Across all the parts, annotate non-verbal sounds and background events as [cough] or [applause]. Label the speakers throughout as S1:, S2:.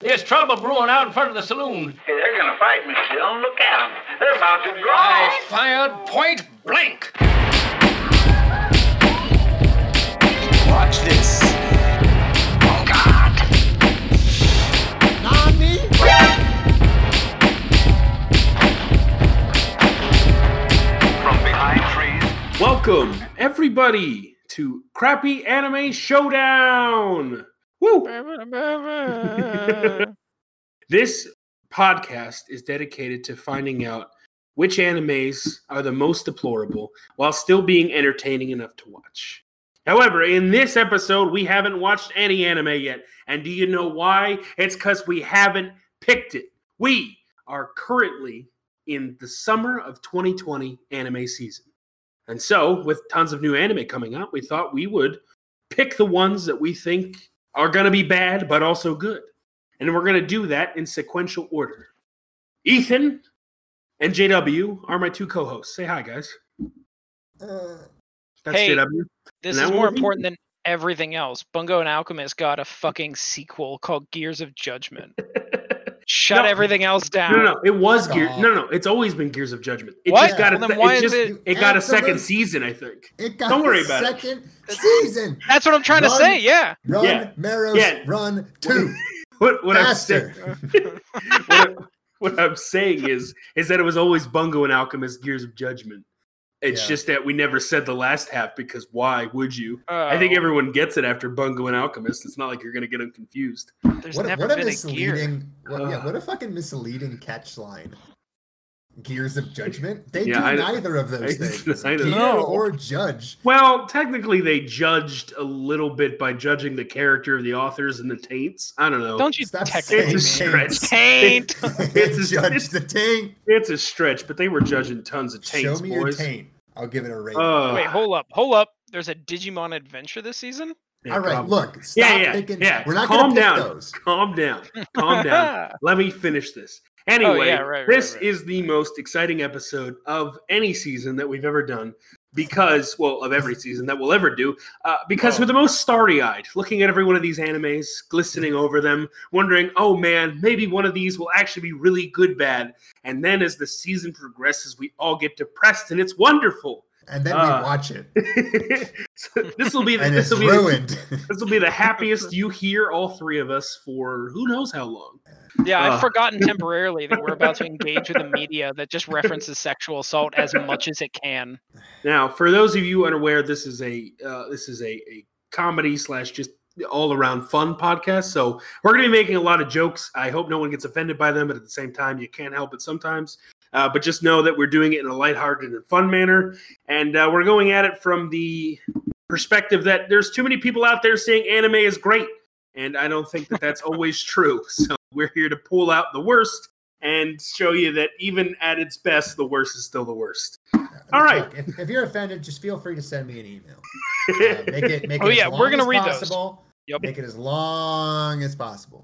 S1: There's trouble brewing out in front of the saloon.
S2: They're gonna fight me, Dillon. Look at 'em. They're about to draw.
S1: I fired point blank.
S3: Watch this.
S2: From behind trees.
S4: Welcome, everybody, to Crappy Anime Showdown. Woo! This podcast is dedicated to finding out which animes are the most deplorable while still being entertaining enough to watch. However, in this episode, we haven't watched any anime yet. And do you know why? It's because we haven't picked it. We are currently in the summer of 2020 anime season. And so, with tons of new anime coming out, we thought we would pick the ones that we think are going to be bad, but also good. And we're going to do that in sequential order. Ethan and JW are my two co hosts. Say hi, guys.
S5: Uh,
S4: That's
S6: Hey.
S4: JW. And
S6: This is
S4: that
S6: more
S4: one-
S6: important than everything else. Bungo and Alchemist got a fucking sequel called Gears of
S4: [laughs]
S6: Judgment. Shut
S4: No.
S6: everything else down.
S4: No, no, no, it was
S5: Stop.
S4: Gear. No, no, it's always been Gears of Judgment. It
S6: What?
S4: just got a,
S6: Well, then
S4: th-
S6: why
S4: it
S6: is
S4: just,
S6: it-
S4: it, got a
S5: Absolute-
S4: second season, I think. [laughs]
S5: It got
S4: Don't worry
S5: the
S4: about it.
S5: second season.
S6: That's what I'm trying
S5: Run.
S6: to say. Yeah.
S5: Run,
S4: Yeah.
S5: Maros,
S4: Yeah.
S5: run two.
S4: What, what I'm saying,
S5: faster.
S4: what, I- what I'm saying is, is that it was always Bungo and Alchemist Gears of Judgment. It's
S5: Yeah.
S4: just that we never said the last half because why would you? I think
S6: Oh,
S4: everyone gets it after Bungo and Alchemist. It's not like you're gonna get them confused.
S6: there's
S5: What, a-
S6: never
S5: what a
S6: been a gear.
S5: misleading, what, yeah,
S4: Ugh.
S5: what a fucking misleading catch line. Gears of Judgment. They
S4: Yeah,
S5: do
S4: I-
S5: neither of those
S4: I-
S5: things.
S4: [laughs] I don't
S5: Gear
S6: know.
S5: or judge.
S4: Well, technically, they judged a little bit by judging the character of the authors and the taints. I don't know.
S6: Don't you
S5: Stop saying
S6: technically
S4: it's a
S5: names.
S4: stretch. [laughs]
S6: [laughs] taint?
S4: [laughs] It's a-
S5: [laughs] judge the taint.
S4: It's a stretch, but they were judging tons of taints,
S5: Show me
S4: boys. Oh,
S5: your taint. I'll give it a rating.
S4: Ugh.
S6: Wait, hold up, hold up. There's a Digimon adventure this season.
S4: Yeah,
S5: All right,
S4: probably.
S5: look. Stop
S4: Yeah, yeah,
S5: picking.
S4: yeah.
S5: We're not
S4: Calm
S5: gonna pick
S4: down.
S5: those.
S4: Calm down. [laughs] Calm
S6: [laughs]
S4: down. Let me finish this. Anyway,
S6: Oh, right, right,
S4: this
S6: right.
S4: is the most exciting episode of any season that we've ever done because, well, of every season that we'll ever do, uh, because
S6: Oh.
S4: we're the most starry eyed, looking at every one of these animes, glistening over them, wondering, oh man, maybe one of these will actually be really good bad. And then as the season progresses, we all get depressed and it's wonderful. [laughs]
S5: And then
S4: Ah.
S5: we watch it,
S4: [laughs] so this will be the,
S5: and
S4: this will
S5: it's
S4: be the,
S5: ruined. [laughs]
S4: this will be the
S6: [laughs]
S4: happiest you hear all three of us for who knows how long.
S6: Yeah,
S4: Ugh. [laughs]
S6: I've forgotten temporarily that we're about to engage with a media that just references sexual assault as much as it can.
S4: Now, for those of you unaware, this is a uh, this is a, a comedy slash just all around fun podcast. So we're going to be making a lot of jokes. I hope no one gets offended by them, but at the same time, you can't help it sometimes. Uh, but just know that we're doing it in a lighthearted and fun manner, and uh, we're going at it from the perspective that there's too many people out there saying anime is great, and I don't think that that's always true. So we're here to pull out the worst and show you that even at its best, the worst is still the worst. [laughs] All right.
S5: Look, if, if you're offended, just feel free to send me an email. Uh, [laughs] make it, make it
S6: Oh,
S5: as
S6: yeah,
S5: long
S6: we're gonna
S5: as
S6: read those.
S5: possible.
S6: Yep.
S5: Make it as long as possible.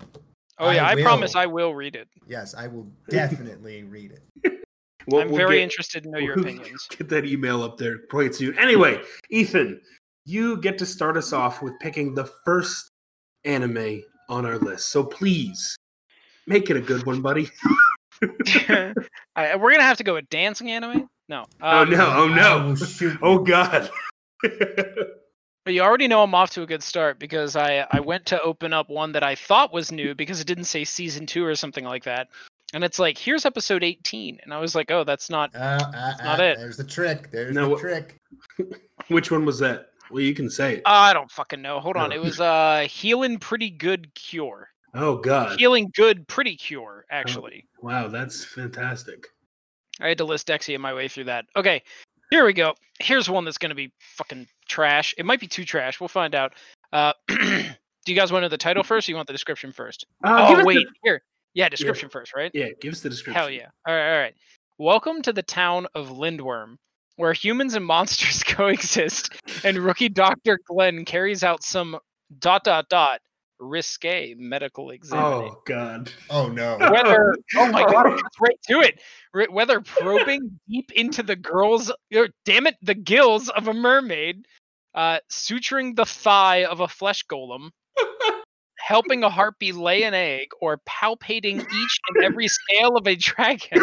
S6: Oh yeah,
S5: I
S6: I, promise
S5: will.
S6: I will read it.
S5: Yes,
S4: [laughs]
S5: I will definitely read it.
S4: We'll-
S6: I'm
S4: we'll
S6: very
S4: get-
S6: interested to know your
S4: [laughs] we'll
S6: opinions.
S4: Get that email up there quite soon. Anyway, Ethan, you get to start us off with picking the first anime on our list. So please make it a good one, buddy. [laughs]
S6: [laughs] I, we're gonna have to go with dancing anime. No.
S4: Oh
S6: Um,
S4: no! Oh
S5: I will
S4: no!
S5: shoot
S4: Oh
S5: you.
S4: god! [laughs]
S6: But you already know I'm off to a good start because I I went to open up one that I thought was new because it didn't say season two or something like that, and it's like here's episode 18, and I was like, oh, that's not.
S5: Uh, uh, uh,
S6: not it.
S5: There's the trick. There's
S4: No,
S5: the
S4: wh-
S5: trick.
S4: Which one was that? Well, you can say it.
S6: Ah, I don't fucking know. Hold on.
S4: No.
S6: It was uh healing pretty good cure.
S4: Oh god!
S6: Healing good pretty cure
S4: uh,
S6: actually.
S4: Wow, that's fantastic.
S6: I had to list Dexia my way through that. Okay, here we go. Here's one that's going to be fucking trash. It might be too trash. We'll find out. Uh, [clears throat] do you guys want to know the title first or you want the description first?
S4: Uh, give us
S6: oh,
S4: the-
S6: wait. Here. Yeah, description first, right?
S4: yeah, give us the description.
S6: Hell yeah. All right, all right. Welcome to the town of Lindworm, where humans and [laughs] monsters coexist, and rookie Dr. Glenn carries out some dot dot dot risque medical examining.
S4: Oh god!
S5: Oh
S6: [laughs]
S5: no.
S6: Whether oh my god, that's right to it. Re- Whether probing deep into the girls, er, damn it, the gills of a mermaid, uh, suturing the thigh of a flesh golem, helping a harpy lay an egg, or palpating each and every scale of a dragon.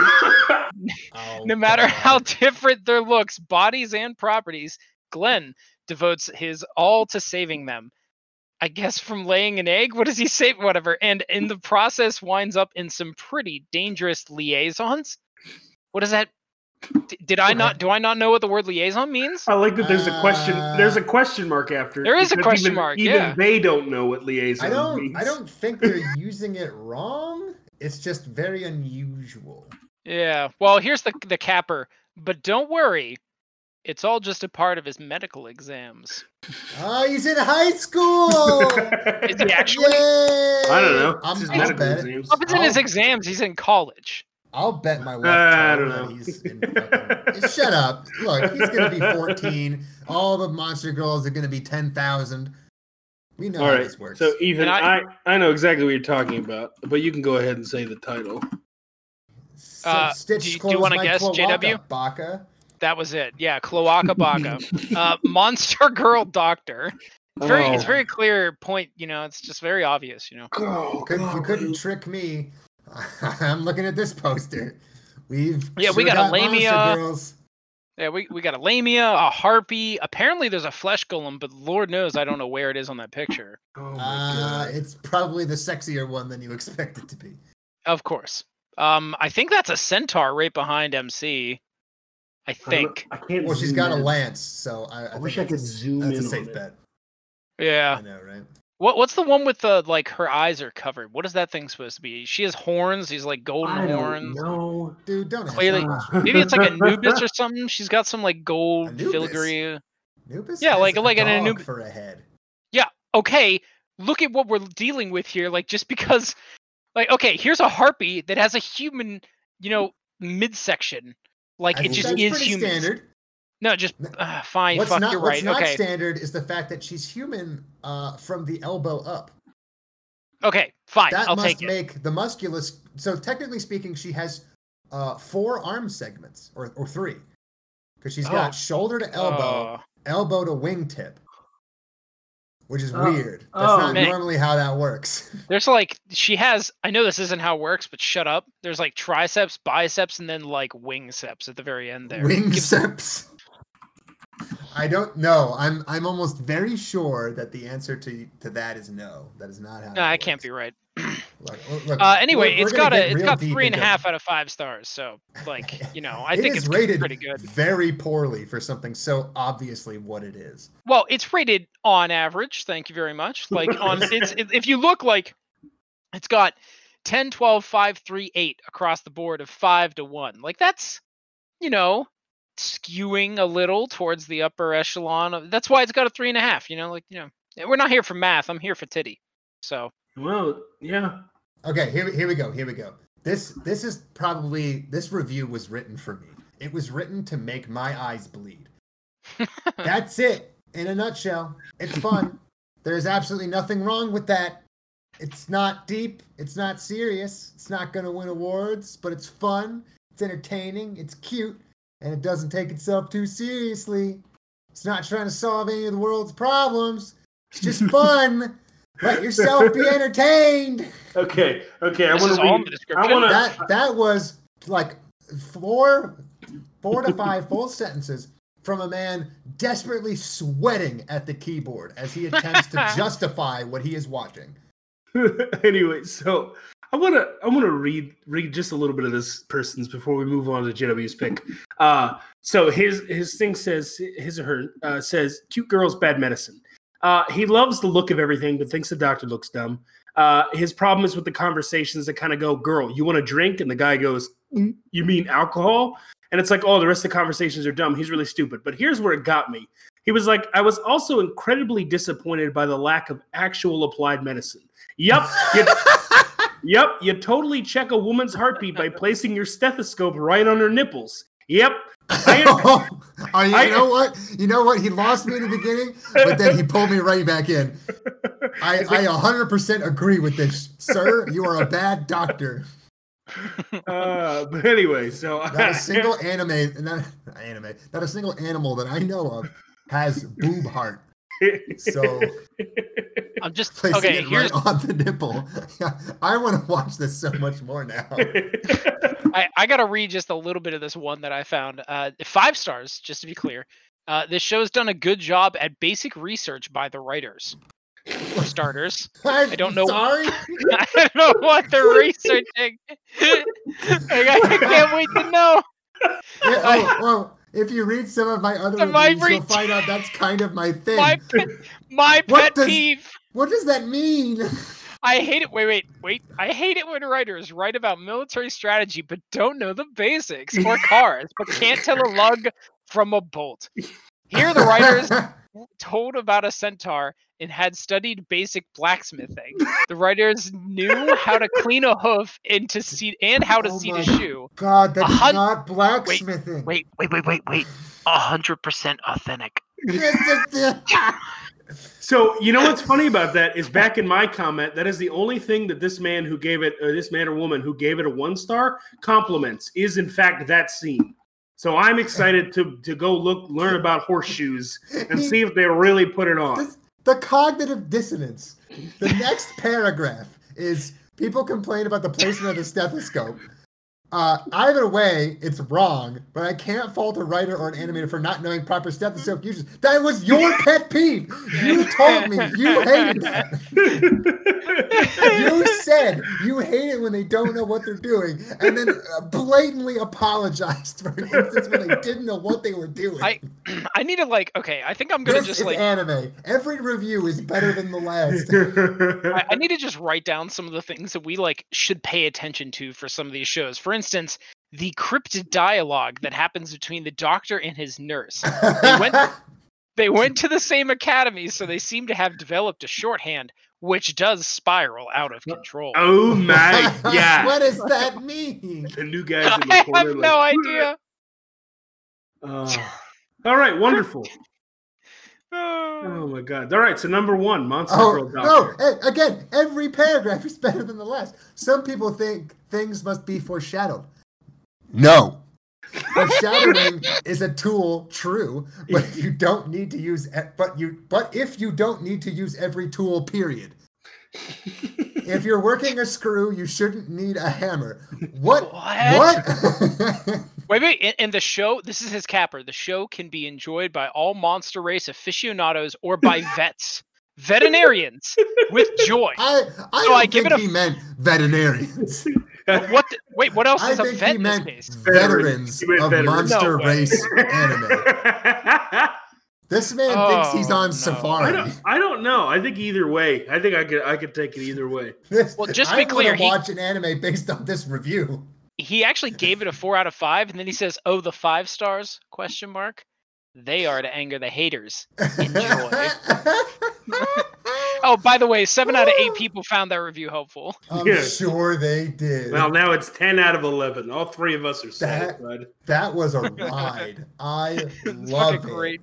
S5: Oh,
S6: No [laughs] matter
S5: God.
S6: how different their looks, bodies, and properties, Glenn devotes his all to saving them. I guess from laying an egg? What does he save? Whatever. And in the process, winds up in some pretty dangerous liaisons. What is that? D- Did I not? Do I not know what the word liaison means?
S4: I like that there's a question.
S5: Uh,
S4: There's a question mark after. it
S6: There is a
S4: because
S6: question
S4: even,
S6: mark,
S4: Even
S6: yeah.
S4: they don't know what liaison
S5: I don't.
S4: means.
S5: I don't think they're using it wrong. It's just very unusual.
S6: Yeah. Well, here's the the capper. But don't worry, it's all just a part of his medical exams.
S5: Oh, he's in high school. [laughs]
S4: [laughs]
S6: Is he actually?
S4: I don't know.
S5: I'm,
S4: It's his
S5: I'll
S4: medical
S5: bet.
S4: exams.
S6: If it's in his
S5: Oh.
S6: exams, he's in college.
S5: I'll bet my left
S4: Uh, I
S5: toe
S4: don't
S5: that
S4: know.
S5: he's in fucking. Shut up! Look, he's gonna be 14. All the monster girls are gonna be 10,000. We know
S4: All
S5: how
S4: right.
S5: this works.
S4: So even
S6: And I-
S4: I, I know exactly what you're talking about, but you can go ahead and say the title.
S5: So
S6: uh, do you- do you
S5: closed
S6: wanna
S5: my
S6: guess,
S5: cloaca,
S6: JW?
S5: Baka.
S6: That was it. Yeah, Cloaca Baca. uh, Monster Girl Doctor. It's very, it's
S4: Oh.
S6: very clear point. You know, it's just very obvious. You know,
S4: Oh,
S5: Could, you
S4: God.
S5: couldn't trick me. [laughs] I'm looking at this poster. We've
S6: Yeah, we
S5: sure
S6: got a
S5: monster
S6: Lamia.
S5: girls.
S6: yeah, we, we got a lamia, a harpy. Apparently, there's a flesh golem, but Lord knows I don't know where it is on that picture.
S4: Oh my
S5: Uh,
S4: God.
S5: it's probably the sexier one than you expect it to be.
S6: Of course. Um, I think that's a centaur right behind MC. I
S4: I don't know-
S6: think.
S4: I can't.
S5: Well, she's
S4: zoom
S5: got a
S4: in.
S5: lance, so I, I,
S4: I
S5: think
S4: wish I
S5: that's
S4: could
S5: a s-
S4: zoom
S5: That's
S4: in
S5: a safe
S4: on it.
S5: bet.
S6: Yeah.
S5: I know, right?
S6: What what's the one with the like her eyes are covered? What is that thing supposed to be? She has horns. These like
S4: I
S6: golden
S4: don't
S6: horns.
S4: know.
S5: Dude, don't ask
S6: Clearly-
S5: me.
S6: Maybe it's
S4: [laughs]
S6: like Anubis or something. She's got some like gold
S5: Anubis?
S6: filigree.
S5: Anubis
S6: Yeah,
S5: has
S6: like-
S5: a
S6: like an
S5: dog
S6: Anub-
S5: for a head.
S6: okay, look at what we're dealing with here. Like, just because, like, okay, here's a harpy that has a human, you know, midsection. Like,
S5: I
S6: it
S5: think
S6: just
S5: that's
S6: is
S5: pretty
S6: human.
S5: standard.
S6: No, just
S5: N-
S6: uh, fine.
S5: What's
S6: fuck,
S5: not
S6: you're
S5: what's
S6: right.
S5: not
S6: Okay,
S5: standard is the fact that she's human uh, from the elbow up.
S6: okay, fine.
S5: That
S6: I'll
S5: must
S6: take it.
S5: make the musculus. So technically speaking, she has uh, four arm segments or or three, because she's
S6: Oh.
S5: got shoulder to elbow,
S6: Oh,
S5: elbow to wingtip, which is
S4: Oh.
S5: weird. That's
S4: Oh.
S5: not
S6: Man.
S5: normally how that works.
S6: there's like she has. I know this isn't how it works, but shut up. There's like triceps, biceps, and then like wingseps at the very end there. Gives-
S5: Wingseps. I don't know. I'm I'm almost very sure that the answer to to that is no. That is not how.
S6: No, I can't be right. [clears throat]
S5: Look, look, look,
S6: Uh, anyway,
S5: we're- we're
S6: it's
S5: gonna
S6: got a
S5: get
S6: it's
S5: real
S6: got
S5: deep
S6: three and a
S5: into-
S6: half out of five stars. So like
S5: [laughs]
S6: you know, I
S5: It
S6: think
S5: is
S6: it's
S5: rated
S6: pretty good.
S5: Very poorly for something so obviously what it is.
S6: Well, it's rated on average. Thank you very much. Like on it's if if you look like it's got 10 12 5 3 8 across the board of 5 to 1. Like that's you know skewing a little towards the upper echelon of that's why it's got a three and a half you know like you know and we're not here for math i'm here for titty so
S4: Well, yeah.
S5: Okay, here here we go. Here we go. This this is probably this review was written for me. It was written to make my eyes bleed. That's it in a nutshell. It's fun. There's absolutely nothing wrong with that. It's not deep. It's not serious. It's not going to win awards, but it's fun. It's entertaining. It's cute, and it doesn't take itself too seriously. It's not trying to solve any of the world's problems. It's just fun. Let yourself be entertained.
S4: Okay. Okay. I
S6: this is
S4: want to
S6: all in the
S4: read.
S6: description
S4: wanna-
S5: that that was like four four
S4: [laughs]
S5: to five full sentences from a man desperately sweating at the keyboard as he
S4: [laughs]
S5: attempts to justify what he is watching.
S4: anyway, so I want to I want to read read just a little bit of this person's before we move on to JW's pick. Uh, so his his thing says his or her uh, says cute girls bad medicine. Uh, he loves the look of everything, but thinks the doctor looks dumb. Uh, his problem is with the conversations that kind of go, "Girl, you want a drink?" and the guy goes, "Mm, "You mean alcohol?" And it's like, "Oh, the rest of the conversations are dumb. He's really stupid." But here's where it got me. He was like, "I was also incredibly disappointed by the lack of actual applied medicine." Yep. You, yep. You totally check a woman's heartbeat by placing your stethoscope right on her nipples. Yep.
S5: [laughs]
S4: I-
S5: Oh, you,
S4: I-
S5: know what? You know what? He lost me in the beginning, but then he pulled me right back in. I, I 100% agree with this, sir. You are a bad doctor.
S4: Uh, but anyway, so
S5: Not
S4: [laughs]
S5: a single
S4: [laughs]
S5: anime, not anime, not a single animal that I know of has boob heart. So [laughs]
S6: I'm just
S5: placing
S6: okay.
S5: it
S6: Here's
S5: right on the nipple. [laughs] Yeah, I want to watch this so much more now.
S6: I, I gotta read just a little bit of this one that I found. Uh, five stars, just to be clear. Uh, this show's done a good job at basic research by the writers. For starters, [laughs] [laughs] I don't know-
S5: Sorry.
S6: I don't know what they're researching. [laughs] Like, I, can't wait to
S5: [laughs]
S6: know. [laughs]
S5: Yeah, oh, well, if you read some of my other
S6: The
S5: reviews,
S6: library
S5: you'll find out that's kind of my thing.
S6: My pet, my
S5: What
S6: pet
S5: does-
S6: peeve.
S5: What does that mean?
S6: I hate it. Wait, wait, wait. I hate it when writers write about military strategy but don't know the basics
S5: [laughs]
S6: or cars, but can't tell a lug from a bolt. Here, the writers told about a centaur and had studied basic blacksmithing. The writers knew how to clean a hoof and to seat and how to
S5: Oh
S6: seat
S5: my-
S6: a shoe.
S5: [laughs] God, that's
S6: hun-
S5: not blacksmithing. [laughs]
S6: Wait, [laughs] wait, wait, wait, wait. A hundred percent authentic.
S4: So you know what's funny about that is back in my comment, that is the only thing that this man who gave it, or this man or woman who gave it a one star compliments is in fact that scene. So I'm excited to to go look, learn about horseshoes, and see if they really put it on.
S5: This- the cognitive dissonance. The next paragraph is people complain about the placement of the stethoscope. Uh, either way, it's wrong, but I can't fault a writer or an animator for not knowing proper stethoscope usage. That was your pet peeve. You told me you hated
S4: [laughs]
S5: that. You said you hate it when they don't know what they're doing, and then uh, blatantly apologized for an instance when they didn't know what they were doing.
S6: I [clears throat] I need to like okay, I think I'm gonna
S5: this
S6: just
S5: is
S6: like
S5: anime. Every review is better than the last.
S6: I, I need to just write down some of the things that we like should pay attention to for some of these shows. For instance, the cryptid dialogue that happens between the doctor and his nurse. They went- They went to the same academy, so they seem to have developed a shorthand, which does spiral out of control.
S4: oh my god!
S5: [laughs] what does that
S6: [laughs]
S5: mean?
S4: The new guys in the
S6: I
S4: corner. [laughs]
S6: have no
S4: like,
S6: idea.
S4: "Oh." all right, wonderful.
S6: Oh.
S5: [sighs]
S4: Oh my god! All right, so number one, Monster
S5: Oh
S4: Girl
S5: no!
S4: Doctor.
S5: eh, Again, every paragraph is [laughs] better than the last. Some people think things must be foreshadowed. No. Foreshadowing [laughs] is a tool, true, but
S6: [laughs]
S5: you don't need to use. e- But you, but if you don't need to use every tool, period.
S6: [laughs]
S5: If you're working a screw, you shouldn't need a hammer. What?
S6: What?
S5: what? [laughs]
S6: Wait, wait, and, and the show, this is his capper. The show can be enjoyed by all monster race aficionados or
S5: [laughs]
S6: by vets, veterinarians, with joy.
S5: I I
S6: So
S5: don't
S6: I
S5: think
S6: give it a-
S5: he meant veterinarians.
S6: But what? The, wait, what else
S5: I
S6: is a
S5: think
S6: vet
S5: he
S6: in this
S5: meant
S6: case?
S5: veterans
S4: He meant
S5: of
S4: veterans.
S5: monster
S6: No way.
S5: race anime.
S4: [laughs]
S5: This man thinks he's
S6: Oh,
S4: I
S5: on
S6: no.
S5: safari.
S4: don't. I don't know. I think either way. I think I could. I could take it either way.
S5: [laughs] This-
S6: Well, just to
S5: I
S6: be
S5: wanna
S6: clear, he-
S5: watch an anime based on this review.
S6: He actually gave it a four out of
S5: [laughs]
S6: five, and then he says, "Oh, the five stars? Question mark. They are to anger the haters.
S5: [laughs]
S6: Enjoy." oh, by the way, seven out of
S5: [laughs]
S6: eight people found that review helpful.
S5: I'm
S4: Yeah.
S5: sure they did.
S4: Well, now it's ten out of eleven. All three of us are
S5: That-
S4: satisfied.
S5: that was a ride. I
S6: [laughs] It's
S5: love it.
S6: fucking great.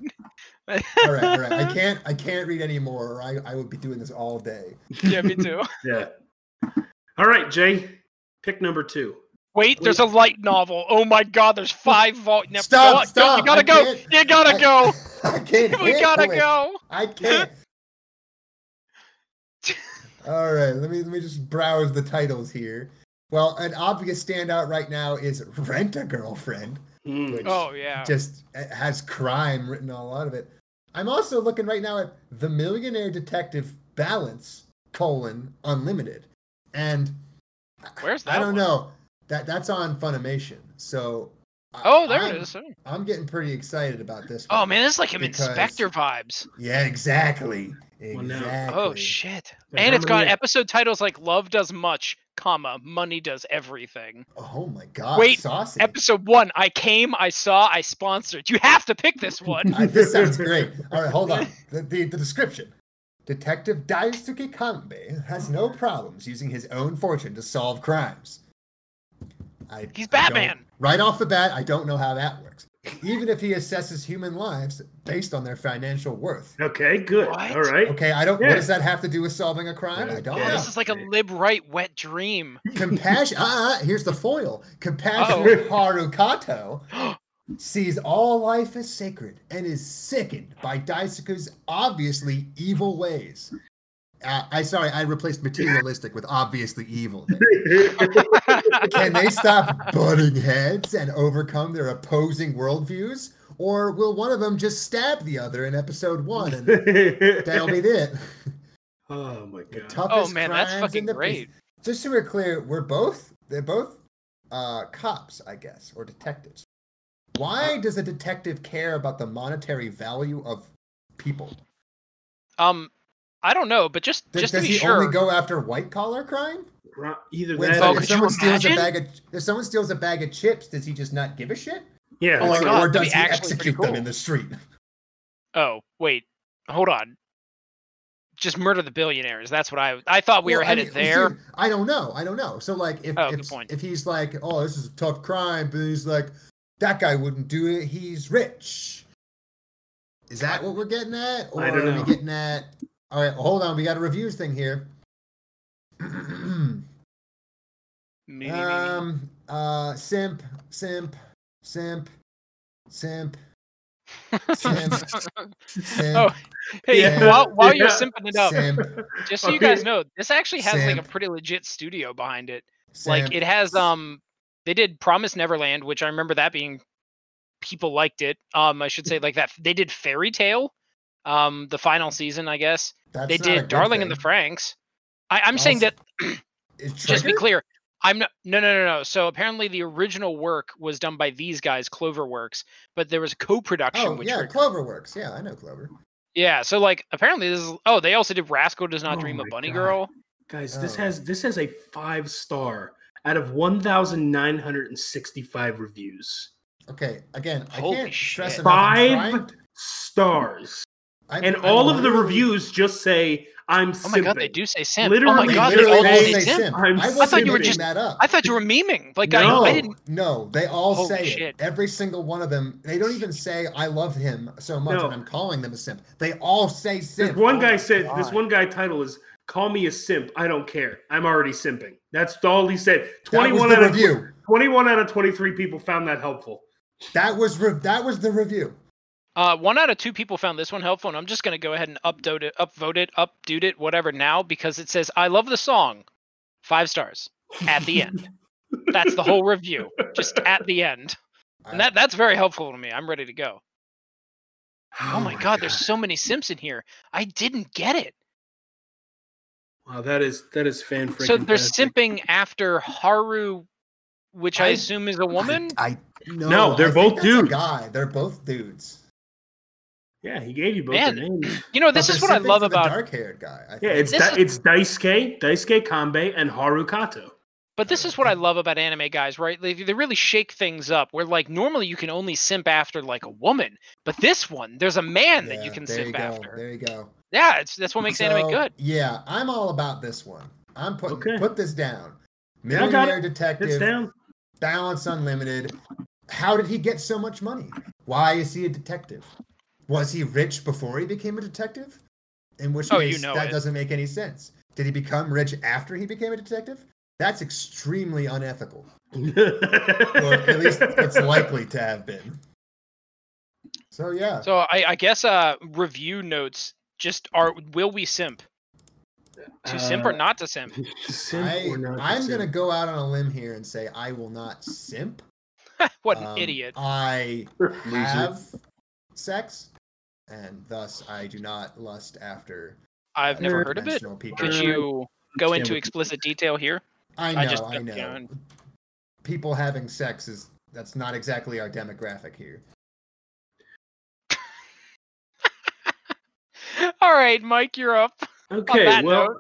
S6: [laughs]
S5: All right, all right. I can't. I can't read anymore. Or I, I would be doing this all day.
S6: Yeah, me too.
S4: Yeah. All right, Jay. Pick number two.
S6: Wait, there's a light novel. Oh my god, there's five vault. no,
S5: Stop,
S6: go on, go-
S5: stop,
S6: You gotta
S5: I
S6: go.
S5: can't-
S6: You gotta
S5: I-
S6: go.
S5: [laughs] I can't.
S6: [laughs] We gotta
S5: handle it. [laughs]
S6: go.
S5: I
S6: [laughs]
S5: can't. All right, let me let me just browse the titles here. Well, an obvious standout right now is Rent a Girlfriend,
S4: Hmm.
S5: which
S6: Oh yeah.
S5: just it has crime written all out of it. I'm also looking right now at The Millionaire Detective Balance colon Unlimited, and
S6: Where's that?
S5: I don't
S6: one?
S5: know that that's on Funimation. So I-
S6: Oh, there
S5: I'm-
S6: it is. Oh.
S5: I'm getting pretty excited about this.
S6: Oh
S5: one.
S6: man, this is like him
S5: Because-
S6: Inspector vibes.
S5: Yeah, exactly.
S4: Well, no.
S5: Exactly.
S6: Oh shit.
S4: Yeah,
S6: and
S4: how
S6: it's got
S4: many-
S6: episode titles like Love Does Much, comma, Money Does Everything.
S5: Oh my god!
S6: Wait,
S5: saucy.
S6: Episode one, I came, I saw, I sponsored. You have to pick this one.
S5: I- Uh, this sounds great.
S6: [laughs]
S5: All right, hold on. The, the, the description. Detective Daisuke Kanbe has no problems using his own fortune to solve crimes. I, I
S6: He's
S5: don't-
S6: Batman.
S5: right off the bat, I don't know how that works. Even if he assesses human lives based on their financial worth.
S4: Okay. Good.
S6: What?
S4: All right.
S5: Okay, I don't.
S4: Yeah.
S5: What does that have to do with solving a crime? [laughs] I don't
S4: Okay.
S5: know.
S6: This is like a lib right wet dream.
S5: uh,
S6: Oh. [gasps]
S5: Compassion. Ah, ah, here's the foil. Compassionate Harukato sees all life as sacred and is sickened by Daisuke's obviously evil ways. Uh, I sorry, I replaced materialistic with obviously evil. there.
S4: [laughs]
S5: Can they
S6: [laughs]
S5: stop butting heads and overcome their opposing worldviews? Or will one of them just stab the other in episode one and that'll be
S6: [laughs]
S5: it? [laughs]
S4: oh my
S5: The
S4: god.
S5: toughest
S6: oh man, that's
S5: crimes in
S6: fucking
S5: the-
S6: great.
S5: Just to be clear, we're both they're both uh, cops, I guess, or detectives. Why
S6: Uh,
S5: does a detective care about the monetary value of people?
S6: Um, I don't know, but just
S5: Does,
S6: just
S5: does
S6: to be
S5: he
S6: sure,
S5: only go after white collar crime?
S4: Ro- Either
S5: When
S4: that
S6: Oh,
S4: or-
S5: if
S6: could you
S5: someone steals a
S6: imagine?
S5: bag of if someone steals a bag of chips, does he just not give a shit?
S4: yeah.
S6: Oh my
S4: it's like-
S6: God,
S5: or
S6: that'd
S5: does
S6: be
S5: he
S6: actually
S5: execute
S6: pretty
S5: them in
S6: cool.
S5: the street?
S6: Oh, wait. Hold on. Just murder the billionaires. That's what I I thought we
S5: Well,
S6: were
S5: I
S6: headed
S5: mean,
S6: there.
S5: see, I don't know. I don't know. So like if
S6: Oh, good
S5: if,
S6: point.
S5: if he's like, oh, this is a tough crime, but he's like, that guy wouldn't do it. He's rich. Is that what we're getting at? Or
S4: I don't
S5: are
S4: know.
S5: we getting at all right, hold on, we got a reviews thing
S6: [clears throat]
S5: here.
S6: Me, me,
S5: [laughs]
S6: me, me.
S5: um uh simp, simp, simp, simp,
S6: [laughs]
S5: simp, simp.
S6: Oh, hey,
S5: yeah,
S6: while, while you're
S4: yeah,
S6: simping it up,
S5: simp,
S6: just so you guys
S4: okay.
S6: know, this actually has like a
S5: Simp.
S6: pretty legit studio behind it.
S5: simp.
S6: Like it has um they did Promise Neverland, which I remember that being people liked it. Um I should say like that. They did Fairy Tale, um the final season, I guess.
S5: Mm. That's
S6: they
S5: not a
S6: did
S5: good
S6: Darling in the
S5: thing.
S6: Franks. I, I'm saying
S5: Also-
S6: that [clears throat] just be clear i'm not no no no no so apparently the original work was done by these guys cloverworks but there was co-production
S5: Oh
S6: which
S5: yeah,
S6: were-
S5: Clover works. Yeah, I know Clover.
S6: yeah so like apparently this is oh they also did rascal does not
S4: Oh
S6: dream of
S4: my
S6: bunny
S4: God.
S6: girl
S4: Guys, this
S5: Oh.
S4: has this has a five star out of one thousand nine hundred and sixty five reviews.
S5: Okay, again,
S6: Holy
S5: I can't stress
S6: shit.
S5: enough. I'm
S4: Five
S5: trying-
S4: Stars.
S5: I'm-
S4: And
S5: I'm
S4: all of the
S5: really-
S4: reviews just say I'm
S6: oh
S4: simping.
S6: my god they do say simp oh my
S4: Literally,
S6: god
S5: They
S6: they all
S5: literally
S4: they
S6: say
S5: say
S6: simp.
S5: simp.
S4: I'm
S5: I
S4: I
S5: wasn't
S6: thought you were
S5: making
S6: just-
S5: that up.
S6: i thought you were memeing like I,
S4: No.
S6: I didn't
S5: no, they all
S6: Holy
S5: say
S6: shit.
S5: it. Every single one of them. They don't even say I love him so much,
S4: No.
S5: and I'm calling them a simp. They all say
S4: This
S5: simp.
S4: one
S5: Oh
S4: guy
S5: my
S4: said, this
S5: God.
S4: one guy title is Call Me a Simp. I don't care. I'm already simping. That's all he said.
S5: That was
S4: 21
S5: the
S4: out, of,
S5: review.
S4: 21 out of 23 people found that helpful.
S5: That was re- that was the review.
S6: Uh, one out of two people found this one helpful, and I'm just gonna go ahead and upvote it, upvote it, updude it, whatever now, because it says I love the song, five stars at the end. that's the whole review, just at the end, and
S5: I-
S6: that that's very helpful to me. I'm ready to go. Oh, my, god, there's so many simps in here. I didn't get it.
S4: Wow, that is that is fan freaking.
S6: so they're simping after Haru, which I,
S5: I-
S6: assume is a woman.
S5: I, I- no,
S4: No, they're
S5: I
S4: both
S5: think that's a
S4: dudes.
S5: guy, they're both dudes.
S4: Yeah, he gave you both
S6: Man.
S4: their names.
S6: you know,
S5: But
S6: this
S5: they're
S6: is what I
S5: simping
S6: love
S5: for the
S6: about
S5: dark-haired guy. I
S4: Yeah,
S5: think.
S4: it's
S6: This
S4: da- it's Daisuke, Daisuke Kanbei, and Haru Kato.
S6: But this is what I love about anime guys, right? They, they really shake things up. Where like normally you can only simp after like a woman, but this one there's a man that you
S5: Yeah,
S6: can
S5: there
S6: simp
S5: go,
S6: after.
S5: There you go.
S6: Yeah, it's that's what makes anime
S5: So,
S6: good.
S5: Yeah, I'm all about this one. I'm putting
S4: Okay.
S5: put this down.
S4: I got
S5: Millionaire
S4: it. It's
S5: detective,
S4: down.
S5: balance unlimited. How did he get so much money? Why is he a detective? Was he rich before he became a detective? In which
S6: Oh, you
S5: case,
S6: know
S5: that
S6: it.
S5: doesn't make any sense. Did he become rich after he became a detective? That's extremely unethical, or at
S6: [laughs]
S4: [laughs]
S5: least it's likely to have been. So yeah,
S6: So I, I guess uh review notes just are will we simp to simp or
S4: Uh,
S6: not to simp?
S4: simp
S5: I,
S4: or not to
S5: I'm gonna
S4: simp?
S5: go out on a limb here and say I will not simp.
S6: what an
S5: Um,
S6: idiot!
S5: I
S4: Loser.
S5: have sex, and thus I do not lust after.
S6: I've never heard of it.
S5: interdimensional People.
S6: Could
S4: Uh,
S6: you go
S4: yeah,
S6: into
S4: we-
S6: explicit detail here?
S5: I know,
S6: I
S5: I,
S6: just jumped
S5: know.
S6: down.
S5: People having sex is that's not exactly our
S4: [laughs]
S5: demographic here.
S6: [laughs] All right, Mike, you're up. [laughs]
S4: Okay,
S6: that
S4: well,
S6: note.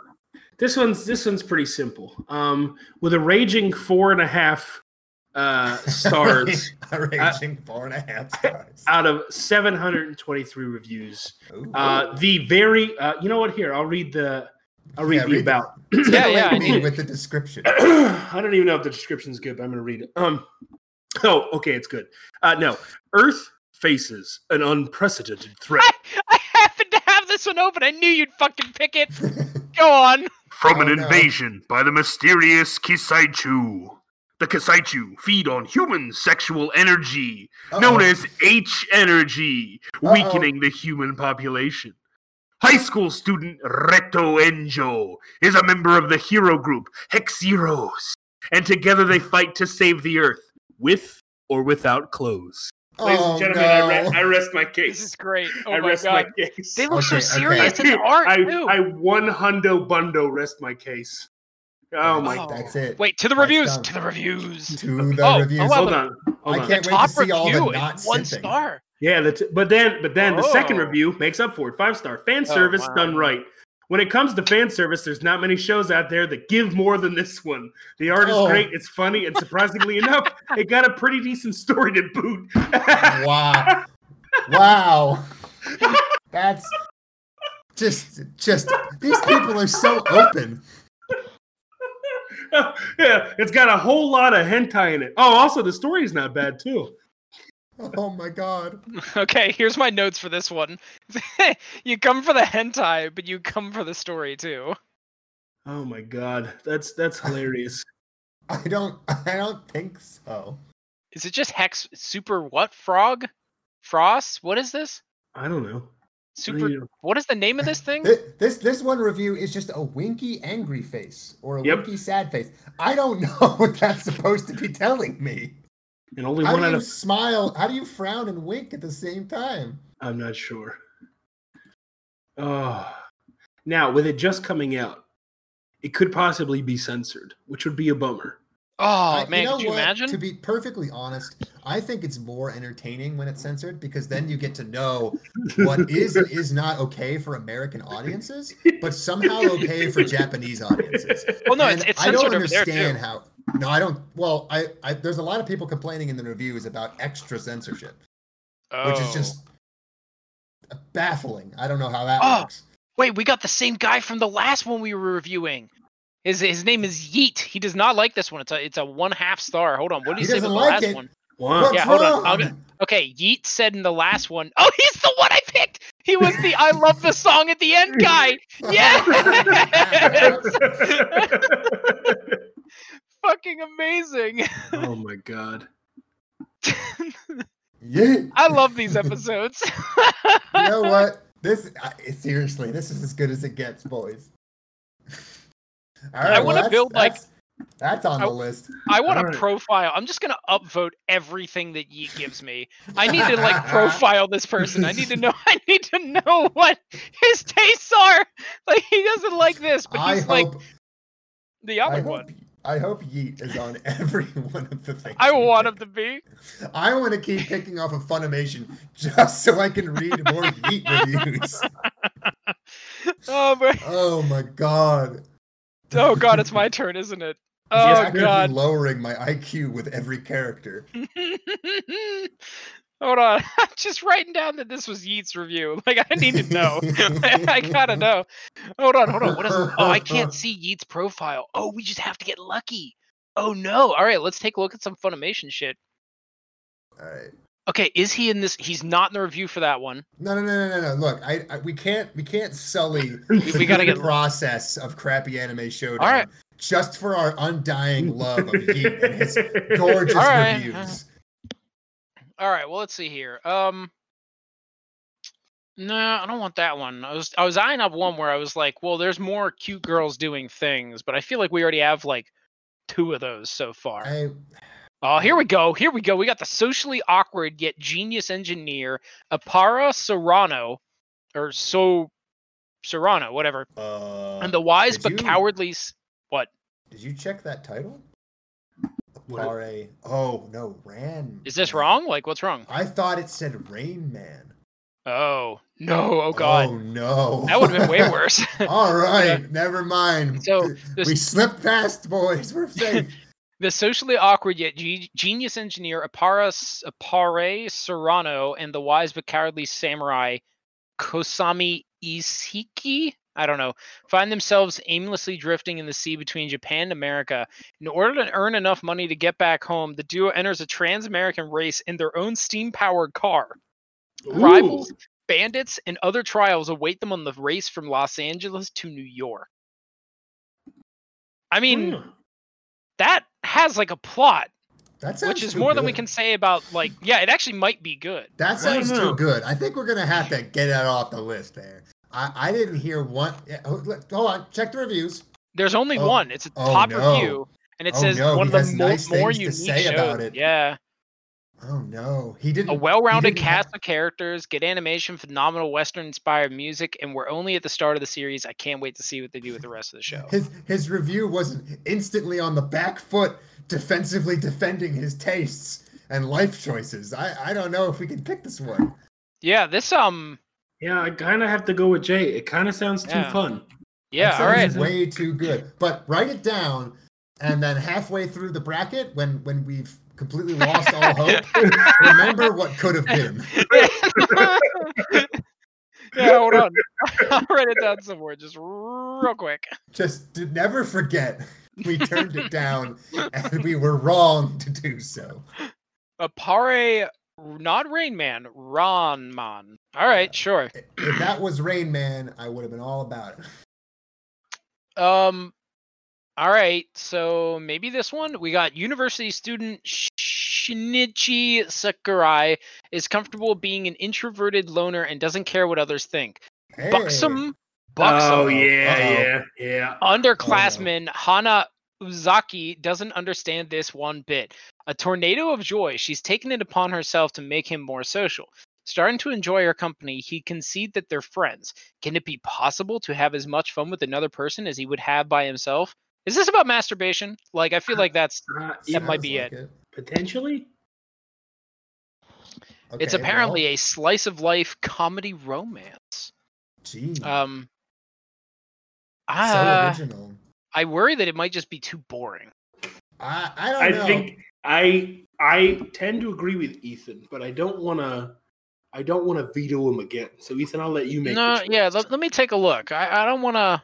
S4: this one's this one's pretty simple. Um, with a raging four and a half
S6: [laughs]
S4: uh,
S5: [laughs]
S4: stars
S5: A raging four and a half stars.
S4: out of 723 reviews.
S5: Ooh.
S4: Uh, the very, uh, you know what? Here, I'll read the, I'll read
S5: Yeah,
S4: the
S5: read the-
S4: about.
S6: [clears throat] Yeah, yeah, I
S5: Separate me
S6: need-
S5: with the description.
S4: [clears throat] I don't even know if the description's good, but I'm going to read it. Um, oh, okay, it's good. Uh, no, Earth faces an unprecedented threat
S6: I happened to have this one open. I knew you'd fucking
S5: [laughs]
S6: pick it. Go on.
S4: [laughs]
S7: from
S5: Oh,
S7: an
S5: no.
S7: invasion by the mysterious Kisaichu.
S4: The Kasaichu feed on human sexual energy,
S5: Uh-oh.
S4: known as H energy, weakening the human population. High school student Reto Enjo is a member of the hero group Hexeros, and together they fight to save the Earth with or without clothes. Ladies
S5: Oh,
S4: and gentlemen,
S5: no.
S4: I, re- I rest my
S6: This
S4: case.
S6: is great. [laughs] Oh
S4: I
S6: my
S4: rest
S6: god.
S4: my case.
S6: They look so
S5: Okay,
S4: [laughs]
S5: okay.
S4: I,
S6: serious in the art
S4: I,
S6: too.
S4: I one hundo bundo rest my case. Oh my
S6: Oh.
S4: god.
S5: That's it.
S6: Wait, to the
S5: That's
S6: reviews.
S5: done.
S6: To the reviews.
S5: to the
S6: Oh,
S5: reviews.
S4: Hold
S6: eleven.
S4: on. Hold
S5: I
S4: on.
S5: can't wait
S6: Top
S5: to see all the
S6: review
S5: not
S6: is one
S5: sipping.
S6: star. [laughs]
S4: Yeah, that's, but then but then the second
S6: Oh.
S4: review makes up for it. Five star fan
S6: Oh,
S4: service
S6: wow.
S4: done right. When it comes to fan service, there's not many shows out there that give more than this one. The art is
S5: Oh.
S4: great, it's funny, and surprisingly [laughs] enough, it got a pretty decent story to boot.
S5: Wow. wow. That's just just these people are so open.
S4: yeah, it's got a whole lot of hentai in it. Oh, also the story is not bad too.
S5: Oh my god.
S6: Okay, here's my notes for this one. [laughs] you come for the hentai, but you come for the story too.
S4: Oh my god, that's that's hilarious.
S5: I don't I don't think so.
S6: Is it just hex super what frog? Frost? What is this?
S4: I don't know.
S6: Super.
S4: Yeah.
S6: What is the name of this
S5: [laughs]
S6: thing?
S5: This this, this one review is just a winky angry face or a
S4: Yep.
S5: winky sad face. I don't know [laughs] what that's supposed to be telling me.
S4: And only
S5: How
S4: one
S5: do
S4: out
S5: you
S4: of
S5: smile? How do you frown and wink at the same time?
S4: I'm not sure. Oh. Now, with it just coming out, it could possibly be censored, which would be a bummer.
S6: Oh
S5: I-
S6: man, could you
S5: what?
S6: imagine?
S5: To be perfectly honest, I think it's more entertaining when it's censored because then you get to know what is and is not okay for American audiences, but somehow okay for Japanese audiences.
S6: well, [laughs] Oh, no, it's,
S5: And
S6: it's
S5: I don't
S6: censored over there
S5: understand
S6: too.
S5: how. No, I don't. Well, I, I there's a lot of people complaining in the reviews about extra censorship, which is
S6: Oh.
S5: just baffling. I don't know how that
S6: Oh.
S5: works.
S6: Wait, we got the same guy from the last one we were reviewing. His his name is Yeet. He does not like this one. It's a it's a one half star. Hold on, what did
S5: He
S6: he, say
S5: doesn't
S6: about
S5: like
S6: the last
S5: it.
S6: one?
S4: Wow. [laughs]
S5: What's
S6: uh, Yeah, hold on,
S5: wrong?
S6: I'll get- Okay, Yeet said in the last one, [laughs] oh, he's the one I picked. He was the I love the song at the end
S5: [laughs]
S6: guy. Yes! [laughs] Fucking amazing.
S4: oh my god.
S5: yeah.
S6: I love these episodes. [laughs]
S5: you know what? This I, seriously, this is as good as it gets, boys. All right,
S6: wanna
S5: that's-
S6: build, like-
S5: that's, that's on
S6: I-
S5: the list.
S6: I want
S4: Alright.
S6: a profile. I'm just gonna upvote everything that Yeet gives me. I need
S5: [laughs]
S6: to like profile this person. I need to know. [laughs] I need to know what his tastes are. Like he doesn't like this, but
S5: I
S6: he's
S5: hope,
S6: like the
S5: I
S6: other
S5: hope,
S6: one.
S5: I hope Yeet is on [laughs] every one of the things.
S6: I
S5: we
S6: want him
S5: pick.
S6: to be.
S5: I want to keep picking off of Funimation just so I can read
S6: [laughs]
S5: more Yeet reviews.
S6: Oh, but,
S5: Oh my god!
S6: oh god, it's my turn, isn't it?
S5: He's
S6: Oh
S5: actively
S6: god.
S5: lowering my IQ with every character.
S6: [laughs] Hold on. I'm just writing down that this was Yeet's review. Like I need to know. [laughs] I gotta know. Hold on, hold on. What is Oh, I can't see Yeet's profile. Oh, we just have to get lucky. Oh no. All right, let's take a look at some Funimation shit.
S5: All right.
S6: Okay, is he in this? He's not in the review for that one.
S5: No, no, no, no, no, no. Look, I, I we can't we can't sully the
S6: we gotta
S5: good
S6: get-
S5: process of crappy anime showdown
S6: All right.
S5: just for our undying love of Yeet and his gorgeous
S6: [laughs] All right.
S5: reviews.
S6: All right, well, let's see here. Um, no, I don't want that one. I was I was eyeing up one where I was like, well, there's more cute girls doing things, but I feel like we already have like two of those so far.
S5: I,
S6: Oh, here we go. Here we go. We got the socially awkward yet genius engineer Apara Serrano, or so Serrano, whatever,
S5: uh,
S6: and the wise
S5: did
S6: but
S5: you-
S6: cowardly. s-
S5: Did you check that title?
S4: What-
S5: Apare- Oh no, Ran.
S6: Is this
S5: Man.
S6: wrong? Like, what's wrong?
S5: I thought it said Rain Man.
S6: Oh no! Oh god,
S5: Oh no.
S6: that would have been way worse.
S5: [laughs]
S6: [laughs]
S5: All right, never mind.
S6: So,
S5: [laughs]
S6: this-
S5: we slipped past, boys. We're safe.
S6: The socially awkward yet ge- genius engineer Apara S- Apare Serrano and the wise but cowardly samurai Kosami Isiki, I don't know, find themselves aimlessly drifting in the sea between Japan and America. In order to earn enough money to get back home, the duo enters a trans American race in their own steam powered car. Rivals, bandits, and other trials await them on the race from Los Angeles to New York. I mean,
S4: Hmm.
S6: that has like a plot,
S5: That sounds
S6: which is
S5: too
S6: more than we
S5: good.
S6: can say about like yeah, it actually might be good.
S5: That sounds
S4: don't know.
S5: too good. I think we're gonna have to get that off the list. There, I, I didn't hear one. yeah, Hold look, hold on, check the reviews.
S6: There's only
S5: Oh,
S6: one. It's a
S5: oh,
S6: top
S5: no.
S6: review, and it
S5: Oh,
S6: says
S5: no,
S6: one
S5: he
S6: of
S5: has
S6: the mo-
S5: nice
S6: more
S5: things to
S6: unique
S5: say
S6: shows.
S5: about it. [laughs]
S6: Yeah,
S5: Oh no, he didn't.
S6: a well-rounded
S5: didn't have-
S6: cast of characters, good animation, phenomenal Western-inspired music, and we're only at the start of the series. I can't wait to see what they do with the rest of
S5: [laughs]
S6: the show.
S5: His his review wasn't instantly on the back foot, defensively defending his tastes and life choices. I I don't know if we can pick this one.
S6: Yeah, this um,
S4: Yeah, I kind of have to go with Jay. It kind of sounds too
S6: Yeah.
S4: fun.
S6: yeah,
S5: That
S6: all right.
S5: sounds Way too good. But write it down, and then halfway through the bracket, when when we've completely lost all hope, remember what could have been.
S6: [laughs] yeah, hold on. [laughs] I'll write it down somewhere, just real quick.
S5: Just to never forget,
S6: [laughs]
S5: we turned it down, and we were wrong to do so.
S6: Apare, Uh, not Rain Man, Ronman. All right, sure.
S5: If if that was Rain Man, I would have been all about it.
S6: Um, all right. So maybe this one we got university student Shinichi Sakurai is comfortable being an introverted loner and doesn't care what others think.
S5: Hey. Oh,
S6: Buxom, buxom.
S4: Oh yeah,
S5: Uh-oh.
S4: yeah, yeah.
S6: Underclassman
S4: Oh.
S6: Hana Uzaki doesn't understand this one bit. A tornado of joy, she's taken it upon herself to make him more social. Starting to enjoy her company, he concede that they're friends. Can it be possible to have as much fun with another person as he would have by himself? Is this about masturbation? Like I feel like that's
S4: Uh,
S6: That
S4: yeah,
S6: might be
S5: Sounds like
S4: potentially.
S5: it.
S6: it's
S5: Okay,
S6: apparently
S5: well,
S6: a slice of life comedy romance.
S5: gee,
S6: Um
S5: so
S6: I,
S5: original.
S6: I worry that it might just be too boring.
S5: I, I don't
S4: I
S5: know.
S4: think I I tend to agree with Ethan, but I don't want to. I don't want to veto him again. So Ethan, I'll let you make. the
S6: No,
S4: choice.
S6: yeah, let, let me take a look. I, I don't want to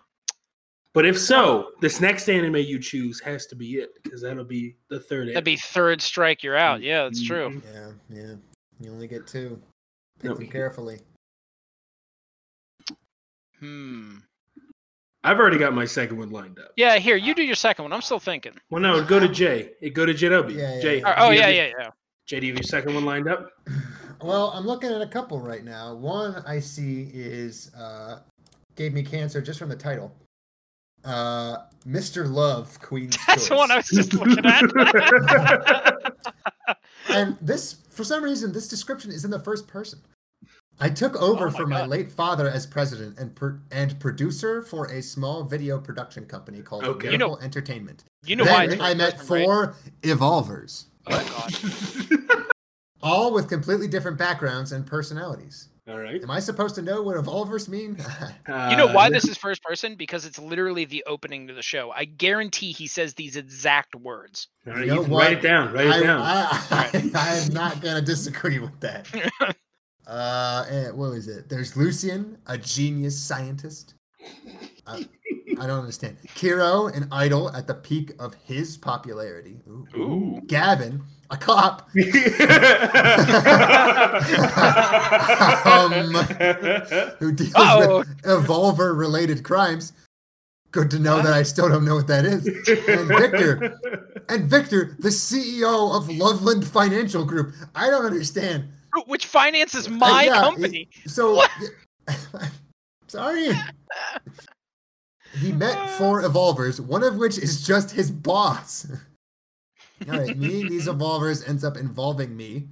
S4: But if so, this next anime you choose has to be it because that'll be the third.
S6: That'd be third strike, you're out. Yeah, that's true.
S4: Mhm.
S5: Yeah, yeah. You only get two. Pick
S4: No,
S5: them
S4: he-
S5: carefully.
S6: Hmm.
S4: I've already got my second one lined up.
S6: Yeah, here, you do your second one. I'm still thinking.
S4: Well, no, it'd go
S6: [laughs]
S4: to Jay. It'd go to JW.
S5: Yeah, yeah,
S4: Jay.
S5: yeah.
S6: Or- oh,
S4: do you
S6: yeah,
S4: have your-
S6: yeah, yeah.
S4: Jay, do you have your second one lined up?
S5: Well, I'm looking at a couple right now. One I see is uh, gave me cancer just from the title. Uh, Mr. Love, Queen's
S6: [laughs] That's the
S5: Choice.
S6: one I was just looking at. [laughs]
S5: and this, for some reason, this description is in the first person. I took over
S6: Oh my
S5: for my
S6: God.
S5: late father as president and pro- and producer for a small video production company called
S4: Okay.
S5: Miracle
S4: You
S6: know-
S5: Entertainment.
S6: you know why?
S5: then
S6: it's
S5: I
S6: first
S5: met
S6: person, right?
S5: four evolvers.
S6: Oh, God.
S5: all with completely different backgrounds and personalities.
S4: All right.
S5: Am I supposed to know what evolvers mean? [laughs]
S6: You know why
S4: Uh,
S6: this is first person? Because it's literally the opening to the show. I guarantee he says these exact words.
S4: all right,
S5: You know
S4: Ethan,
S5: what?
S4: write it down. Write it
S5: I,
S4: down.
S5: I, [laughs] I, am not going to disagree with that. uh, eh, what was it? There's Lucian, a genius scientist. I, I don't understand. Kiro, an idol at the peak of his popularity. Ooh. [laughs]
S6: Ooh.
S5: Gavin, a cop. who deals
S6: Uh-oh.
S5: with evolver related crimes. Good to know that I still don't know what that is. And Victor, and Victor, the CEO of Loveland Financial Group. I don't understand.
S6: Which finances my
S5: Uh, yeah, it-
S6: company.
S5: So, [laughs] sorry.
S6: [laughs]
S5: He met four evolvers, one of which is just his boss. [laughs] All right, me, these
S6: [laughs]
S5: evolvers ends up involving me.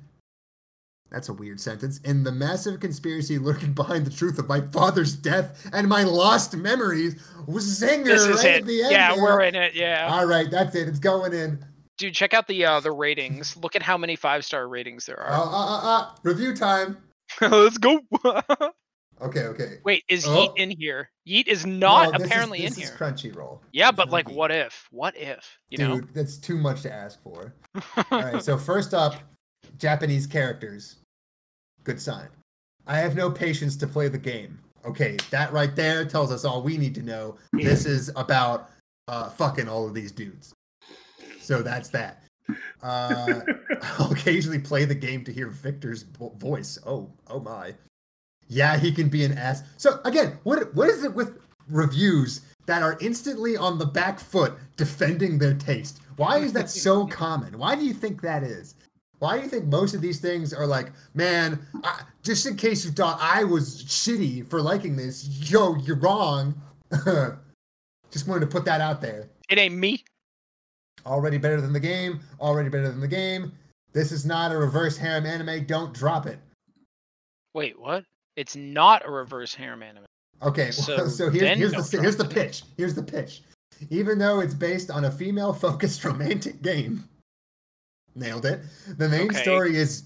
S5: That's a weird sentence. In the massive conspiracy lurking behind the truth of my father's death and my lost memories was Zinger
S6: This is
S5: right
S6: it.
S5: at the end.
S6: Yeah,
S5: there. Uh,
S6: we're in it. Yeah.
S5: All right, that's it. It's going in.
S6: Dude, check out the uh, the ratings. Look at how many five star ratings there
S5: Uh, uh,
S6: are.
S5: uh, uh, review time.
S6: [laughs] Let's go.
S5: Okay, okay.
S6: Wait, is
S5: Uh, Oh.
S6: Yeet in here? Yeet is not
S5: No, this is-
S6: apparently
S5: this
S6: in
S5: is
S6: here.
S5: Crunchyroll.
S6: Yeah,
S5: This
S6: but
S5: is
S6: like,
S5: Yeet.
S6: what if? What if? You
S5: Dude,
S6: know?
S5: that's too much to ask
S6: [laughs]
S5: for. All right, so first up, Japanese characters. Good sign. I have no patience to play the game. Okay, that right there tells us all we need to know. This is about uh, fucking all of these dudes. So that's that. Uh, [laughs] I'll occasionally play the game to hear Victor's vo- voice. Oh, oh my. Yeah, he can be an ass. So again, what what is it with reviews that are instantly on the back foot defending their taste. Why is that so common? Why do you think that is? Why do you think most of these things are like, man, I, just in case you thought I was shitty for liking this, yo, you're wrong. [laughs] just wanted to put that out there.
S6: It ain't me.
S5: Already better than the game, already better than the game. This is not a reverse harem anime. Don't drop it.
S6: Wait, what? It's not a reverse harem anime.
S5: Okay, [laughs]
S6: So
S5: so, so
S6: then
S5: here's, here's,
S6: don't
S5: the, si-
S6: drop
S5: here's the
S6: it.
S5: pitch. Here's the pitch. Even though it's based on a female focused [laughs] romantic game, nailed it. The main
S6: Okay.
S5: story is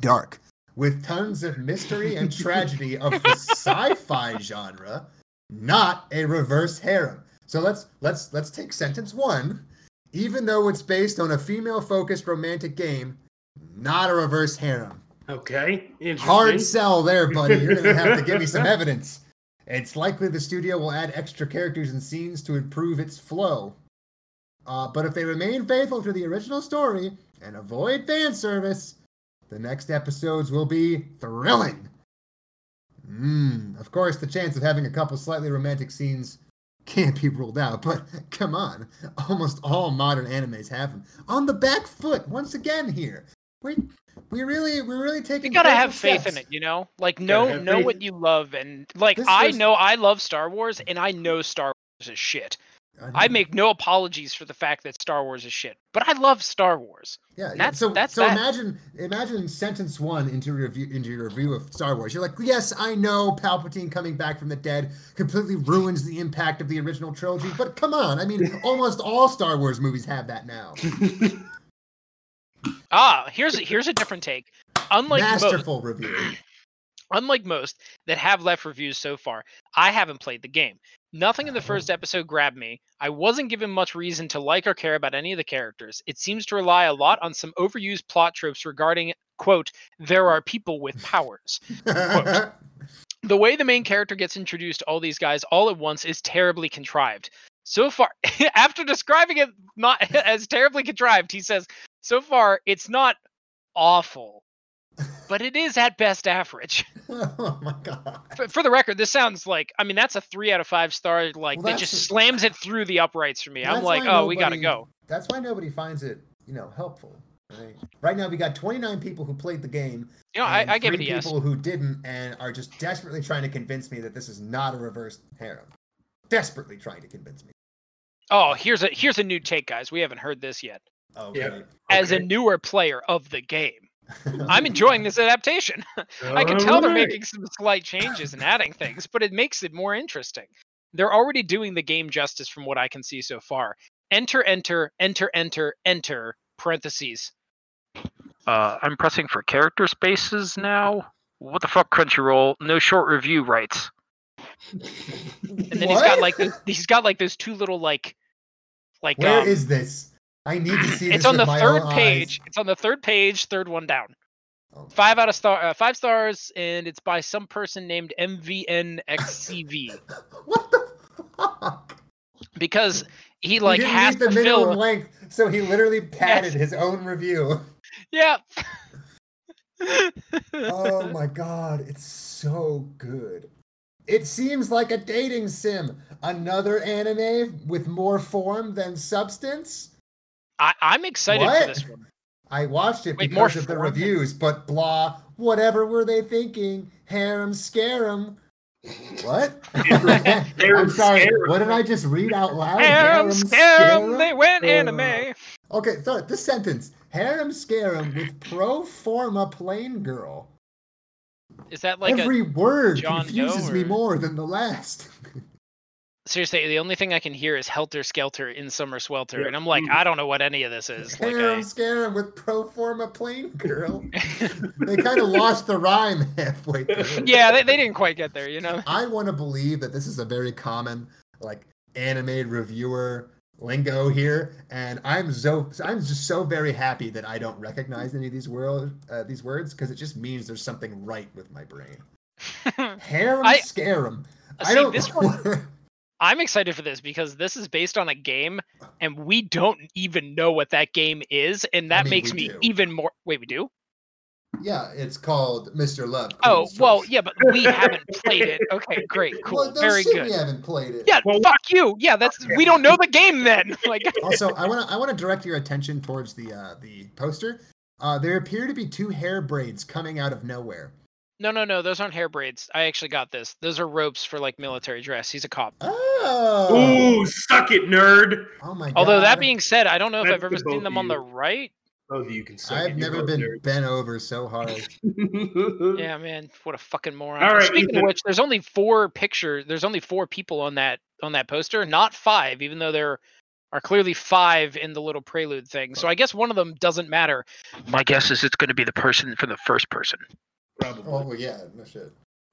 S5: dark, with tons of mystery and tragedy of the sci fi genre, not a reverse harem. So let's let's let's take sentence one. Even though it's based on a female focused romantic game, not a reverse harem.
S4: [laughs] Okay. Interesting.
S5: Hard sell there, buddy. You're gonna have to give me some evidence. It's likely the studio will add extra characters and scenes to improve its flow. Uh, but if they remain faithful to the original story and avoid fan service, the next episodes will be thrilling. Mmm. Of course, the chance of having a couple slightly romantic scenes can't be ruled out, but come on. Almost all modern animes have them. On the back foot, once again here. We we really we're really
S6: You
S5: taking
S6: gotta
S5: careful
S6: have faith in
S5: steps.
S6: it, you know. Like
S4: Gotta
S6: know
S4: have
S6: know
S4: faith.
S6: what you love, and like
S5: This
S6: I
S5: was-
S6: know I love Star Wars, and I know Star Wars is shit. I
S5: know.
S6: make no apologies for the fact that Star Wars is shit, but I love Star Wars.
S5: Yeah, yeah.
S6: That's-
S5: so
S6: that's
S5: so
S6: that.
S5: imagine imagine sentence one into your review into your review of Star Wars. You're like, yes, I know Palpatine coming back from the dead completely ruins the impact of the original trilogy, but come on, I
S6: [laughs]
S5: mean, almost all Star Wars movies have that now.
S6: Ah, here's a, here's a different take. Unlike most,
S5: Masterful review.
S6: [laughs]
S5: [laughs]
S6: unlike most that have left reviews so far, I haven't played the game. Nothing in the
S5: Oh.
S6: first episode grabbed me. I wasn't given much reason to like or care about any of the characters. It seems to rely a lot on some overused plot tropes regarding, quote, there are people with powers. The way the main character gets introduced to all these guys all at once is terribly contrived. So far, [laughs] after describing it not [laughs] as terribly contrived, he says, so far, it's not awful, but it is at best average.
S5: oh my god.
S6: for, for the record, this sounds like I mean that's a three out of five star. Like
S5: Well,
S6: that just
S5: that's-
S6: slams it through the uprights for me. I'm
S5: That's
S6: like,
S5: why
S6: oh, we gotta
S5: nobody-
S6: go.
S5: That's why nobody finds it, you know, helpful. Right? right now we got 29 people who played the game
S6: You know, I,
S5: and
S6: I give it a
S5: three
S6: yes.
S5: people who didn't and are just desperately trying to convince me that this is not a reverse harem. Desperately trying to convince me.
S6: Oh, here's a here's a new take, guys. We haven't heard this yet.
S5: Okay. [laughs]
S6: As a newer player of the game, I'm enjoying this adaptation. [laughs] I can
S4: All
S6: tell they're
S4: right.
S6: making some slight changes and adding things, but it makes it more interesting. They're already doing the game justice from what I can see so far. Enter, enter, enter, enter, enter, parentheses. Uh, I'm pressing for character spaces now. What the fuck, Crunchyroll? No short review rights. And then he's got
S5: What?
S6: like those, he's got like those two little like like
S5: Where
S6: um,
S5: is this? I need to see this.
S6: it's on
S5: with
S6: the
S5: my
S6: third
S5: own eyes.
S6: page. It's on the third page, third one down
S5: Oh,
S6: five out of star uh, five stars and it's by some person named
S5: [laughs]
S6: mvnxcv
S5: What the fuck?
S6: because he
S5: Like
S6: like
S5: he didn't
S6: has
S5: meet the
S6: to
S5: minimum
S6: fill
S5: length, so he
S6: [laughs]
S5: literally padded his own review.
S6: yeah [laughs]
S5: Oh my god, it's so good. It seems like a dating sim. Another anime with more form than substance.
S6: I, i'm excited for
S5: What?
S6: this one
S5: I watched it
S6: Wait, more
S5: because of the
S6: form than-
S5: reviews, but blah, whatever were they thinking? Harem scarum.
S6: [laughs]
S5: What?
S4: Harem
S5: I'm sorry.
S4: scarum.
S5: What did I just read out loud?
S6: Harem, scarum,
S5: scarum?
S6: they went
S4: Uh,
S6: anime.
S5: Okay, so this sentence. Harem scarum with pro forma plain girl.
S6: Is that like
S5: Every word
S6: John Doe
S5: confuses me
S6: or-
S5: more than the last.
S6: a seriously? The only thing I can hear is "helter skelter" in "Summer Swelter,"
S4: Yeah.
S6: and I'm like,
S5: Mm.
S6: I don't know what any of this is. Like,
S5: Harem
S6: I,
S5: scarum with pro forma plain
S6: [laughs]
S5: girl. they kind of lost the rhyme halfway through.
S6: yeah, they, they didn't quite get there, you know.
S5: I want to believe that this is a very common like anime reviewer lingo here, and I'm so I'm just so very happy that I don't recognize any of these world uh, these words because it just means there's something right with my
S6: [laughs]
S5: brain. Harem
S6: I- Uh,
S5: scarum.
S6: See,
S5: I don't. [laughs]
S6: this one- I'm excited for this because this is based on a game and we don't even know what that game is and that
S5: mean,
S6: makes
S5: we
S6: me
S5: do.
S6: even more wait we do
S5: Yeah, it's called Mr. Love.
S6: Oh,
S5: Queen's
S6: well,
S5: Choice.
S6: yeah, but we haven't played it.
S5: [laughs]
S6: Okay, great, cool,
S5: Well, no
S6: very
S5: shit,
S6: good.
S5: We haven't played it.
S6: Yeah,
S4: Well,
S6: fuck you. Yeah, that's we don't know the game then. [laughs] Like,
S5: also, I want to I want to direct your attention towards the uh, the poster. Uh, there appear to be two hair braids coming out of nowhere.
S6: no, no, no, those aren't hair braids. I actually got this. Those are ropes for like military dress. He's a cop.
S5: Oh,
S4: Ooh, suck it, nerd.
S5: oh my! God.
S6: Although that being said, I don't know if
S4: That's
S6: I've ever
S4: the both
S6: seen them
S4: of
S6: on the
S4: you.
S6: right.
S4: Both of you can suck it. You're
S5: I've never
S4: both
S5: been
S4: nerds.
S5: bent over so hard.
S4: [laughs]
S6: Yeah, man, what a fucking moron.
S4: All right,
S6: Speaking
S4: Ethan.
S6: of which, there's only four picture. There's only four people on that on that poster, not five, even though there are clearly five in the little prelude thing. So I guess one of them doesn't matter. My guess is it's going to be the person from the first person.
S4: Probably.
S5: [laughs] Oh yeah, no shit.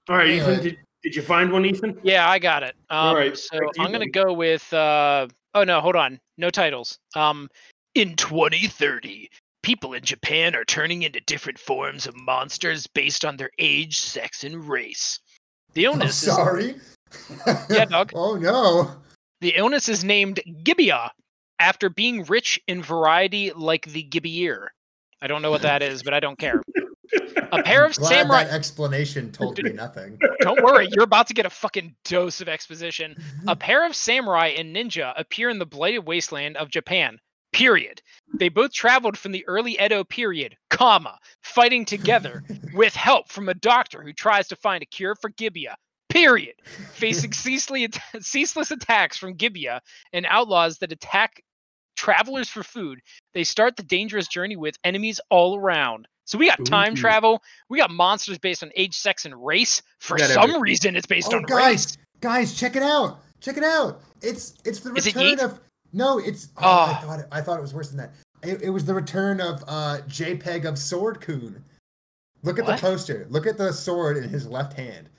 S4: All right,
S5: Anyway.
S4: Ethan, did, did you find one, Ethan?
S6: Yeah, I got it. Um,
S4: All right,
S6: So
S4: back to you,
S6: I'm gonna
S4: buddy.
S6: go with. Uh, oh no, hold on. No titles. Um, in 2030, people in Japan are turning into different forms of monsters based on their age, sex, and race. The
S5: I'm
S6: illness. Is,
S5: sorry.
S6: Yeah, dog.
S5: [laughs] Oh no.
S6: the illness is named Gibbia after being rich in variety, like the Gibbier. I don't know what that is, but I don't care. A pair
S5: I'm
S6: of
S5: [laughs] glad
S6: samurai.
S5: that explanation told me nothing.
S6: Don't worry, you're about to get a fucking dose of exposition. A pair of samurai and ninja appear in the blighted wasteland of Japan. Period. They both traveled from the early Edo period, comma, fighting together with help from a doctor who tries to find a cure for Gibbia. Period. Facing ceaselessly at- ceaseless attacks from Gibbia and outlaws that attack travelers for food, they start the dangerous journey with enemies all around. So we got time
S4: Ooh.
S6: travel, we got monsters based on age, sex, and race. For
S4: We got
S6: some
S4: everything.
S6: reason, it's based
S5: Oh,
S6: on race.
S5: guys, guys, check it out. Check it out. It's it's the
S6: Is it
S5: return
S6: Yeet?
S5: of no. It's oh, I
S6: Ah.
S5: thought it, I thought it was worse than that. It, it was the return of uh, JPEG of Sword Coon. Look at
S6: What?
S5: the poster. Look at the sword in his left hand.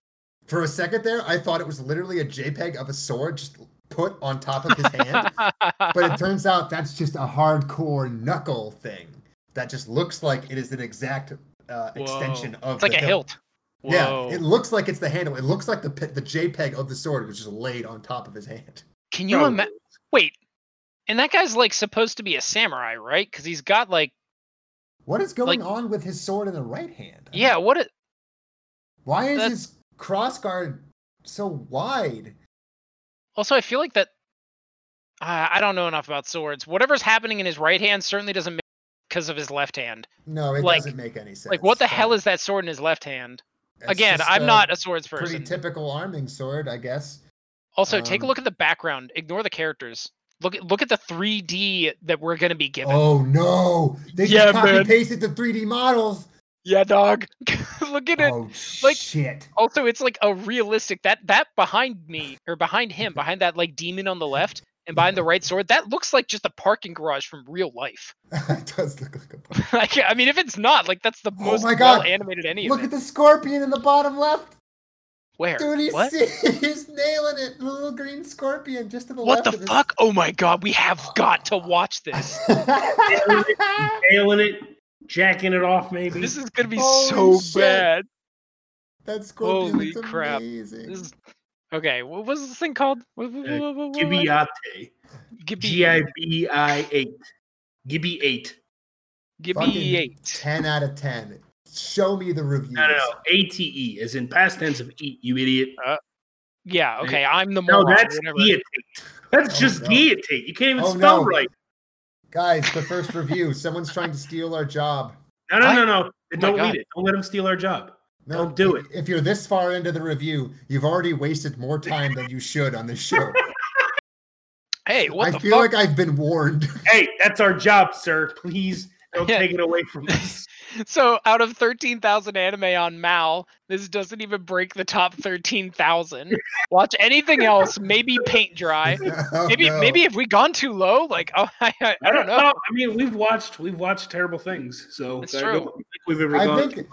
S5: For a second there, I thought it was literally a JPEG of a sword just put on top of his
S6: [laughs]
S5: hand. but it turns out that's just a hardcore knuckle thing that just looks like it is an exact uh, extension of
S6: it's like
S5: the
S6: a hilt. Whoa.
S5: Yeah, it looks like it's the handle. It looks like the pi- the JPEG of the sword was just laid on top of his hand. [laughs]
S6: Can you
S4: Probably.
S6: imagine? Wait, and that guy's like supposed to be a samurai, right? Because he's got like,
S5: What is going
S6: Like-
S5: on with his sword in the right hand? I
S6: yeah,
S5: mean,
S6: what? A-
S5: Why is
S6: that's-
S5: his cross guard so wide?
S6: also, I feel like that. Uh, I don't know enough about swords. Whatever's happening in his right hand certainly doesn't make because of his left hand.
S5: No, it
S6: Like-
S5: doesn't make any sense.
S6: Like, what the hell
S5: but
S6: is that sword in his left hand?
S5: it's
S6: Again,
S5: uh, just
S6: I'm
S5: a
S6: not a swords
S5: pretty
S6: person.
S5: typical arming sword, I guess.
S6: also, take a
S5: um,
S6: look at the background. Ignore the characters. Look at look at the 3D that we're gonna be given.
S5: Oh no! They
S6: Yeah,
S5: just copy
S6: man.
S5: pasted the 3D models.
S6: Yeah, dog. look at it.
S5: Oh
S6: [laughs] like-
S5: shit! [laughs]
S6: also it's like a realistic that that behind me or
S5: [laughs]
S6: behind him behind that like demon on the left and behind the right sword that looks like just a parking garage from real life [laughs]
S5: it does look like a. bug.
S6: like i mean if it's not like that's the
S5: Oh
S6: most
S5: my God,
S6: well animated any
S5: Look
S6: of
S5: at
S6: it
S5: the scorpion in the bottom left.
S6: where
S5: Dude, he's, [laughs]
S6: what
S5: he's nailing it. The little green scorpion just to the
S6: what
S5: left.
S6: the
S5: of his-
S6: fuck oh my god we have got to
S5: [laughs]
S6: watch this [laughs]
S4: Nailing it, jacking it off, maybe.
S6: this is gonna be
S5: Holy
S6: so
S5: shit.
S6: bad
S5: that scorpion
S6: Holy
S5: looks
S6: crap.
S5: amazing.
S6: This is- okay what was this thing called What- what-
S4: Uh,
S6: what- what- what-
S4: Gibiate. G
S6: gibby
S4: I B I eight. Gibby eight.
S6: gibby
S5: Fucking
S6: 8
S5: 10 out of 10. Show me the reviews.
S4: No, no, no. A T E, as in past tense of eat. You idiot.
S6: yeah okay i'm the
S4: No,
S6: moron
S4: that's
S6: whatever.
S4: guillotine. That's
S5: Oh,
S4: just
S5: no.
S4: guillotine. You can't even
S5: Oh,
S4: spell
S5: no.
S4: right.
S5: Guys, the first review. Someone's trying to steal our job.
S4: No, no,
S6: I-
S4: no, no.
S6: my
S4: Don't
S6: God.
S4: read it. Don't let them steal our job. Don't do it.
S5: If you're this far into the review, you've already wasted more time than you should on this show.
S6: hey [laughs] what
S5: I
S6: the
S5: feel
S6: fuck
S5: like I've been warned.
S4: Hey, that's our job, sir. Please don't
S6: Yeah.
S4: take it away from us.
S6: So out of 13,000 anime on Mal, this doesn't even break the top 13,000. Watch anything else, maybe
S5: [laughs]
S6: paint dry.
S5: Oh,
S6: Maybe
S5: no.
S6: maybe have we gone too low? Like oh, [laughs] I, I, I don't know.
S4: I mean, we've watched we've watched terrible things, so
S6: It's
S4: I
S6: true.
S4: don't think we've ever
S5: I
S4: gone.
S5: think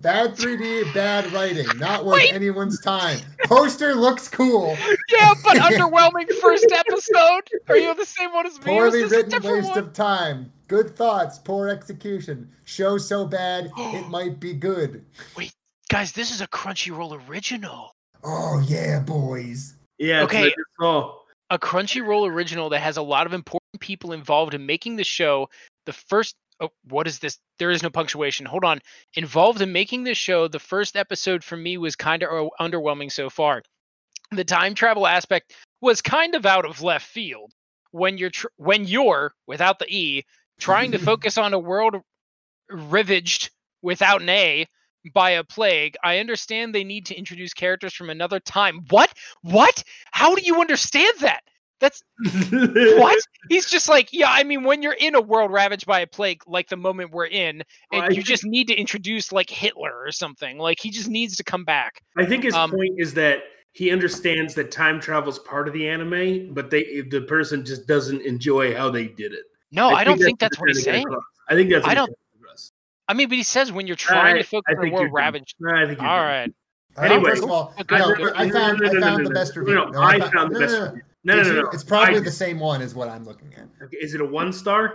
S5: bad 3D, bad writing, not worth
S6: Wait.
S5: anyone's time. Poster looks cool.
S6: Yeah,
S5: [laughs]
S6: but underwhelming first episode. Are you on the same one as me? or is
S5: Poorly
S6: this a
S5: written
S6: different
S5: waste
S6: one?
S5: of time. Good thoughts, poor execution. Show so
S6: [gasps]
S5: bad it might be good.
S6: Guys, this is a Crunchyroll original.
S5: Oh yeah, boys.
S4: yeah. it's
S6: Okay.
S4: like- oh,
S6: a Crunchyroll original that has a lot of important people involved in making the show. The first oh, what is this? There is no punctuation. Hold on. Involved in making this show, the first episode for me was kind of oh, underwhelming so far. The time travel aspect was kind of out of left field. When you're tr- when you're without the e trying to focus on a world ravaged without an a by a plague, I understand they need to introduce characters from another time. What? What? How do you understand that? That's
S5: [laughs]
S6: what? He's just like, yeah, I mean, when you're in a world ravaged by a plague, like the moment we're in, and
S4: I
S6: you just need to introduce like Hitler or something. Like he just needs to come back.
S4: I think his
S6: Um,
S4: point is that he understands that time travel is part of the anime, but they the person just doesn't enjoy how they did it.
S6: No, I, don't think that's
S4: what
S6: what he's
S4: they're trying
S6: saying.
S4: to get across. I think that's.
S6: I
S4: what he's trying
S6: don't-
S4: to get across.
S6: I mean, but he says when you're trying to
S4: Alright,
S6: focus
S4: I
S6: on a
S4: think
S6: world
S4: you're good.
S6: ravaged.
S4: No, I think. you're
S6: All
S4: good.
S6: right.
S5: I don't-
S4: Anyway.
S5: Uh, first of all,
S6: Okay,
S5: I,
S6: okay.
S5: I found,
S4: No, no, no,
S5: I found
S4: no,
S5: the
S4: no,
S5: best
S4: no,
S5: review.
S4: No, no, I found the
S5: no,
S4: best.
S5: no, no.
S4: review. No, no,
S5: Did
S4: no,
S5: you-
S4: no.
S5: It's probably
S4: I-
S5: the same one as what I'm looking at.
S4: Is it a one star?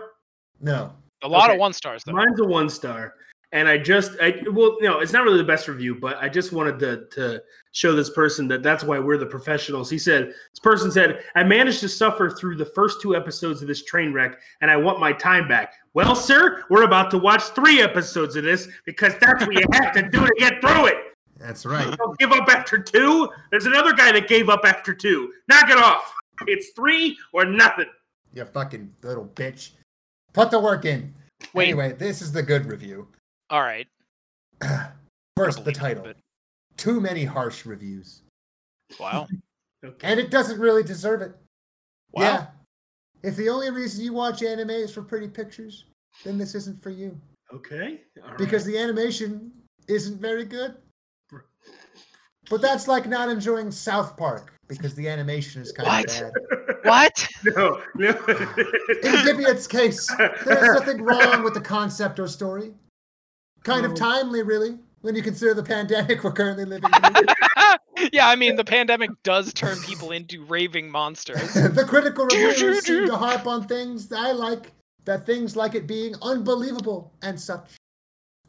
S5: No,
S6: A lot
S4: Okay.
S6: of one stars though.
S4: Mine's a one star, and I just I well no, it's not really the best review, but I just wanted to to show this person that that's why we're the professionals. He said this person said I managed to suffer through the first two episodes of this train wreck, and I want my time back. Well, sir, we're about to watch three episodes of this because that's what you have to do to get through it.
S5: that's
S6: [laughs]
S5: right.
S4: Don't give up after two. There's another guy that gave up after two. Knock it off. It's three or nothing.
S5: you fucking little bitch. Put the work in.
S6: Wait.
S5: Anyway, this is the good review.
S6: All right.
S5: First, the
S6: Believe it,
S5: title.
S6: but-
S5: Too many harsh reviews,
S6: Wow.
S4: Okay.
S5: and it doesn't really deserve it.
S6: Wow.
S5: Yeah. If the only reason you watch anime is for pretty pictures, then this isn't for you
S4: Okay. All right.
S5: because the animation isn't very good. But that's like not enjoying South Park because the animation is kind
S6: What?
S5: of bad.
S6: What?
S4: [laughs]
S6: [laughs]
S4: no, [laughs]
S5: In
S4: no.
S5: Dibiot's case, there's nothing wrong with the concept or story. Kind of
S4: No.
S5: timely, really, when you consider the pandemic we're currently living through.
S6: yeah, I mean, the pandemic does turn people into raving
S5: [laughs]
S6: monsters.
S5: the critical
S6: Doo, doo,
S5: reviews seem
S6: doo.
S5: to harp on things that I like, that things like it being unbelievable and such.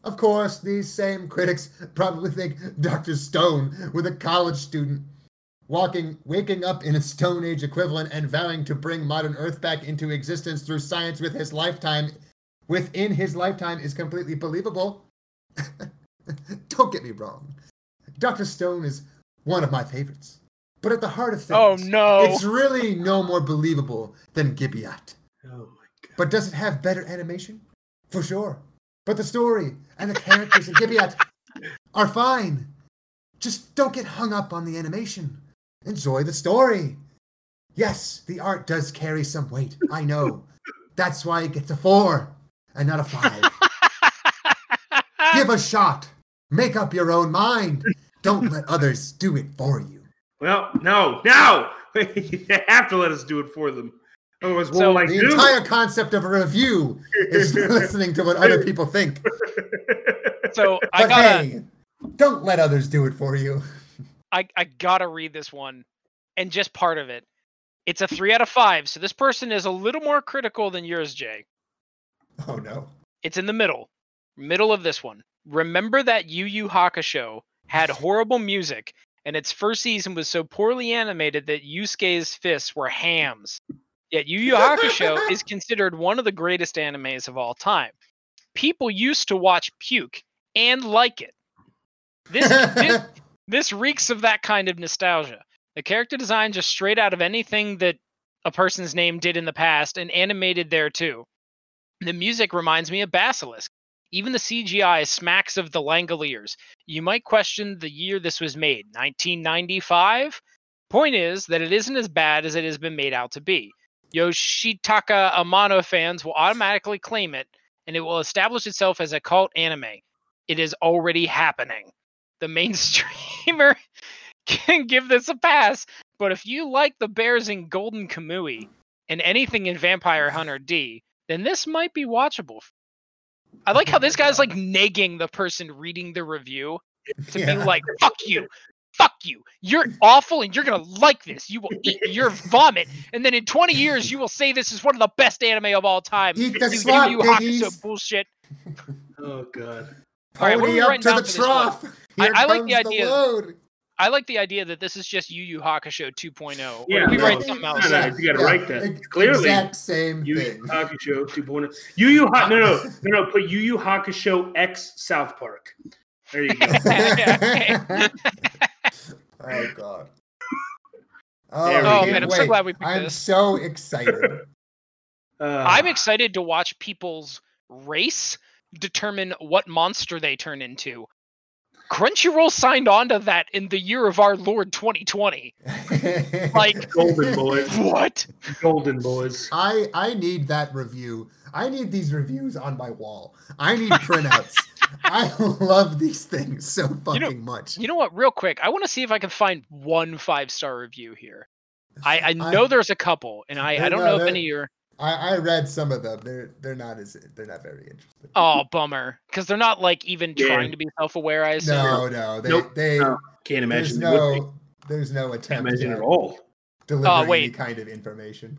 S5: Of course, these same critics [laughs] probably think Dr. Stone with a college student walking waking up in a stone age equivalent and vowing to bring modern earth back into existence through science with his lifetime within his lifetime is completely believable. [laughs] Don't get me wrong. Dr. Stone is one of my favorites. But at the heart of things,
S6: Oh no.
S5: it's really no more believable than Gibeat.
S4: Oh my god.
S5: But does it have better animation? For sure. But the story and the characters
S4: [laughs]
S5: in Gibeat are fine. Just don't get hung up on the animation. Enjoy the story. Yes, the art does carry some weight. I know. That's why it gets a four and not a five. Give a shot. Make up your own mind. Don't let others do it for you.
S4: Well, no, no. [laughs] you have to let us do it for them. Otherwise, what
S6: So
S4: will I
S5: The
S4: do?
S5: entire concept of a review
S4: [laughs]
S5: is listening to what other people think. [laughs]
S6: so I
S5: But
S6: gotta
S5: hey, don't let others do it for you. [laughs]
S6: I, I gotta read this one and just part of it. It's a three out of five, so this person is a little more critical than yours, Jay.
S5: Oh no.
S6: It's in the middle, middle of this one. Remember that Yu Yu Hakusho had horrible music, and its first season was so poorly animated that Yusuke's fists were hams. Yet Yu Yu Hakusho is considered one of the greatest animes of all time. People used to watch Puke and like it. This, this this reeks of that kind of nostalgia. The character design just straight out of anything that a person's name did in the past and animated there too. The music reminds me of Basilisk. Even the CGI smacks of the Langoliers. You might question the year this was made, 1995? Point is that it isn't as bad as it has been made out to be. Yoshitaka Amano fans will automatically claim it, and it will establish itself as a cult anime. It is already happening the [laughs] mainstreamer can give this a pass. But if you like the bears in Golden Kamui and anything in Vampire Hunter D, then this might be watchable. I like how this guy's like nagging the person reading the review to be
S5: Yeah.
S6: like, fuck you, fuck you. You're awful and you're going to like this. You will eat your vomit. And then in 20 years, you will say this is one of the best anime of all time.
S5: Eat the
S6: You
S5: slop,
S6: Yu Yu Hakusho
S5: piggies.
S6: bullshit.
S4: oh god.
S6: All right, what
S5: Pony
S6: are we
S5: up
S6: writing
S5: to
S6: down
S5: the
S6: for this one?
S5: trough.
S6: I-
S5: Here
S6: I like the
S5: comes
S6: idea-
S5: load.
S6: I like the idea that this is just Yu Yu Hakusho 2.0.
S4: Yeah,
S6: Yeah, we
S4: no,
S6: write something
S4: no,
S6: else.
S4: no, you gotta write that.
S5: ex-
S4: Clearly, uh,
S5: Exact same
S4: Yu Yu
S5: thing.
S6: [laughs]
S4: Hakusho 2.0. Yu Yu ha- no, no, no, no. Put Yu Yu Hakusho X South Park. There you go.
S5: [laughs] oh god.
S4: There we
S6: Oh
S4: go.
S6: man, I'm so
S5: wait.
S6: glad we picked
S5: I'm
S6: this.
S5: so excited. [laughs]
S4: Uh,
S6: I'm excited to watch people's race determine what monster they turn into. Crunchyroll signed on to that in the year of our Lord 2020. [laughs] Like-
S4: golden boys.
S6: What?
S4: Golden boys.
S5: I I need that review. I need these reviews on my wall. I need
S6: [laughs]
S5: printouts. I love these things so fucking much.
S6: You know what? Real quick, I want to see if I can find one five star review here. I, I know
S5: I'm-
S6: there's a couple, and I,
S5: No,
S6: I don't
S5: no,
S6: know if
S5: there-
S6: any are.
S5: I, I read some of them. They're they're not as they're not very interesting.
S6: Oh, bummer. Because they're not like even
S4: Yeah.
S6: trying to be self aware, I assume.
S5: no, no, they
S4: Nope,
S5: they
S4: no. Can't
S5: there's
S4: imagine. it would be.
S5: no there's no
S4: Can't
S5: attempt
S4: imagine
S5: at
S4: at all. [sighs]
S5: [sighs] delivering any
S6: Oh, wait.
S5: kind of information.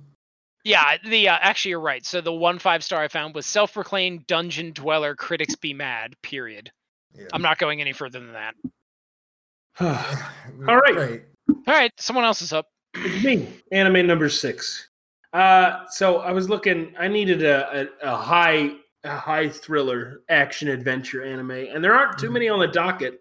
S6: Yeah, the uh, actually you're right. So the one five star I found was self proclaimed dungeon dweller critics be mad. Period.
S5: Yeah. [laughs]
S6: I'm not going any further than that.
S4: [laughs] All right.
S5: Great.
S6: All right, someone else is up.
S4: It's me, anime number six. Uh, so I was looking. I needed a, a, a high a high thriller action adventure anime, and there aren't too many on the docket.
S6: Mm-hmm.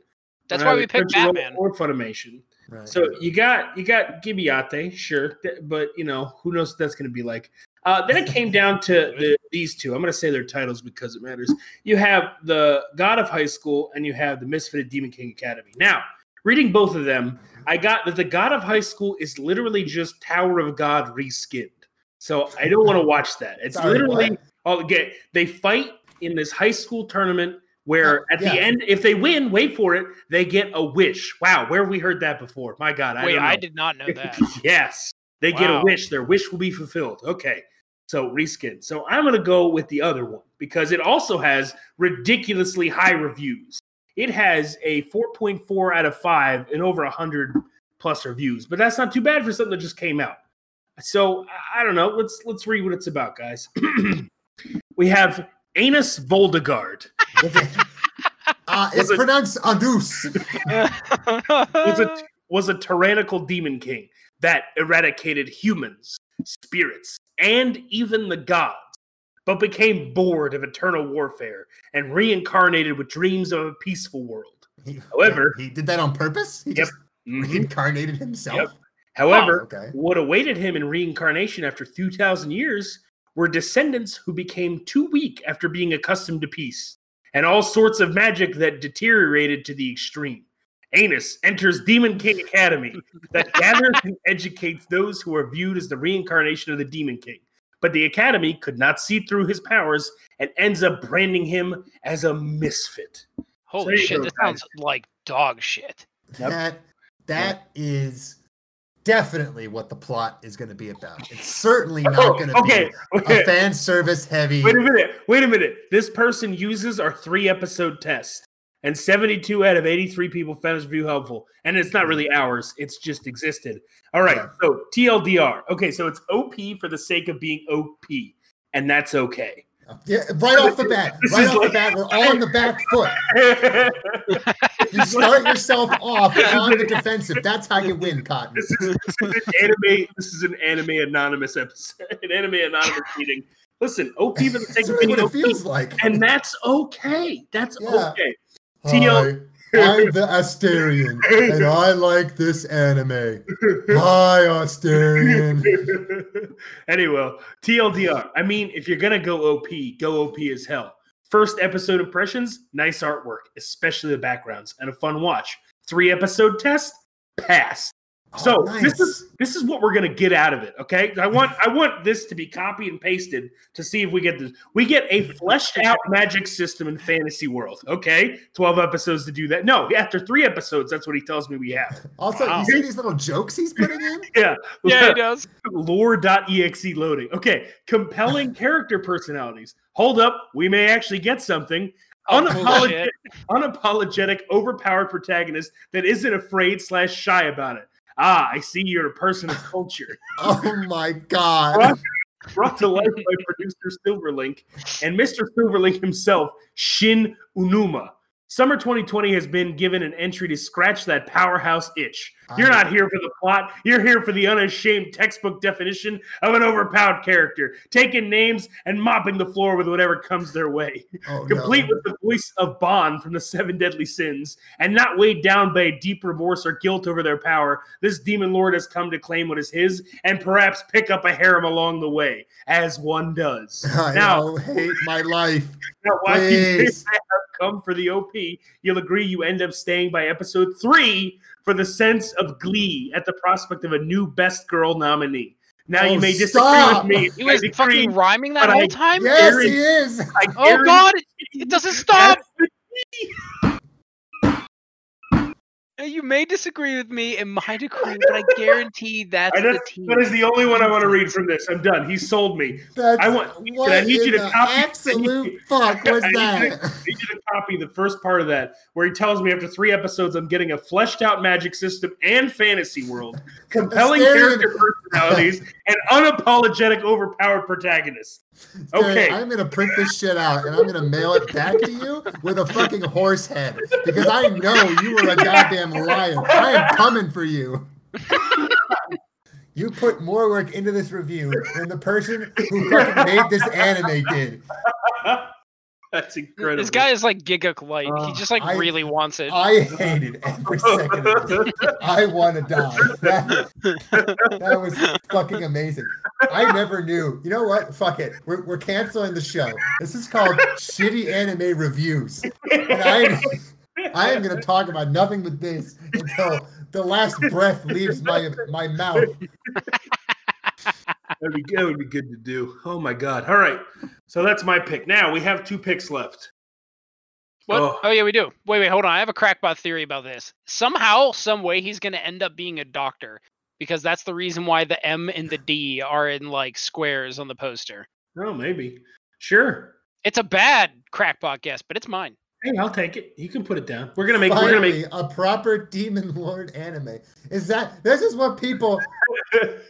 S6: That's
S4: on
S6: why we
S4: either
S6: picked
S4: Crunchyroll
S6: Batman.
S4: or Funimation.
S5: Right.
S4: So
S5: [laughs]
S4: you got you got Gibiate, sure, th- but you know who knows what that's going to be like. Uh, then it came down
S5: [laughs]
S4: to the, these two. I'm going to say their titles because it matters. You have the God of High School, and you have the Misfitted Demon King Academy. Now, reading both of them, I got that the God of High School is literally just Tower of God reskinned. So I don't want to watch that. It's
S5: [laughs] Sorry,
S4: literally
S5: what?
S4: all again. They fight in this high school tournament where at the
S5: Uh, Yeah.
S4: end, if they win, wait for it, they get a wish. Wow, where have we heard that before? My God, I
S6: Wait,
S4: don't know.
S6: I did not know that.
S4: [laughs] yes, they get a
S6: Wow.
S4: wish. Their wish will be fulfilled. Okay, so reskin. So I'm gonna go with the other one because it also has ridiculously high reviews. It has a 4.4 out of five and over 100 plus reviews, but that's not too bad for something that just came out. So I- I don't know. Let's let's read what it's about, guys. [clears throat] we have Anus Voldegard.
S6: [laughs]
S5: Uh, it's
S4: Was it-
S5: pronounced
S4: [laughs]
S5: Andus.
S6: [laughs]
S4: was
S6: Uh.
S4: a was a tyrannical demon king that eradicated humans, spirits, and even the gods, but became bored of eternal warfare and reincarnated with dreams of a peaceful world.
S5: He-
S4: However-
S5: he did that on purpose. He
S4: Yep. Mm-hmm.
S5: just Mm-hmm. reincarnated himself.
S4: Yep. However,
S5: Oh, okay.
S4: what awaited him in reincarnation after 2,000 years were descendants who became too weak after being accustomed to peace and all sorts of magic that deteriorated to the extreme. Anus enters Demon King Academy that gathers and educates those who are viewed as the reincarnation of the Demon King. But the Academy could not see through his powers and ends up branding him as a misfit.
S6: Holy
S4: there you
S6: shit,
S4: go,
S6: this
S4: guys.
S6: sounds like dog shit.
S4: Yep.
S5: That that is definitely what the plot is going to be about. It's certainly not going to
S4: Oh, okay.
S5: be
S4: okay.
S5: a fan service heavy.
S4: Wait a minute. Wait a minute. This person uses our three episode test, and 72 out of 83 people found this review helpful. And it's not really ours, it's just existed. All right.
S5: Yeah.
S4: So TLDR. Okay. So it's OP for the sake of being OP, and that's
S5: [laughs]
S4: okay.
S5: Yeah, right
S4: [laughs]
S5: off the bat,
S4: This
S5: right
S4: is
S5: off
S4: like-
S5: the bat, we're all on the back foot.
S4: this, [laughs]
S5: You start yourself off
S4: This is
S5: on the
S4: an-
S5: defensive. That's how you win, Cotton.
S4: is, this is an anime. This is an anime anonymous episode, [laughs] an anime anonymous meeting. Listen, OP for the sake
S5: That's
S4: of
S5: really
S4: being
S5: what it
S4: OP,
S5: feels like.
S4: and that's okay. That's
S5: Yeah.
S4: okay.
S5: Hi, I'm the Asterian, and I like this anime. Hi, Asterian.
S4: [laughs] anyway, TLDR. I mean, if you're gonna go OP, go OP as hell. First episode impressions, nice artwork, especially the backgrounds, and a fun watch. Three episode test, pass. [laughs] So
S5: Oh,
S4: this
S5: nice.
S4: is this is what we're gonna get out of it. Okay, I want I want this to be copied and pasted to see if we get this. We get a fleshed out magic system in fantasy world. Okay, twelve episodes to do that. No, after three episodes, that's what he tells me we have.
S5: Also,
S4: Wow.
S5: you see these little jokes he's putting in?
S4: Yeah,
S6: Yeah, [laughs] he does.
S4: lore.exe loading. Okay, compelling character personalities. Hold up, we may actually get something.
S6: Oh,
S4: Unapologetic,
S6: bullshit.
S4: unapologetic, overpowered protagonist that isn't afraid slash shy about it. Ah, I see you're a person of culture.
S5: Oh my god.
S4: Brought to life by producer Silverlink and Mr. Silverlink himself, Shin Unuma. Summer 2020 has been given an entry to scratch that powerhouse itch. You're
S5: I-
S4: not here for the plot. You're here for the unashamed textbook definition of an overpowered character, taking names and mopping the floor with whatever comes their way.
S5: Oh, no.
S4: Complete with the voice of Bond from the Seven Deadly Sins, and not weighed down by deep remorse or guilt over their power, this demon lord has come to claim what is his and perhaps pick up a harem along the way, as one does.
S5: [laughs] I
S4: now,
S5: now hate my life.
S4: now why do you
S5: Please.
S4: have come for the OP? You'll agree you end up staying by episode three for the sense of glee at the prospect of a new Best Girl nominee. Now
S5: Oh,
S4: you may disagree
S5: stop.
S4: with me.
S6: He was
S4: I decree-
S6: fucking rhyming that
S4: but
S6: whole
S4: I-
S6: time.
S5: Yes,
S4: very-
S5: he is.
S4: I
S6: Oh
S4: guarantee
S6: God, it doesn't stop. Uh, You may disagree with me in my decree, but I guarantee that's
S4: I
S6: the
S4: just-
S6: team.
S4: that is the only one I want to read from this. I'm done. He sold me.
S5: That's,
S4: I want-
S5: what
S4: I need
S5: in
S4: you to
S5: the
S4: copy-
S5: Absolute
S4: [laughs]
S5: fuck was
S4: I need you to-
S5: that?
S4: I need you to copy the first part of that where he tells me after three episodes I'm getting a fleshed out magic system and fantasy
S5: [laughs]
S4: world, compelling
S5: Asterion-
S4: character personalities, and unapologetic overpowered protagonists.
S5: Dude,
S4: Okay.
S5: I'm gonna print this shit out and I'm gonna mail it back to you with a fucking horse head because I know you were a goddamn liar. I am coming for you. You put more work into this review than the person who fucking made this anime did.
S4: That's incredible. [laughs]
S6: This guy is like Gigak light. he
S5: Uh,
S6: just like
S5: I-
S6: really wants it.
S5: I hated every second of this. I want to die. That, that was fucking amazing. I never knew. You know what? Fuck it. We're, we're canceling the show. This is called Shitty Anime Reviews. And I, I am going to talk about nothing but this until the last breath leaves my, my mouth.
S4: That'd be, that would be good to do. Oh my god. All right. So that's my pick. Now we have two picks left.
S6: What?
S4: Oh.
S6: Oh. yeah, we do. Wait, wait, hold on. I have a crackpot theory about this. Somehow, some way, he's gonna end up being a doctor because that's the reason why the M and the D are in like squares on the poster.
S4: Oh, maybe. Sure.
S6: It's a bad crackpot guess, but it's mine.
S4: Hey, I'll take it. You can put it down. We're gonna make. we're gonna
S5: Finally,
S4: make.
S5: a proper Demon Lord anime. Is that, this is what people,
S4: [laughs]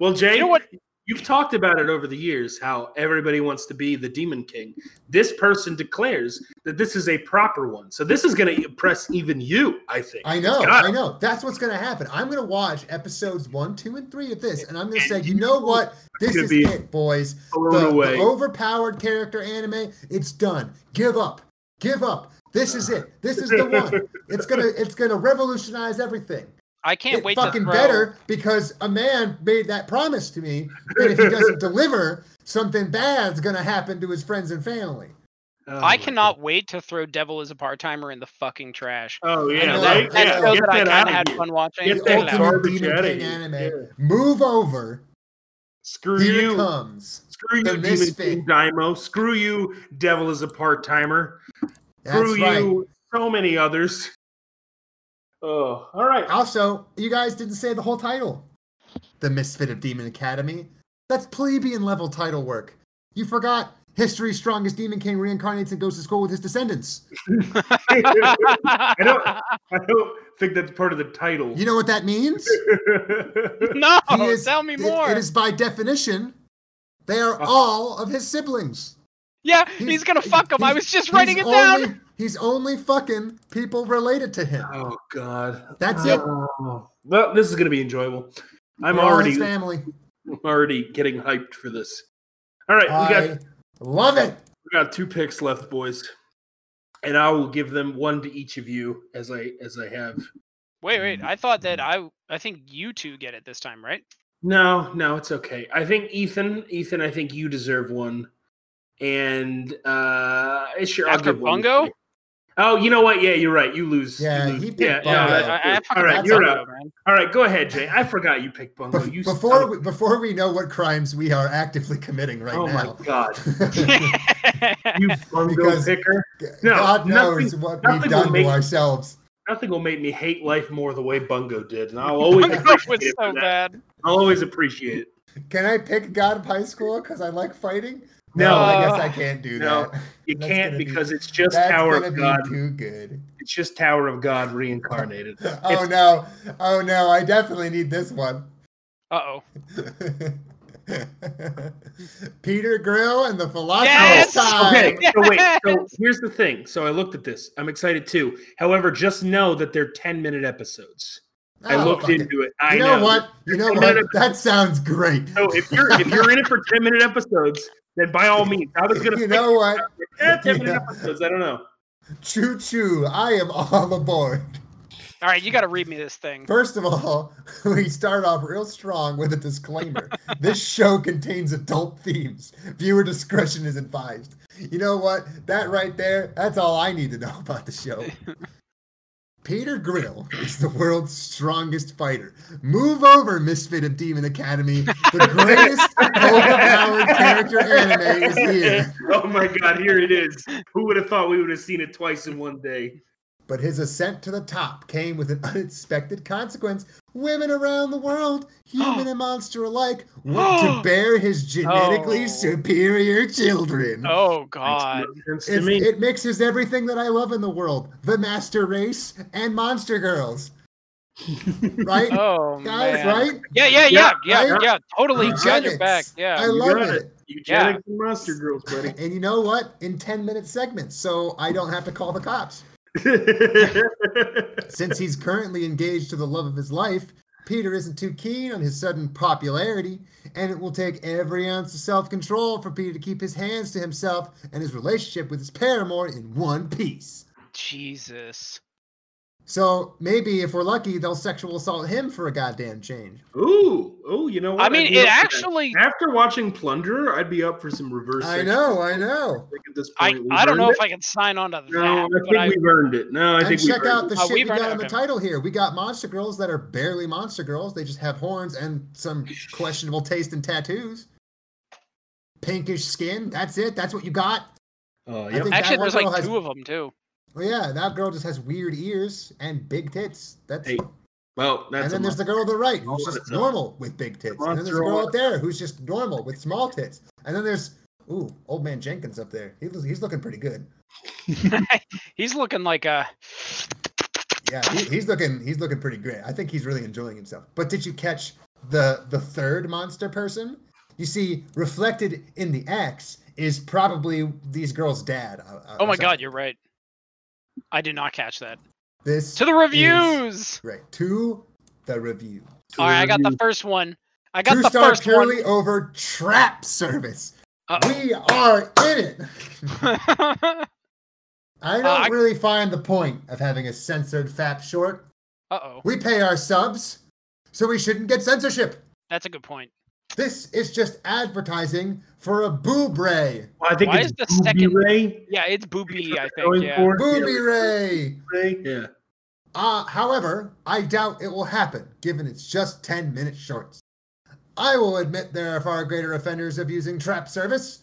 S4: well, Jay,
S6: You know what?
S4: You've talked about it over the years how everybody wants to be the demon king. This person declares that this is a proper one. So this is going to impress even you, I think.
S5: I know,
S4: got-
S5: I know. That's what's gonna happen. I'm gonna watch episodes one, two, and three of this, and I'm gonna
S4: And
S5: say,
S4: you
S5: you know what? This
S4: gonna
S5: is
S4: be
S5: it, boys. The,
S4: Blown
S5: the
S4: away.
S5: overpowered character anime, it's done. Give up. Give up. This is it. This is the one.
S4: [laughs]
S5: It's gonna it's gonna revolutionize everything.
S6: I can't
S5: It
S6: wait
S5: fucking
S6: to throw.
S5: better because a man made that promise to me. And if
S4: [laughs]
S5: he doesn't deliver, something bad's gonna happen to his friends and family.
S4: Oh, my
S6: I cannot wait to throw Devil as a part timer in the fucking trash.
S4: God. Oh, yeah.
S5: know,
S4: right?
S5: that
S4: yeah.
S6: show
S4: Get
S6: that I
S4: that
S6: kind
S4: out
S6: of
S4: of
S6: had
S4: here.
S6: fun watching.
S4: Get
S5: The
S4: that
S6: Get it [laughs]
S5: [laughs]
S6: out.
S5: ultimate
S4: garbage
S5: demon
S4: outta
S5: king
S4: here.
S5: anime.
S4: Yeah.
S5: Move over.
S4: Screw
S5: Here
S4: you.
S5: it comes.
S4: Screw you,
S5: The
S4: Demon
S5: misfit.
S4: King Daimo. Screw you, Devil is a part timer.
S5: That's
S4: Screw
S5: right.
S4: you, so many
S5: [laughs]
S4: others. Oh, all right. [laughs]
S5: Also, you guys didn't say the whole title. The Misfit of Demon Academy. That's plebeian level title work. You forgot history's strongest demon king reincarnates and goes to school with his descendants.
S4: I don't, I don't think that's part of the title.
S5: You know what that
S6: [laughs]
S5: means?
S6: [laughs] no,
S5: He is-
S6: Oh, tell me
S5: it-
S6: more.
S5: it is by definition, they are all of his siblings.
S6: yeah, he's, gonna fuck him. I
S5: he's-
S6: was just
S5: he's
S6: writing it
S5: only,
S6: down.
S5: He's only fucking people related
S4: [laughs]
S5: to him.
S4: Oh God,
S5: That's it.
S4: Oh. Well, this is gonna be enjoyable. I'm
S5: They're all
S4: already
S5: his family.
S4: [laughs] already getting hyped for this. All right, we got
S5: I love it.
S4: we got two picks left, boys, and I will give them one to each of you as I as I have.
S6: Wait, wait. I thought that I. I think you two get it this time, right?
S4: No, no, it's okay. I think Ethan, Ethan, I think you deserve one, and uh, sure. I'll
S6: After
S4: give one to
S6: Bungo?
S4: you. Oh, you know what? Yeah, you're right. You lose. You
S5: Yeah,
S4: lose.
S5: he picked
S4: yeah,
S6: Yeah,
S4: yeah,
S5: Bungo.
S4: that's
S6: I, I, I
S4: good.
S6: fucking
S4: All right,
S6: thought
S4: you're
S6: so,
S4: up.
S6: man. [laughs]
S4: All right, go ahead, Jay. I forgot you picked Bungo.
S5: Bef-
S4: You son
S5: before
S4: of-
S5: we, before we know what crimes we are actively committing right
S4: oh
S5: now.
S4: my
S5: [laughs]
S4: god.
S6: yeah,
S4: you fungo
S5: Because-
S4: picker. [laughs] No,
S5: God knows
S4: nothing-
S5: what
S4: nothing
S5: we've
S4: will
S5: done
S4: make-
S5: to ourselves.
S4: Nothing will make me hate life more the way Bungo did, and I'll
S6: [laughs]
S4: always
S6: Bungo
S4: appreciate
S6: was
S4: it [laughs]
S6: so
S4: for that.
S6: bad.
S4: I'll always appreciate it.
S5: Can I pick God of High School because I like fighting?
S4: No.
S5: I guess I can't do
S4: No,
S5: that.
S4: You
S5: That's
S4: can't
S5: gonna be-
S4: because it's just
S5: That's
S4: Tower
S5: gonna
S4: of
S5: be
S4: God.
S5: too good.
S4: It's just Tower of God reincarnated.
S5: [laughs] Oh no! Oh no! I definitely need this one.
S6: Uh oh.
S5: [laughs] Peter Grill and the Philosopher's
S6: Yes!
S5: Time.
S4: Okay, so
S6: [laughs]
S4: wait. So
S6: Yes.
S4: here's the thing. So I looked at this. I'm excited too. However, just know that they're 10 minute episodes. I
S5: Oh,
S4: looked
S5: fuck it.
S4: into it. I
S5: you know, what? You know
S4: Ten-minute
S5: what? That sounds great.
S4: So if you're if you're in it for 10 minute episodes, then by all means, I was gonna
S5: [laughs] you
S4: pick-
S5: know what?
S4: yeah, 10 minute
S5: yeah.
S4: episodes. I don't
S5: [laughs]
S4: know.
S5: Choo choo! I am all [laughs] aboard.
S6: All right, you got to read me this thing.
S5: First of all, [laughs] we start off real strong with a disclaimer. this show contains adult themes. Viewer discretion is advised. You know what? That right there, that's all I need to know [laughs] about the show. Peter Grill is the world's strongest fighter. Move over, Misfit of Demon Academy. The greatest overpowered character anime is here.
S4: [laughs] Oh my god, here it is. Who would have thought we would have seen it twice in one day?
S5: But his ascent to the top came with an [laughs] unexpected consequence. Women around the world,
S6: [gasps]
S5: human and monster alike, want to bear his genetically
S6: Oh.
S5: superior children.
S6: Oh God.
S4: Makes no sense to
S5: It's-
S4: me.
S5: it mixes everything that I love in the world the master race and monster
S6: [laughs]
S5: girls. right?
S6: Oh
S5: Guys,
S6: man.
S5: right?
S6: Yeah, yeah, yeah, yeah, yeah.
S5: right?
S6: Totally
S5: Uh,
S6: got your
S5: Eugenics.
S6: back. Yeah.
S5: I
S4: You
S5: love
S4: got
S5: it.
S4: Eugenics and monster girls,
S5: [laughs]
S4: buddy. [laughs]
S5: And you know what? In 10 minute segments, so I don't have to call the cops. Since he's currently engaged to the love of his life, Peter isn't too keen on his sudden popularity, and it will take every ounce of self control for Peter to keep his hands to himself and his relationship with his paramour in one piece.
S6: Jesus.
S5: So maybe if we're lucky, they'll sexual assault him for a goddamn change.
S4: ooh, ooh, you know what?
S6: I mean,
S4: I'd be up
S6: it
S4: for that.
S6: actually.
S4: After watching Plunderer, I'd be up for some reverse.
S5: I
S4: sex
S5: know, I know.
S4: trafficking At this
S6: I,
S4: point. We've
S6: I don't know
S4: earned
S6: if I can sign on to
S4: it.
S6: that,
S4: No, I
S6: but
S4: think
S6: I,
S4: we've earned it. No, I
S5: and
S4: think
S5: check
S4: we've
S5: out
S4: earned
S5: the
S4: it.
S6: Oh,
S5: shit we
S6: we've
S5: got
S6: heard
S5: on the
S6: of him.
S5: title here. We got monster girls that are barely monster girls. They just have horns and some questionable taste in tattoos. Pinkish skin. That's it. That's what you got.
S4: Oh,
S5: I
S4: yep.
S5: think- that
S6: actually
S5: one
S6: there's
S5: girl
S6: like
S5: has-
S6: two of them too.
S5: Well, yeah, that girl just has weird ears and big tits. That's
S4: Hey, Well, that's
S5: and then
S4: a
S5: there's the girl on the right
S4: All
S5: who's
S4: on
S5: just
S4: its own.
S5: normal with big tits. And then there's the
S4: Monster
S5: girl
S4: all-
S5: up there who's just normal with small tits. And then there's ooh, old man Jenkins up there. He, loo- he's looking pretty good.
S6: He's looking like
S4: Uh,
S6: a.
S5: Yeah, he, he's looking he's looking pretty great. I think he's really enjoying himself. But did you catch the the third monster person? You see, reflected in the axe is probably these girls' dad. uh, uh,
S6: Oh
S5: or
S6: my
S5: something.
S6: God, you're right. I did not catch that.
S5: This
S6: To the
S5: is-
S6: reviews.
S5: right to the review.
S6: All right, I got the
S4: reviews.
S6: first one. I got
S5: Two
S6: the
S5: star
S6: first one. [laughs] Uh,
S5: purely over trap service.
S6: Uh-oh.
S5: We are in it. [laughs]
S6: uh
S5: I don't
S6: I-
S5: really find the point of having a censored fap short.
S6: oh,
S5: We pay our subs, so we shouldn't get censorship.
S6: that's a good point.
S5: This is just advertising for a boob ray.
S4: Well, I think
S6: Why
S4: it's
S6: is the
S4: Booby
S6: second-
S4: Ray.
S6: Yeah, it's Booby, I think.
S4: Going
S6: Yeah.
S4: for it.
S5: Booby
S4: Yeah.
S5: ray.
S4: Ray. Yeah.
S5: Uh, however, I doubt it will happen, given it's just 10 minute shorts. I will admit there are far greater offenders of using trap service,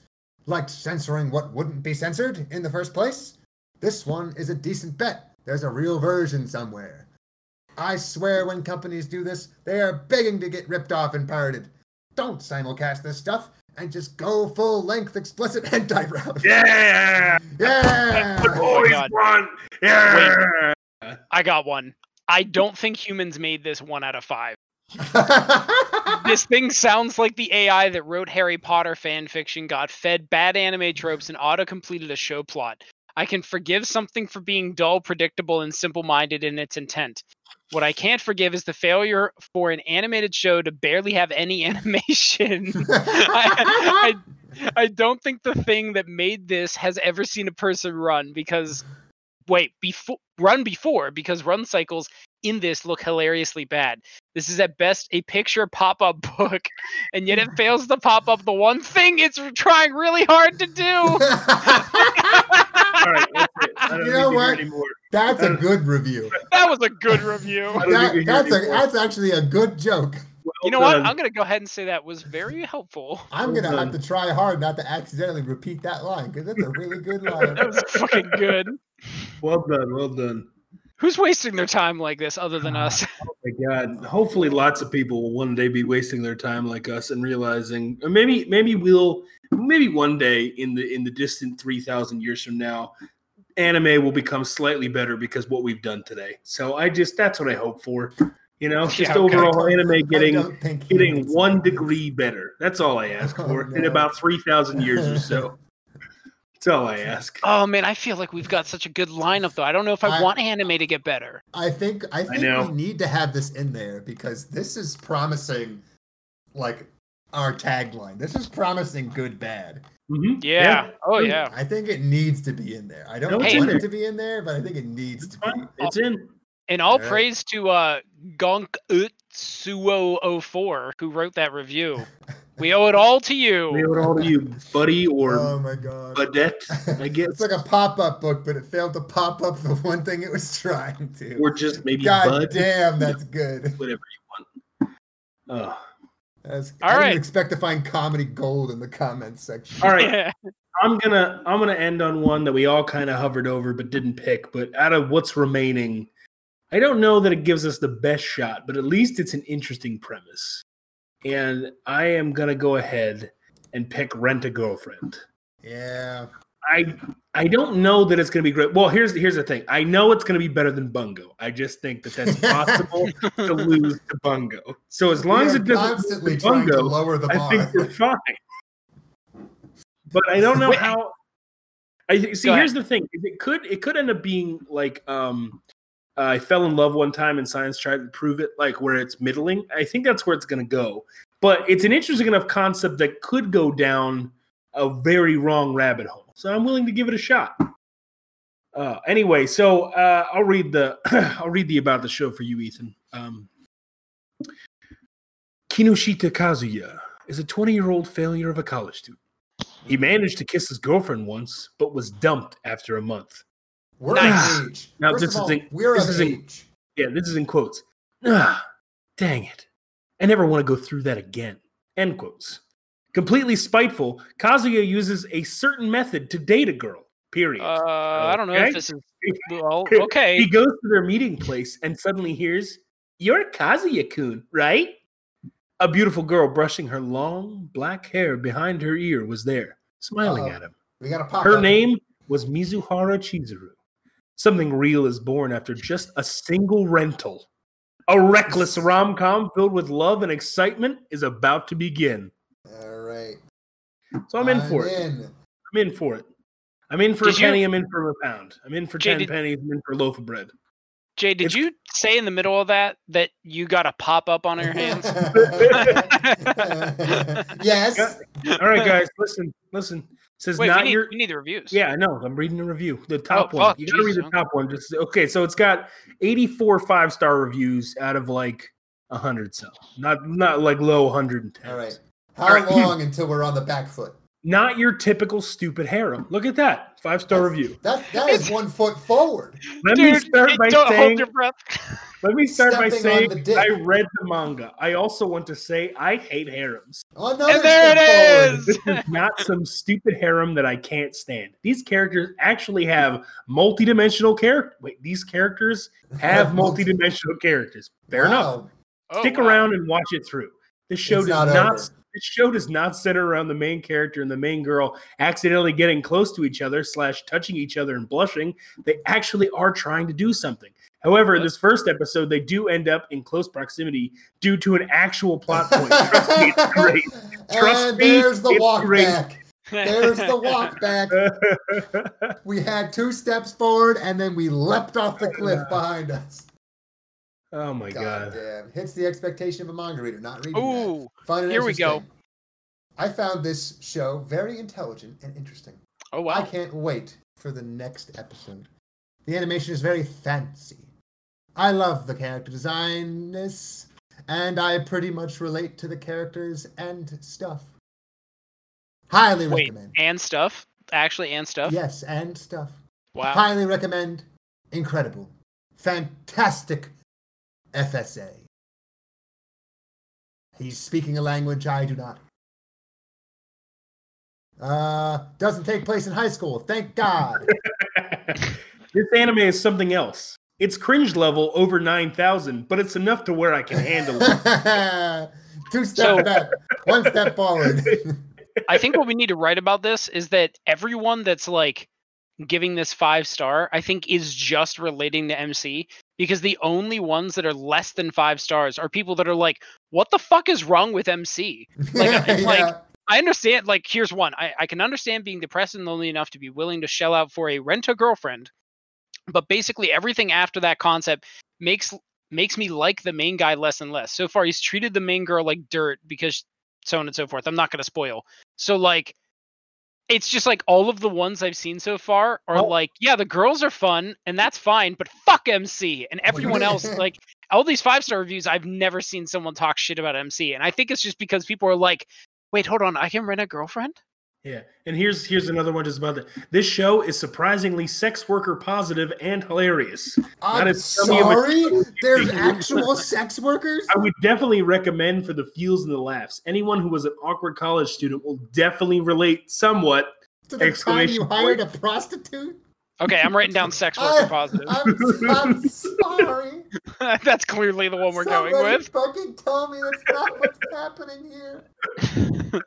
S5: like censoring what wouldn't be censored in the first place. This one is a decent bet. There's a real version somewhere. I swear when companies do this, they are begging to get ripped off and pirated. Don't simulcast this stuff and just go full length explicit [laughs] hentai route.
S4: Yeah. [laughs]
S5: Yeah! [laughs]
S6: Oh my God.
S4: want. Yeah.
S6: I got one. I don't think humans made this one out of five. This thing sounds like the AI that wrote Harry Potter fan fiction got fed bad anime tropes and auto completed a show plot. I can forgive something for being dull, predictable, and simple minded in its intent. What I can't forgive is the failure for an animated show to barely have any [laughs] animation. I, I, I don't think the thing that made this has ever seen a person run because wait before run before because run cycles in this look hilariously bad this is at best a picture pop-up [laughs] book and [laughs] yet it fails to pop up the one thing it's r- trying really hard
S5: [laughs]
S6: to [laughs] do
S4: All right. That's
S6: [laughs]
S4: it. I don't
S5: You
S4: need
S5: know
S4: to hear
S5: what?
S4: anymore.
S5: That's a good review.
S6: that was a good
S4: [laughs]
S6: review
S4: I don't
S5: That,
S4: need to hear
S5: that's a,
S4: anymore.
S5: that's actually a good joke.
S6: you know what
S4: done.
S6: i'm gonna go ahead and say that was very helpful
S5: I'm
S4: Well
S5: gonna have
S4: done.
S5: to try hard not to accidentally repeat that line because that's a really good line.
S6: that was fucking good
S4: Well done. Well done.
S6: [laughs]
S4: Oh
S6: who's wasting their time like this other than us
S4: My God. Hopefully, lots of people will one day be wasting their time like us and realizing, or maybe, maybe we'll, maybe one day in the in the distant three thousand years from now, anime will become slightly better because what we've done today. So I just that's what I hope for. You
S6: [laughs]
S4: know, just
S6: Yeah, okay. uh,
S4: overall anime
S5: I
S4: getting
S5: don't think
S4: getting
S5: humans
S4: one
S5: like this.
S4: degree better. That's all I ask
S5: Oh,
S4: for in
S5: no.
S4: about three thousand years or so. That's all I ask.
S6: Oh man, I feel like we've got such a good lineup though. I don't know if I,
S5: I-
S6: want anime to get better.
S5: I think I think
S4: know.
S5: we need to have this in there because this is promising, like our tagline. This is promising good bad.
S4: Mhm.
S6: Yeah. Oh yeah.
S5: I think it needs to be in there. I don't
S4: No,
S6: it's
S5: want
S4: in
S5: it to be in there, but I think it needs
S4: it's
S5: to be.
S4: fine. It's in.
S6: And all
S5: Alright.
S6: praise to uh Gonk Utsuo 04 who wrote that review. We owe it all to
S4: We
S6: [laughs] you.
S4: owe it all to you, buddy or
S5: oh my god.
S4: budette. I guess
S5: it's like a pop-up book, but it failed to pop up the [laughs] one thing it was trying to.
S4: or just maybe
S5: god
S4: bud.
S5: damn, that's good.
S4: Ugh.
S5: That's,
S6: All
S5: I didn't
S6: right.
S5: expect to find comedy gold in the comments section.
S4: All right.
S6: Yeah.
S4: I'm gonna I'm gonna end on one that we all kind of hovered over but didn't pick. But out of what's remaining, I don't know that it gives us the best shot, but at least it's an interesting premise. And I am gonna go ahead and pick Rent a Girlfriend.
S5: Yeah.
S4: I I don't know that it's gonna be great. Well, here's here's the thing. I know it's gonna be better than Bungo. I just think that that's
S5: [laughs]
S4: possible to lose to Bungo. So as long
S5: We
S4: as
S5: are
S4: it doesn't lose
S5: constantly
S4: to
S5: trying to
S4: Bungo,
S5: lower the
S4: I
S5: bar. [laughs]
S4: think they're fine. But I don't know
S6: Wait.
S4: how. I th- see.
S6: Go
S4: Here's the thing: is it could it could end up being like um, uh, I fell in love one time and science tried to prove it, like where it's middling. I think that's where it's going to go. But it's an interesting enough concept that could go down a very wrong rabbit hole. So I'm willing to give it a shot. Uh, anyway, so uh, I'll read the [clears throat] I'll read the about the show for you, Ethan. Um, Kinoshita Kazuya is a 20 year old failure of a college student. He managed to kiss his girlfriend once, but was dumped after a month.
S5: We're
S4: Nice.
S5: of age.
S4: Now,
S5: First
S4: this
S5: of
S4: is
S5: all,
S4: in-
S5: we're
S4: this
S5: of
S4: is in-
S5: age.
S4: Yeah, this is in quotes. Ah, dang it. I never want to go through that again. End quotes. Completely spiteful, Kazuya uses a certain method to date a girl. Period.
S6: Uh, I don't know
S4: Okay.
S6: if this is
S4: [laughs]
S6: well, okay.
S4: He goes to their meeting place and suddenly hears, You're Kazuya kun, right? A beautiful girl brushing her long black hair behind her ear was there, smiling
S5: Uh-oh.
S4: at him.
S5: We got a pop. [laughs]
S4: Her
S5: up.
S4: name was Mizuhara Chizuru. Something real is born after just a single rental. A reckless rom com filled with love and excitement is about to begin.
S5: All right.
S4: So I'm in for it.
S5: in.
S4: I'm in for it. I'm in for
S6: Did
S4: a
S6: you-
S4: penny. I'm in for a pound. I'm in for
S6: Jay,
S4: ten
S6: did-
S4: pennies. I'm in for a loaf of
S6: [laughs]
S4: bread.
S6: Jay, did
S4: It's-
S6: you say in the middle of that that you got a pop up on your
S4: [laughs]
S6: hands?
S5: [laughs] yes.
S4: All right, guys, listen, listen. It says
S6: [laughs] Wait, we
S4: not
S6: need,
S4: your.
S6: we need the reviews.
S4: Yeah, I know. I'm reading the review. The top one.
S6: Oh, fuck,
S4: You gotta read
S6: Jesus,
S4: the top one. Just okay. So it's got 84 five star reviews out of like 100. So not not like low 110.
S5: All right.
S4: All
S5: How
S4: right.
S5: long until we're on the back foot?
S4: Not your typical stupid harem. Look at that five star
S5: That's-
S4: review.
S5: That that is
S6: It's-
S5: one foot forward.
S4: Let me
S6: Dude,
S4: start
S6: [laughs] it-
S4: by
S6: don't hold
S4: saying.
S6: your breath.
S4: Let me start by
S5: Stepping on
S4: saying
S5: the dick.
S4: I read the manga. I also want to say I hate harems.
S5: Another
S6: and there
S5: step
S6: it
S5: forward.
S6: is.
S4: this is not some stupid harem that I can't stand. These characters actually have multi-dimensional character. Wait, these characters
S5: [laughs]
S4: have multi-dimensional characters. Fair enough.
S5: Wow.
S6: Oh,
S4: Stick
S6: wow. [laughs]
S4: around and watch it through. This show
S5: It's
S4: does
S5: not
S4: not.
S5: over.
S4: this show does not center around the main character and the main girl accidentally getting close to each other slash touching each other and blushing. They actually are trying to do something. However, in this first episode, they do end up in close proximity due to an actual plot
S5: [laughs]
S4: point. Trust me, it's great. [laughs] Trust
S5: and
S4: me,
S5: there's the
S4: it's
S5: walk
S4: great.
S5: back. There's the walk back. We had two steps forward and then we leapt off the cliff behind us.
S4: oh my god.
S5: God, damn. Hits the expectation of a manga reader, not reading. that.
S6: Ooh,
S5: Fun and
S6: Here we go.
S5: interesting. I found this show very intelligent and interesting.
S6: oh
S5: I
S6: wow.
S5: can't wait for the next episode. The animation is very fancy. I love the character designness, and I pretty much relate to the characters and stuff. Highly
S6: Wait,
S5: recommend.
S6: and stuff. Actually, and stuff.
S5: Yes, and stuff.
S6: Wow.
S5: Highly recommend. Incredible. Fantastic FSA. He's speaking a language I do not. Uh, doesn't take place in high school. Thank God. [laughs]
S4: this anime is something else. It's cringe level over 9,000, but it's enough to where I can handle
S5: [laughs]
S4: it.
S5: Two steps
S6: So-
S5: back, one
S4: [laughs]
S5: step forward. [laughs]
S6: I think what we need to write about this is that everyone that's like giving this five star, I think, is just relating to MC because the only ones that are less than five stars are people that are like, what the fuck is wrong with MC? Like, it's like- I understand, like, here's one. I, I can understand being depressed and lonely enough to be willing to shell out for a rent a girlfriend, but basically everything after that concept makes makes me like the main guy less and less. So far, he's treated the main girl like dirt because so on and so forth. I'm not gonna spoil. So like it's just like all of the ones I've seen so far are
S4: Well-
S6: like, yeah, the girls are fun and that's fine, but fuck MC and everyone else. Like all these five star reviews, I've never seen someone talk shit about MC, and I think it's just because people are like, wait, hold on, I can rent a girlfriend.
S4: Yeah, and here's here's another one just about that. This show is surprisingly sex worker positive and hilarious.
S5: I'm
S4: as scummy of a
S5: sorry.
S4: show as you [laughs]
S5: There's
S4: think.
S5: actual sex workers.
S4: I would definitely recommend for the feels and the laughs. Anyone who was an awkward college student will definitely relate somewhat.
S5: To the time
S4: exclamation
S5: you hired a prostitute.
S6: Okay, I'm writing down sex
S5: I-
S6: worker positive. [laughs]
S5: I'm, I'm
S4: [laughs]
S5: sorry.
S6: that's clearly the one we're
S5: Somebody
S6: going with.
S5: Fucking tell me that's not
S6: [laughs]
S5: what's happening here.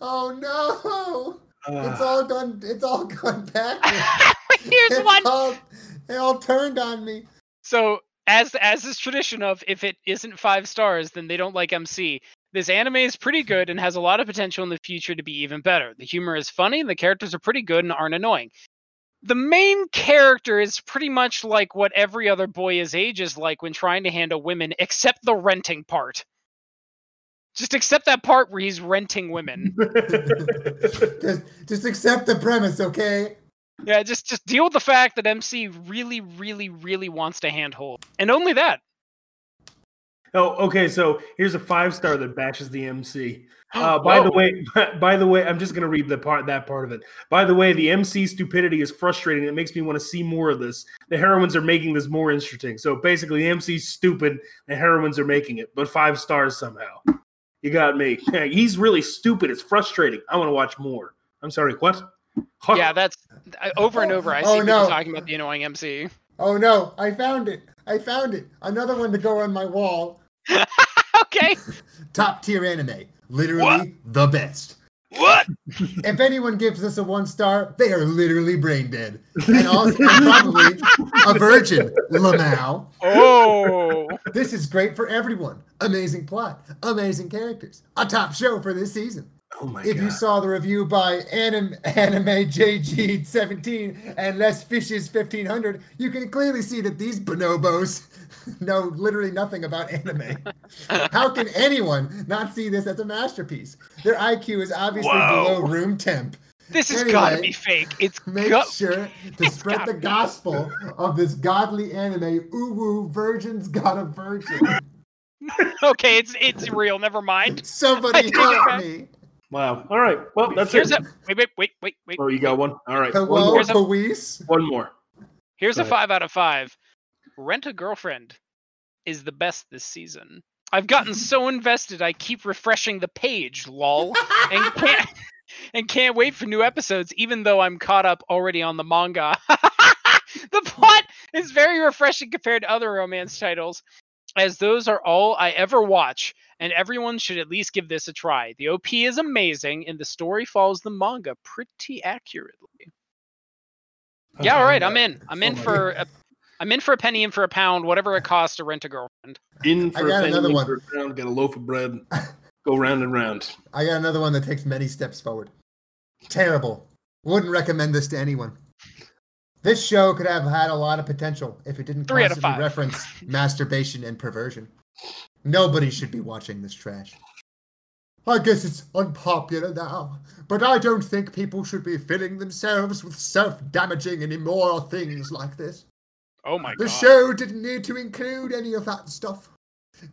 S5: Oh no. It's
S4: Uh,
S5: all done. It's all gone
S6: [laughs]
S5: backwards.
S6: Here's
S5: It's
S6: one.
S5: all- it all turned on me.
S6: So as as is tradition of, if it isn't five stars, then they don't like MC. This anime is pretty good and has a lot of potential in the future to be even better. The humor is funny, and the characters are pretty good and aren't annoying. The main character is pretty much like what every other boy his age is like when trying to handle women, except the renting part. Just accept that part where he's renting women.
S5: just, just accept the premise, okay?
S6: Yeah, just just deal with the fact that MC really, really, really wants to handhold, and only that.
S4: oh, okay. So here's a five star that bashes the MC.
S6: [gasps]
S4: Uh, by the
S6: Whoa.
S4: way, [laughs] by the way, I'm just gonna read the part that part of it. By the way, the MC stupidity is frustrating. It makes me want to see more of this. The heroines are making this more interesting. So basically, the MC's stupid. The heroines are making it, but five stars somehow. You got me. [laughs] He's really stupid. It's frustrating. I want to watch more. I'm sorry. What? Huh.
S6: [laughs] yeah, that's I- over and over. I see
S5: Oh,
S6: people
S5: no.
S6: talking about the annoying MC.
S5: Oh no, I found it. I found it. Another one to go on my wall.
S6: [laughs] Okay,
S5: Top tier anime. Literally the best.
S6: what?
S5: [laughs] If anyone gives us a one star, they are literally brain dead. And also and probably a virgin, Lamau.
S6: Oh,
S5: This is great for everyone. Amazing plot, amazing characters. A top show for this season.
S4: [laughs] Oh my
S5: if
S4: god.
S5: you saw the review by anim, anime jg 17 and les fishes 1500 you can clearly see that these bonobos [laughs] know literally nothing about
S4: [laughs]
S5: anime how can anyone not see this as a masterpiece their iq is obviously below room temp
S6: this has got to
S5: Anyway,
S6: be fake. It's
S5: make
S6: go-
S5: sure
S4: [laughs]
S5: to spread the gospel of this godly anime uwu virgin's got a virgin
S6: [laughs] okay. It's it's real. Never mind. [laughs]
S5: somebody
S6: think
S5: help
S6: about-
S5: me
S4: Wow. All right. Well, that's
S6: Here's
S4: it.
S6: a wait, wait, wait, wait, wait.
S4: Oh, you got one. All right. One
S5: hello
S4: more.
S6: Here's a-
S5: police
S4: One more.
S6: Here's
S4: Go
S6: a
S4: ahead.
S6: five out of five. Rent a girlfriend is the best this season. I've gotten so invested, I keep refreshing the page, lol, and can't [laughs] and can't wait for new episodes, even though I'm caught up already on the manga. [laughs] the plot is very refreshing compared to other romance titles, as those are all I ever watch, and everyone should at least give this a try. The OP is amazing, and the story follows the manga pretty accurately. Yeah, all right, I'm in. I'm in
S4: Oh my
S6: for a, I'm in for a penny in for a pound, whatever it costs to rent a girlfriend.
S4: In
S5: I
S4: for a
S5: got
S4: penny,
S5: another
S4: in
S5: one.
S4: for a pound, Got a loaf of
S5: [laughs]
S4: bread. Go round and round.
S5: I got another one that takes many steps forward. Terrible. Wouldn't recommend this to anyone. This show could have had a lot of potential if it didn't
S6: Three out of
S5: constantly
S6: five.
S5: reference
S6: [laughs]
S5: masturbation and perversion. Nobody should be watching this trash. I guess it's unpopular now, but I don't think people should be filling themselves with self-damaging and immoral things like this.
S6: Oh my
S5: The
S6: god.
S5: show didn't need to include any of that stuff.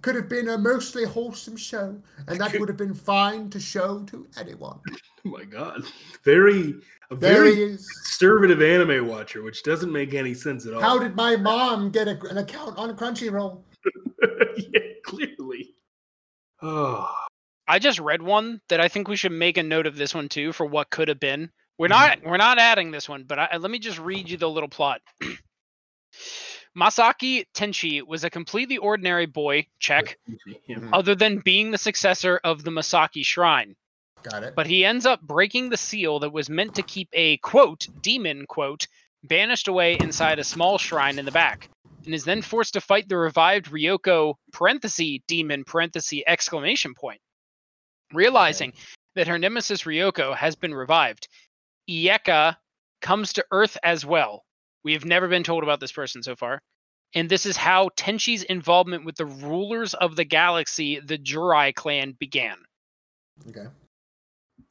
S5: Could have been a mostly wholesome show, and that would have been fine to show to anyone.
S4: Oh my god. Very a
S5: There
S4: very
S5: he is.
S4: conservative anime watcher, which doesn't make any sense at all. [laughs]
S5: How did my mom get a, an account on Crunchyroll?
S4: yeah, clearly. Oh,
S6: I just read one that I think we should make a note of this one too for what could have been. We're not
S4: Mm-hmm.
S6: we're not adding this one, but I, let me just read you the little plot. [clears throat] Masaki Tenchi was a completely ordinary boy, check,
S4: Oh, yeah.
S6: other than being the successor of the Masaki Shrine.
S5: Got it.
S6: but he ends up breaking the seal that was meant to keep a quote demon quote banished away inside a small shrine in the back. and is then forced to fight the revived Ryoko parenthesis demon parenthesis exclamation point. Realizing that her nemesis Ryoko has been revived, Ieka comes to Earth as well. We have never been told about this person so far. And this is how Tenchi's involvement with the rulers of the galaxy, the Jurai clan, began.
S5: Okay.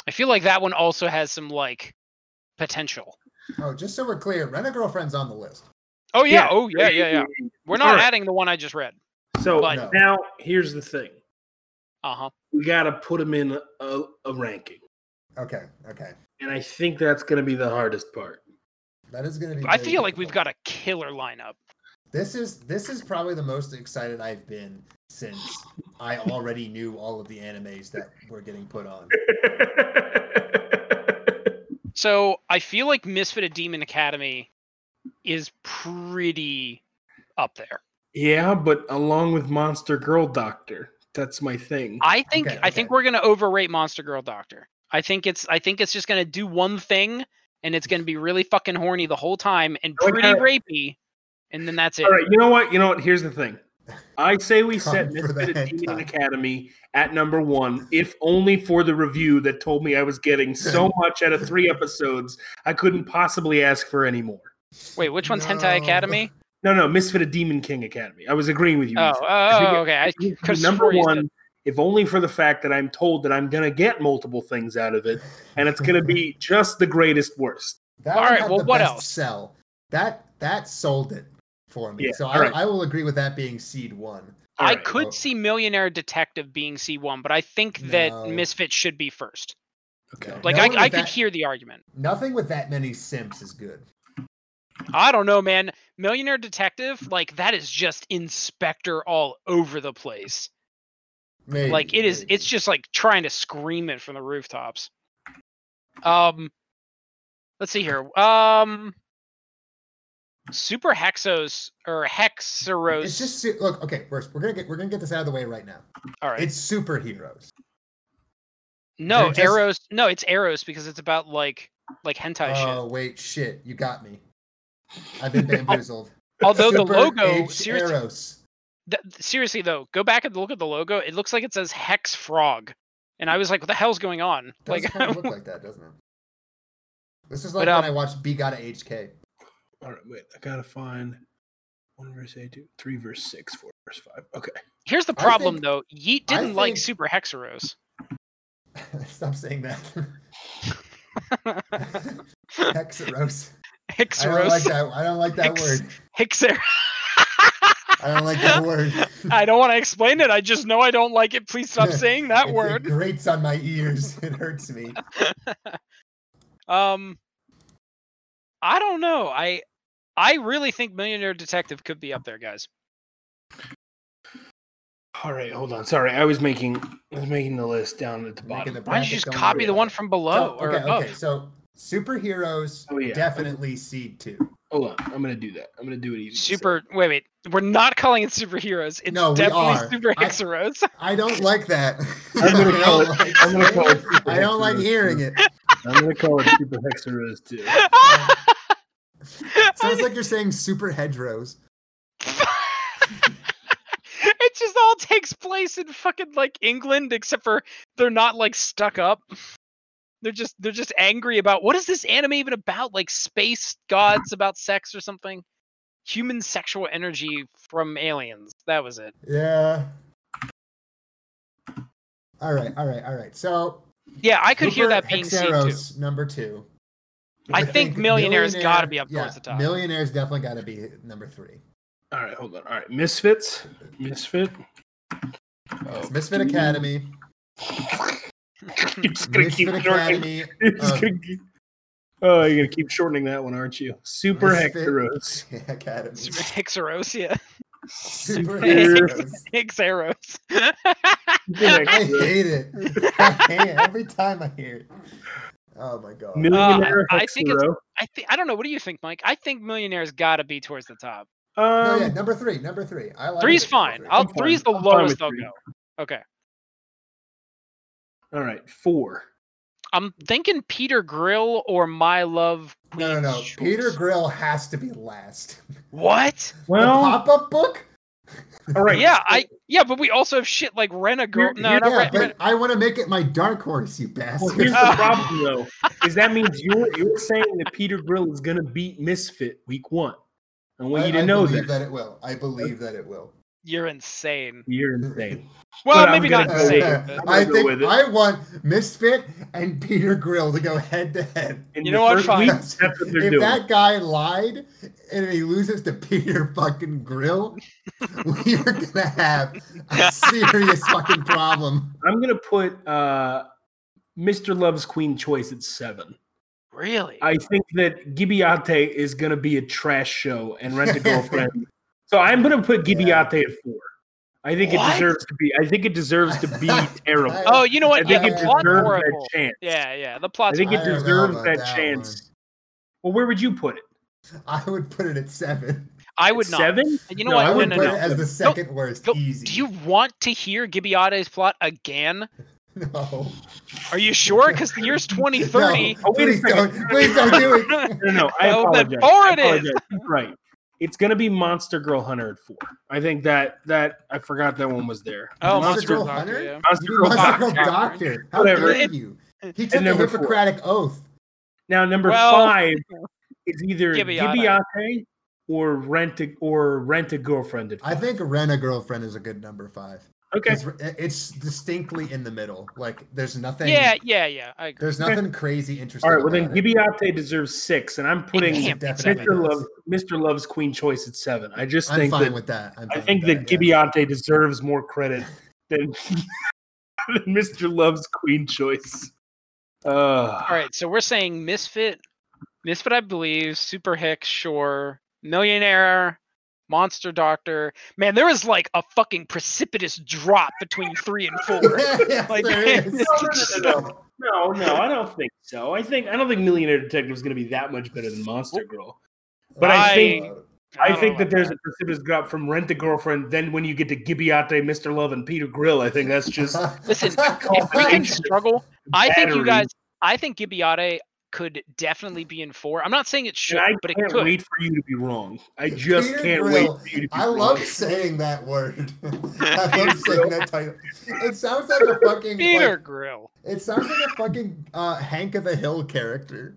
S6: I feel like that one also has some like potential.
S5: Oh, just so we're clear, Rent a Girlfriend's on the list.
S6: Oh yeah, oh yeah, yeah, yeah. We're not adding the one I just read.
S4: So
S6: but-
S5: No.
S4: now here's the thing:
S6: Uh huh.
S4: we got to put them in a, a, a ranking,
S5: Okay, okay.
S4: and I think that's going to be the hardest part.
S5: That is going to be.
S6: I
S5: very
S6: feel like we've
S5: difficult.
S6: got a killer lineup.
S5: This is this is probably the most excited I've been since I already knew all of the animes that were getting put on.
S6: So I feel like Misfit of Demon Academy is pretty up there.
S4: [laughs] yeah, but along with Monster Girl Doctor, that's my thing.
S6: I think
S5: Okay,
S6: I think
S5: okay.
S6: we're gonna overrate Monster Girl Doctor. I think it's I think it's just gonna do one thing and it's gonna be really fucking horny the whole time and
S4: Okay.
S6: pretty rapey, and then that's it.
S4: All right, you know what? You know what? Here's the thing. I say we set
S5: Come for
S4: Misfit
S5: that
S4: of Demon
S5: time.
S4: Academy at number one, if only for the review that told me I was getting
S5: [laughs]
S4: so much out of three episodes, I couldn't possibly ask for any more.
S6: Wait, which one's Hentai
S5: No.
S6: Academy?
S4: No, no, Misfit of Demon King Academy. I was agreeing with you.
S6: Oh,
S4: Ethan.
S6: oh,
S4: think it-
S6: oh, okay. I
S4: It
S6: could've
S4: was number
S6: swore you said-
S4: one, if only for the fact that I'm told that I'm gonna get multiple things out of it, and it's gonna
S5: [laughs]
S4: be just the greatest worst.
S5: That
S6: All
S5: one
S6: right,
S5: had
S6: well,
S5: the
S6: what
S5: best
S6: else?
S5: Sell that that sold it for me.
S4: Yeah,
S5: so
S4: all
S5: I,
S4: right.
S5: I will agree with that being seed one.
S4: All
S6: I
S4: right,
S6: could
S5: well-
S6: see Millionaire Detective being C1, but I think that
S5: No.
S6: Misfit should be first.
S4: Okay.
S6: Like
S5: No
S6: I,
S5: one
S6: I
S5: with
S6: could
S5: that-
S6: hear the argument.
S5: Nothing with that many simps is good.
S6: I don't know, man. Millionaire Detective, like that is just Inspector all over the place.
S5: Maybe,
S6: Like it is
S5: maybe.
S6: it's just like trying to scream it from the rooftops. Um let's see here. Um Super Hexos or Hexeros.
S5: It's just su- look. Okay, we're, we're gonna get we're gonna get this out of the way right now.
S6: all right.
S5: It's superheroes.
S6: no,
S5: just-
S6: Eros. No, it's Eros because it's about like like hentai shit.
S5: Oh wait, shit! You got me. I've
S6: [laughs]
S5: been bamboozled.
S6: Although the
S5: Super
S6: logo,
S5: H
S6: seriously,
S5: Eros.
S6: th- th- seriously though, go back and look at the logo. It looks like it says Hex Frog, and I was like, "What the hell's going on?"
S5: Does
S6: Like,
S5: kind of look like that, doesn't it? This is
S6: But,
S5: like
S6: um,
S5: when I watched B Gotta HK.
S4: All right, wait. I gotta find one verse eight, two, three verse six, four verse five. Okay.
S6: [laughs] here's the
S5: I
S6: problem
S5: think-
S6: though. Yeet
S5: I
S6: didn't like
S5: think-
S6: Super Hexeros.
S5: [laughs]
S6: [laughs]
S5: Stop saying that. [laughs] Hexeros. I don't
S6: Hexeros.
S5: like that. I don't like that
S6: [laughs] Hex-
S5: word.
S6: Hexer.
S5: I don't like that word.
S6: [laughs] I don't want to explain it. I just know I don't like it. Please
S5: [laughs]
S6: stop saying that
S5: It-
S6: word.
S5: It grates on my ears. [laughs] It hurts me.
S6: Um, I don't know. I I really think Millionaire Detective could be up there, guys.
S4: All right, hold on. Sorry, I was making I was making the list down at the bottom.
S5: Making the
S6: Why don't
S5: bracket
S6: you just
S5: going
S6: copy
S5: through
S6: the
S5: it.
S6: one from
S5: So-
S6: below or
S5: okay,
S6: above?
S5: okay. So superheroes
S4: Oh, yeah.
S5: definitely seed two.
S4: Hold on, I'm gonna do that. I'm gonna do it easy. So-
S6: Super. Wait, wait. We're not calling it superheroes. It's
S5: No, we
S6: definitely
S5: are.
S6: super
S5: I- [laughs]
S6: [laughs] hexeros.
S5: I don't like that.
S4: [laughs]
S5: [laughs]
S4: I'm gonna call it-
S5: like
S4: I'm gonna call it
S5: saying it. [laughs] I don't like
S4: superheroes.
S5: hearing
S6: [laughs]
S5: it.
S4: I'm gonna call it Super Hexerose too.
S5: Sounds like you're saying super hedgerows.
S6: [laughs] it just all takes place in fucking like England, except for they're not like stuck up. They're just they're just angry about what is this anime even about? Like space gods about sex or something? Human sexual energy from aliens. That was it.
S5: Yeah. All right, all right, all right. So
S6: Yeah, I could hear
S5: Super
S6: that being seen too.
S5: Hexeros, number two.
S6: I think Millionaire's
S5: Millionaire-
S6: gotta be up
S5: yeah,
S6: towards the top.
S5: Millionaire's definitely got to be number three.
S4: All right, hold on. All right, Misfits, Misfit. [laughs]
S5: It's Misfit Academy,
S4: You're just Mm-hmm. gonna keep
S5: Misfit
S4: shortening.
S5: Academy,
S4: [laughs]
S5: [laughs]
S4: You're just
S5: uh,
S4: gonna keep- oh, you're gonna keep shortening that one, aren't you? Super
S5: Misfit-
S4: Hectoros.
S5: Academy,
S6: Super [laughs] Hexeros, yeah. [laughs]
S5: Super
S6: Hexeros.
S5: Hexeros.
S6: Hexeros.
S4: [laughs]
S5: I
S6: Uh,
S5: hate it. I hate it every time I hear it. Oh my god.
S4: Millionaire
S6: I-
S4: I,
S6: I think it's- I think I don't know. What do you think, Mike? I think Millionaire's gotta be towards the top.
S5: No,
S4: Um,
S5: yeah, number three, number three. I like
S6: Three's
S5: it, number
S6: fine.
S5: three.
S6: I'll
S4: I'm fine.
S6: three's the
S4: I'm fine
S6: lowest
S4: with
S6: I'll
S4: three.
S6: go. Okay.
S4: All right, four.
S6: I'm thinking Peter Grill or My Love.
S5: No, no,
S6: Queen's
S5: no.
S6: Choice.
S5: Peter Grill has to be last.
S6: What?
S5: the
S4: Well,
S5: pop up book?
S4: all right.
S6: Yeah, I yeah, but we also have shit like Rent a Girl.
S4: Here-
S6: No,
S4: here-
S6: not
S5: yeah,
S6: Rent.
S5: but I want to make it my dark horse, you
S4: Well,
S5: [laughs] bastard.
S4: here's the
S6: Ah.
S4: problem though, is that means you're you're saying that Peter Grill is gonna beat Misfit week one. I want
S5: I,
S4: you to
S5: I
S4: know
S5: believe
S4: that.
S5: that. it will. I believe that it will.
S6: You're insane.
S4: You're insane.
S6: Well,
S4: I'm
S6: maybe
S4: gonna
S6: [laughs] not
S4: go with
S6: insane.
S4: it.
S6: but-
S4: I'm gonna
S5: I
S4: go
S5: think
S4: with it.
S5: I want Misfit and Peter Grill to go head to head.
S4: In
S6: You
S4: the
S6: know what,
S4: first
S6: fine.
S4: week, that's what they're
S5: if
S4: doing.
S5: that guy lied and he loses to Peter fucking Grill, we are gonna have a serious fucking problem.
S4: I'm gonna put uh, Mr. Love's Queen Choice at seven.
S6: Really?
S4: I think that Gibiate is gonna be a trash show and rent a
S5: [laughs]
S4: girlfriend. so I'm gonna put
S5: Yeah.
S4: Gibiate at four. I think
S6: What?
S4: it deserves to be. I think it deserves to
S5: [laughs]
S4: be terrible.
S5: I-
S6: oh, you know
S4: I
S6: what? Yeah,
S4: think
S6: the
S4: it
S5: it's
S6: plot's
S4: deserves
S6: horrible.
S4: that chance.
S6: Yeah, yeah, the
S4: I
S6: plot's
S4: think
S5: I
S4: it
S5: don't know
S4: deserves
S5: about
S4: that,
S5: that
S4: chance. Well, where would you put it?
S5: I would put it at seven.
S6: I would not.
S4: Seven?
S6: And you know
S4: No,
S6: what?
S5: I would
S6: no,
S5: put
S6: no, no.
S5: it as the second worst.
S6: don't-
S5: easy.
S6: Do you want to hear Gibiate's plot again?
S5: No.
S6: Are you sure? Because the
S5: [laughs]
S6: year's 2030.
S5: No,
S4: Oh, wait a
S5: please don't.
S4: second.
S5: Please don't
S4: [laughs]
S5: do
S6: [laughs]
S5: it.
S4: No, no, no, I
S6: Well,
S4: apologize.
S6: Oh, then
S4: I
S6: four it is.
S4: apologize. He's Right. It's gonna be Monster Girl Hunter at four. I think that that I forgot that one was there.
S6: Oh,
S5: Monster
S6: Monster
S5: Girl
S6: Hunter,
S5: Hunter?
S6: yeah.
S4: Monster
S5: You
S4: Girl
S5: must
S4: Hunter.
S5: go doctor. How
S4: Whatever.
S5: dare you? He took a
S4: number four.
S5: Hippocratic oath.
S4: Now number
S6: Well- [laughs]
S4: five is either
S6: Gibeata.
S4: Gibiate or rent a, or rent a girlfriend. At
S5: I think Rent a Girlfriend is a good number five.
S4: okay,
S5: 'Cause it- It's distinctly in the middle. Like there's nothing.
S6: Yeah, yeah, yeah. I agree.
S5: There's
S4: Okay.
S5: nothing crazy interesting.
S4: all right. Well then,
S5: about it.
S4: Gibiate deserves six, and I'm putting
S6: can't be
S5: Definitely
S4: Mr.
S6: seven.
S4: Love Mr. Love's Queen Choice at seven. I just
S5: I'm
S4: think
S5: fine
S4: that
S5: with that. I'm
S4: I
S5: fine
S4: think
S5: with
S4: that
S5: yeah. [laughs]
S4: Gibiate deserves more credit than, [laughs] than Mr. Love's Queen Choice. Uh,
S6: All right, so we're saying Misfit, Misfit, I believe, Super Hicks, Shore, Millionaire, Monster Doctor. Man, there is like a fucking precipitous drop between three and four.
S5: [laughs] yes,
S6: [laughs]
S4: [laughs]
S6: Like-
S5: there
S6: [laughs]
S4: No, no, no, no, no,
S5: is.
S4: no, no, I don't think so. I think I don't think Millionaire Detective is going to be that much better than Monster Girl. But
S6: I
S4: think- I,
S6: don't
S4: think
S6: know
S4: that
S6: about
S4: there's a precipitous drop from Rent a Girlfriend. Then when you get to Gibiate, Mr. Love, and Peter Grill, I think that's just
S6: Listen,
S5: [laughs]
S6: if we can struggle, [laughs] I think
S4: Battery.
S6: you guys. I think Gibiate could definitely be in four. I'm not saying it should,
S4: And I
S6: but it
S4: can't
S6: could.
S4: wait for you to be wrong. I just
S5: Peter
S4: can't
S5: Grill,
S4: wait for you to be
S5: I
S4: wrong.
S5: love saying that word. [laughs] I
S6: [laughs]
S5: love saying that title. It sounds like a fucking
S6: Peter
S5: like,
S6: Grill.
S5: It sounds like a fucking uh, Hank of the Hill
S6: [laughs]
S5: character.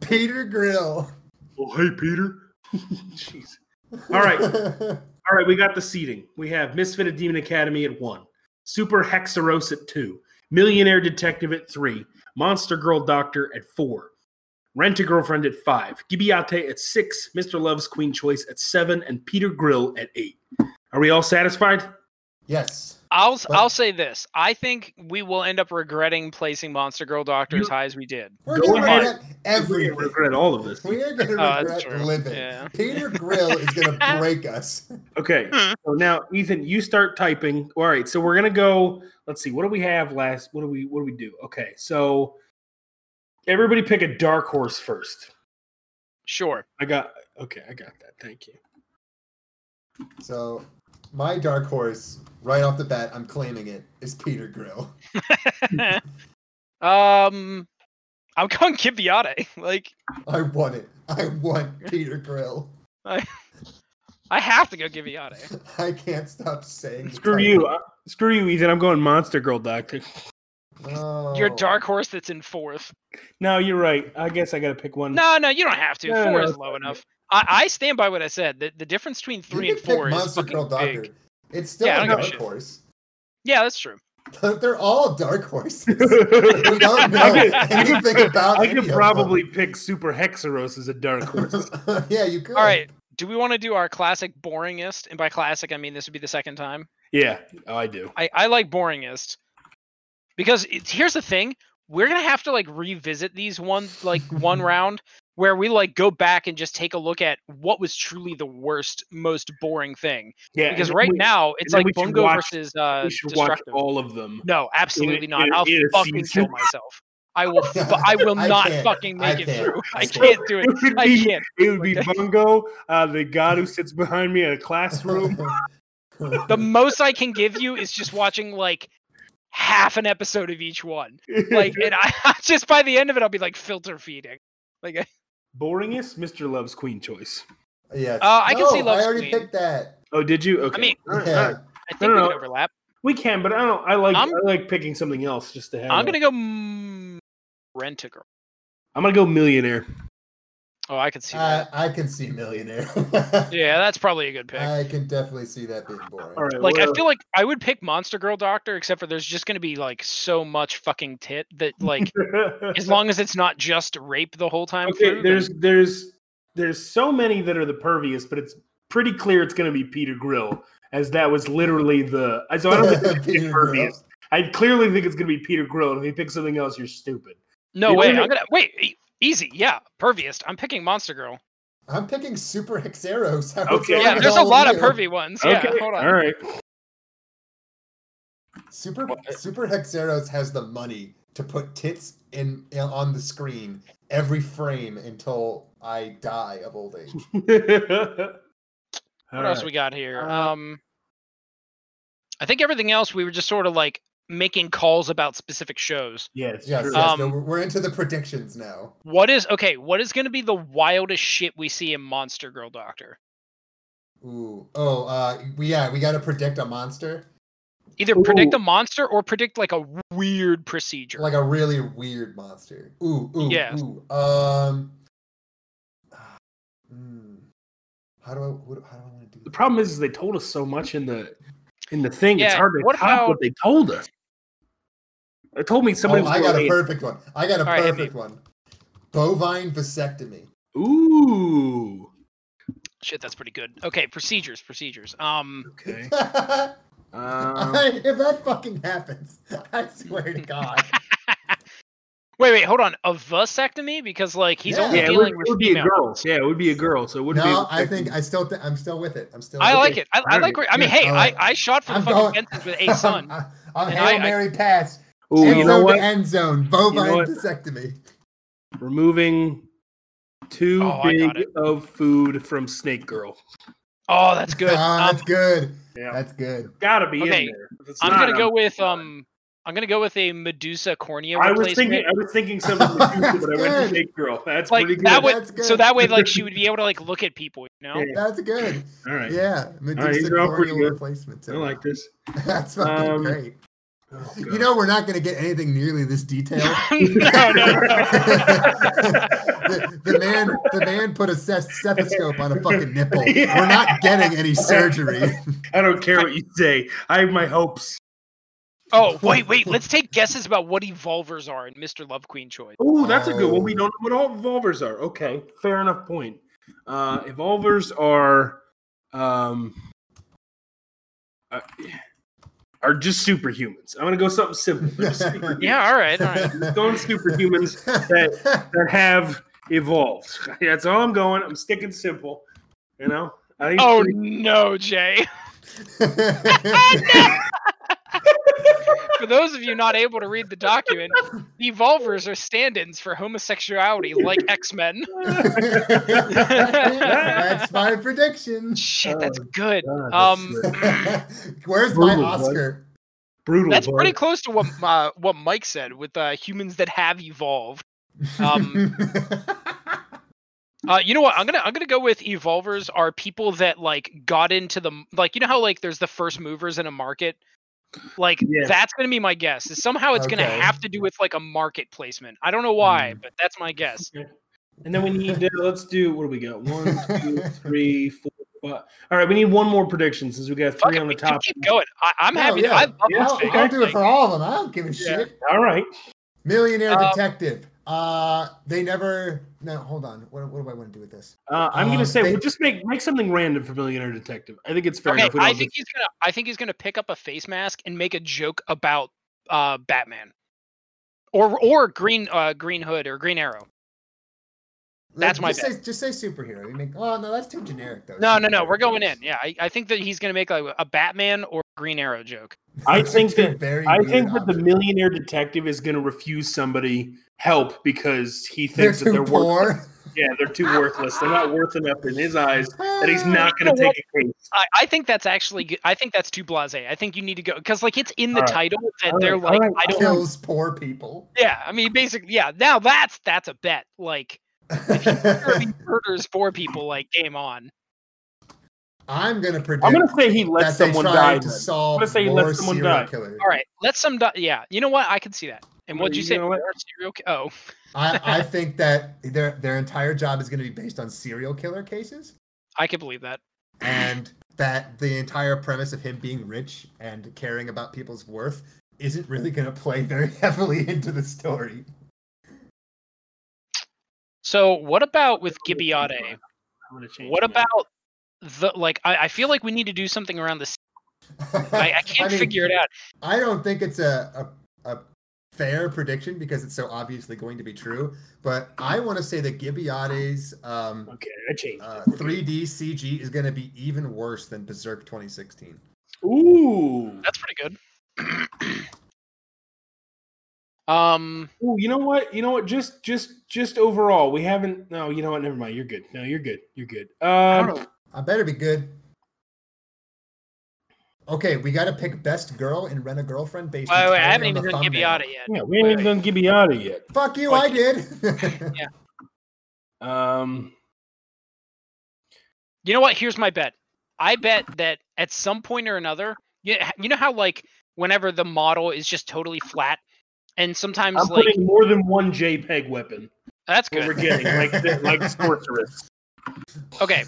S5: Peter Grill.
S4: Oh, hey, Peter. [laughs] Jeez.
S5: [laughs]
S4: All right. All right, we got the seating. We have Misfit of Demon Academy at one, Super Hexeros at two, Millionaire Detective at three, Monster Girl Doctor at four, Rent a Girlfriend at five, Gibiate at six, Mr. Love's Queen Choice at seven, and Peter Grill at eight. Are we all satisfied?
S5: yes.
S6: I'll s-
S5: But-
S6: I'll say this. I think we will end up regretting placing Monster Girl Doctor
S4: You-
S6: as high as we did.
S5: We're
S4: Go
S5: going to
S4: ahead.
S5: regret
S4: [laughs] We
S5: everything.
S4: regret all of this.
S5: We are going to
S6: [laughs] Oh, that's
S5: regret
S6: true.
S5: living.
S6: Yeah.
S5: Peter Grill is going
S6: [laughs]
S5: to break us.
S4: Okay. So now, Ethan, you start typing. All right. So we're gonna go. Let's see. What do we have last? What do we? What do we do? Okay. So everybody pick a dark horse first.
S6: Sure.
S5: [laughs]
S6: [laughs]
S4: I got. Okay. I got that. Thank you.
S5: So, my dark horse, right off the bat, I'm claiming it, is Peter Grill.
S6: um, I'm going Gibiate. [laughs] Like
S5: I want it. I want Peter Grill.
S6: I have to go Gibiate.
S5: I can't stop saying. the
S4: Screw
S5: title.
S4: you. uh, Screw you, Ethan. I'm going Monster Girl Doctor.
S6: Your
S5: No.
S6: dark horse that's in fourth.
S4: No, you're right. I guess I gotta pick
S5: Mm.
S4: one. [laughs]
S6: No, no, you don't have to.
S4: No, no,
S6: Four
S4: no,
S6: is
S4: it's
S6: low
S4: fine.
S6: enough. I, I stand by what I said. The, the difference between
S5: You
S6: three
S5: can
S6: and
S5: pick
S6: four is
S5: Monster
S6: fucking
S5: Girl Doctor.
S6: big.
S5: It's still
S6: Yeah, I
S5: a
S6: don't give a
S5: dark
S6: shit.
S5: horse.
S6: Yeah, that's true.
S5: They're all dark
S6: [laughs]
S5: horses. we don't know
S4: I could-
S5: anything about.
S4: I
S5: any of
S4: could
S5: them.
S4: probably pick Super Hexeros as a dark horse.
S5: [laughs] yeah, you could.
S6: All right. Do we want to do our classic boringest? And by classic, I mean this would be the second time.
S4: yeah, oh, I do.
S6: I, I like boringest because it's, here's the thing we're gonna have to like revisit these one like
S4: [laughs]
S6: one round where we like go back and just take a look at what was truly the worst most boring thing
S4: Yeah,
S6: because
S4: and
S6: right
S4: we-
S6: now it's
S4: then
S6: like
S4: we should
S6: bungo
S4: watch-
S6: versus uh
S4: we should watch
S6: destructive
S4: all of them.
S6: no absolutely not
S4: in-
S6: i'll
S4: in a
S6: fucking kill
S4: season.
S6: myself
S4: [laughs]
S6: i will fu- i will
S5: I
S6: not
S5: can't.
S6: fucking
S5: I
S6: make it
S5: can't.
S6: through
S5: I
S6: i
S5: can't.
S6: can't
S4: [laughs]
S6: do it
S4: It would
S6: i
S4: be-
S6: can't
S4: It would be
S6: Okay.
S4: Bungo, uh, the god who sits behind
S5: [laughs]
S4: me in a classroom.
S6: the most i can give you is just watching like half an episode of each one. [laughs] Like, and I [laughs] just by the end of it, I'll be like filter feeding. Like, I-
S4: [laughs] boringest Mr. Love's Queen choice.
S5: Yes.
S6: Uh, I can see
S5: No, I
S6: Love's
S5: already
S6: Queen.
S5: picked that.
S4: Oh, did you? Okay.
S6: mean-
S4: All right, all
S5: Yeah.
S4: right.
S6: I think
S4: No, no,
S6: we
S4: no.
S6: can overlap.
S4: we can, but I don't. I like i
S6: I'm-
S4: like picking something else just to have.
S6: I'm
S4: it.
S6: gonna go mm, rent a girl.
S4: I'm gonna go millionaire.
S6: Oh, I can see
S5: I,
S4: Uh,
S6: that.
S5: I can see Millionaire. [laughs]
S6: Yeah, that's probably a good pick.
S5: I can definitely see that being boring.
S4: All right.
S6: like I
S4: uh, well,
S6: feel like I would pick Monster Girl Doctor, except for there's just gonna be like so much fucking tit that
S4: [laughs]
S6: like as long as it's not just rape the whole time.
S4: okay.
S6: through,
S4: There's there's there's so many that are the pervious, but it's pretty clear it's gonna be Peter Grill, as that was literally the. I- So I don't
S5: [laughs]
S4: think it's
S5: Peter
S4: pervious. I clearly think it's gonna be Peter Grill, and if you pick something else, you're stupid.
S6: no
S4: the
S6: way.
S4: only-
S6: I'm gonna wait. e- Easy, yeah, perviest. I'm picking Monster Girl.
S5: I'm picking Super Hexeros. [laughs] How it's
S4: Okay.
S5: wrong
S6: Yeah,
S5: with
S6: there's a
S5: all
S6: lot of
S5: you.
S6: pervy ones. Yeah,
S4: okay.
S6: hold on.
S4: All right. [laughs]
S5: Super Super Hexeros has the money to put tits in on the screen every frame until I die of old
S4: [laughs]
S5: age.
S6: What else we got here?
S4: Uh,
S6: Um, I think everything else we were just sort of like making calls about specific shows.
S4: Yes.
S5: Yes,
S4: true.
S5: yes
S6: Um,
S5: no, we're, we're into the predictions now.
S6: What is okay? What is gonna be the wildest shit we see in Monster Girl Doctor?
S5: Ooh, oh, uh, we, yeah, we got to predict a monster,
S6: Either predict
S4: Ooh.
S6: a monster or predict like a weird procedure.
S5: like a really weird monster. Ooh, ooh,
S6: Yes.
S5: ooh. Um, [sighs] ah, mm, how do I? What, how do I want to do?
S4: the
S5: that?
S4: problem is, is they told us so much in the in the thing. it's
S6: Yeah,
S4: hard to
S6: what
S4: top what
S6: about-
S4: they told us. They told me somebody.
S5: Oh,
S4: was
S5: I got a
S4: going,
S5: perfect one. I got a
S6: All right, hit me.
S5: perfect one. Bovine vasectomy. [laughs]
S4: Ooh.
S6: Shit, that's pretty good. Okay, procedures, procedures. Um,
S4: Okay. Um,
S5: I- if that fucking happens, I swear to
S4: Uh,
S5: God.
S6: [laughs] wait, wait, hold on. A vasectomy because like he's
S5: Yeah.
S6: only
S4: yeah, it would,
S6: dealing
S4: it
S6: with
S4: would be a
S6: female
S4: girl.
S6: ones.
S4: Yeah, it [laughs] would be a girl. So it wouldn't
S5: no,
S4: be.
S5: I think I still, th- I'm still with it. I'm still.
S6: I
S5: with
S6: like
S5: it.
S6: it. I, I
S4: Alright,
S6: like. I mean,
S5: yeah,
S6: hey, I,
S5: alright.
S6: I shot for the
S5: I'm
S6: fucking
S5: going- [laughs]
S6: fences with
S4: [laughs]
S6: a son.
S5: I'm, I'm
S6: And
S5: hail
S6: I- I-
S5: mary pass.
S4: Ooh,
S5: end
S4: you
S5: zone
S4: know
S5: to
S4: what?
S5: End zone. Bovine
S4: what?
S5: vasectomy.
S4: Removing too
S6: Oh, I got
S4: big of food from Snake Girl.
S6: Oh, that's good.
S4: Uh,
S5: Ah,
S6: Um,
S5: that's good.
S4: Yeah.
S5: That's good.
S4: Gotta be
S6: Okay,
S4: in there. If it's
S6: I'm
S4: not,
S6: gonna go with um. I'm gonna go with a Medusa cornea
S4: I was
S6: replacement.
S4: thinking. I was thinking something, with Medusa, but I went to
S5: Good.
S4: Snake Girl. That's
S6: like
S4: pretty good.
S6: that
S5: That's
S6: would, so
S5: good.
S6: that way, like she would be able to like look at people, you know.
S4: Yeah.
S5: That's good.
S4: All right.
S5: Yeah, Medusa
S4: these are all pretty
S5: corneal
S4: good.
S5: replacement.
S4: I like this.
S5: [laughs] That's fucking
S4: Um,
S5: great.
S4: Oh,
S5: You
S4: God.
S5: know, we're not going to get anything nearly
S4: [laughs]
S5: this detailed.
S6: no, no.
S5: [laughs] the, the man, the man put a steth- stethoscope on a fucking nipple.
S4: [laughs]
S5: We're not getting any surgery.
S4: I don't care what you say. I have my hopes.
S6: [laughs] Oh wait, wait. Let's take guesses about what evolvers are in Mr. Love Queen Choice.
S4: Oh, that's a good one. We
S5: Oh.
S4: don't know what all evolvers are. Okay, fair enough point. Uh, evolvers are um, uh, are just superhumans. I'm gonna go something simple. They're just superhumans.
S6: Yeah, all right,
S4: [laughs]
S6: all right.
S4: going superhumans that have evolved. [laughs] That's all I'm going. I'm sticking simple. You know. I think it's
S6: Oh
S4: pretty-
S6: no, Jay. [laughs] For those of you not able to read the document, evolvers are stand-ins for homosexuality, like X-Men.
S5: [laughs]
S6: [laughs]
S5: That's my prediction. [laughs]
S6: Shit,
S4: Oh,
S6: uh, that's good.
S4: God, that's
S6: Um,
S4: good.
S5: Where's my
S4: Brutal, bud.
S5: Oscar?
S4: brutal.
S6: that's
S4: bud.
S6: pretty close to what uh, what Mike said with uh, humans that have evolved.
S5: [laughs]
S6: Um, Uh, you know what? I'm gonna I'm gonna go with evolvers are people that like got into the m- like you know how like there's the first movers in a market. Like
S4: Yeah.
S6: that's gonna be my guess. Is somehow it's gonna
S5: Okay. Mm.
S6: have to do with like a market placement. I don't know why, but that's my guess.
S4: And then we [laughs] need to, let's do what do we got? One,
S6: [laughs]
S4: two, three, four, five. All right, we need one more prediction since we got
S6: Fuck
S4: three
S6: it,
S4: on the
S6: we can
S4: top.
S6: Keep going. I, I'm
S5: No,
S6: happy.
S5: Oh, yeah,
S6: I love
S4: yeah,
S6: this
S5: I'll,
S6: thing.
S5: I'll do it
S6: Like,
S5: for all of them. I don't give a shit.
S4: All right.
S5: Millionaire
S6: Uh,
S5: Detective. Uh, they never. No, hold on. What, what do I want to do with this?
S4: Uh, I'm
S5: Um,
S4: gonna say
S5: they-
S4: we'll just make make something random for Millionaire Detective. I think it's fair
S6: Okay,
S4: enough. We don't
S6: I
S4: have to-
S6: think he's gonna I think he's gonna pick up a face mask and make a joke about uh Batman. Or or green uh green hood or green arrow. That's
S5: Like, just
S6: my
S5: say, just say superhero. You make. Oh no, that's too generic though.
S6: No, no, no.
S5: Superhero
S6: We're going in.
S5: jokes.
S6: Yeah, I, I think that he's going to make like a Batman or Green Arrow joke.
S4: I
S5: Those are
S4: think
S5: two
S4: that-
S5: very
S4: I
S5: weird
S4: think that the
S5: options.
S4: millionaire detective is going to refuse somebody help because he
S5: they're
S4: thinks
S5: too
S4: that they're worth.
S5: poor.
S4: [laughs] Yeah, they're too worthless. They're not worth enough in his eyes that
S5: Uh,
S4: he's not
S6: You know
S4: going to take a case.
S6: I, I think that's actually. good. I think that's too blasé. I think you need to go because like it's in the
S4: All right.
S6: title that
S4: All
S6: they're
S4: right, all
S6: like,
S4: right,
S5: [laughs]
S6: I don't.
S4: all right.
S5: kills poor people. [laughs]
S6: Yeah, I mean, basically, yeah. Now that's that's a bet. Like,
S5: [laughs]
S6: sure, he murders four people. Like, game on.
S5: I'm gonna predict
S4: I'm going to say he lets
S5: that they
S4: someone
S5: tried
S4: die.
S5: to
S4: then.
S5: solve
S4: Let's say he
S5: more
S4: lets someone
S5: serial
S4: die.
S5: killers.
S6: All right, let's some. Do- yeah, you know what? I can see that. And
S4: Well,
S6: what'd you,
S4: you
S6: say?
S4: know what?
S6: More serial ki- Oh,
S5: I, I think that their their entire job is going to be based on serial killer cases,
S6: I can believe that.
S5: and that the entire premise of him being rich and caring about people's worth isn't really going to play very [laughs] heavily into the story.
S6: So, what about with Gibiade?
S4: I'm gonna change
S6: What
S4: mine.
S6: about the like? I, I feel like we need to do something around this. I, I can't
S5: mean,
S6: figure it out.
S5: [laughs] I don't think it's a, a a fair prediction because it's so obviously going to be true. But I want to say that Gibbiades um,
S4: Okay, I changed.
S5: uh,
S4: it.
S5: 3D CG is going to be even worse than Berserk 2016.
S4: Ooh.
S6: That's pretty good. [clears throat] um,
S4: Ooh, you know what? You know what? Just, just, just overall, we haven't. No, you know what? Never mind. You're good. No, you're good. You're good.
S6: I
S4: Um,
S6: don't know.
S5: I better be good. Okay, we got to pick best girl and rent a girlfriend based.
S6: Wait, wait, I
S5: entirely
S6: haven't
S5: on
S6: even
S5: the
S6: done
S5: thumbnail.
S6: Gibiade yet.
S4: yeah, we haven't even done Gibbiata yet.
S5: Fuck you, I [laughs]
S6: Like-
S5: did.
S4: Um,
S6: You know what? Here's my bet. I bet that at some point or another, you, you know how like whenever the model is just totally flat, and sometimes
S4: I'm
S6: like
S4: putting more than one JPEG
S6: [laughs]
S4: weapon.
S6: that's
S4: What we're
S6: good.
S4: getting like the-
S5: [laughs]
S4: like sorceress.
S6: Okay,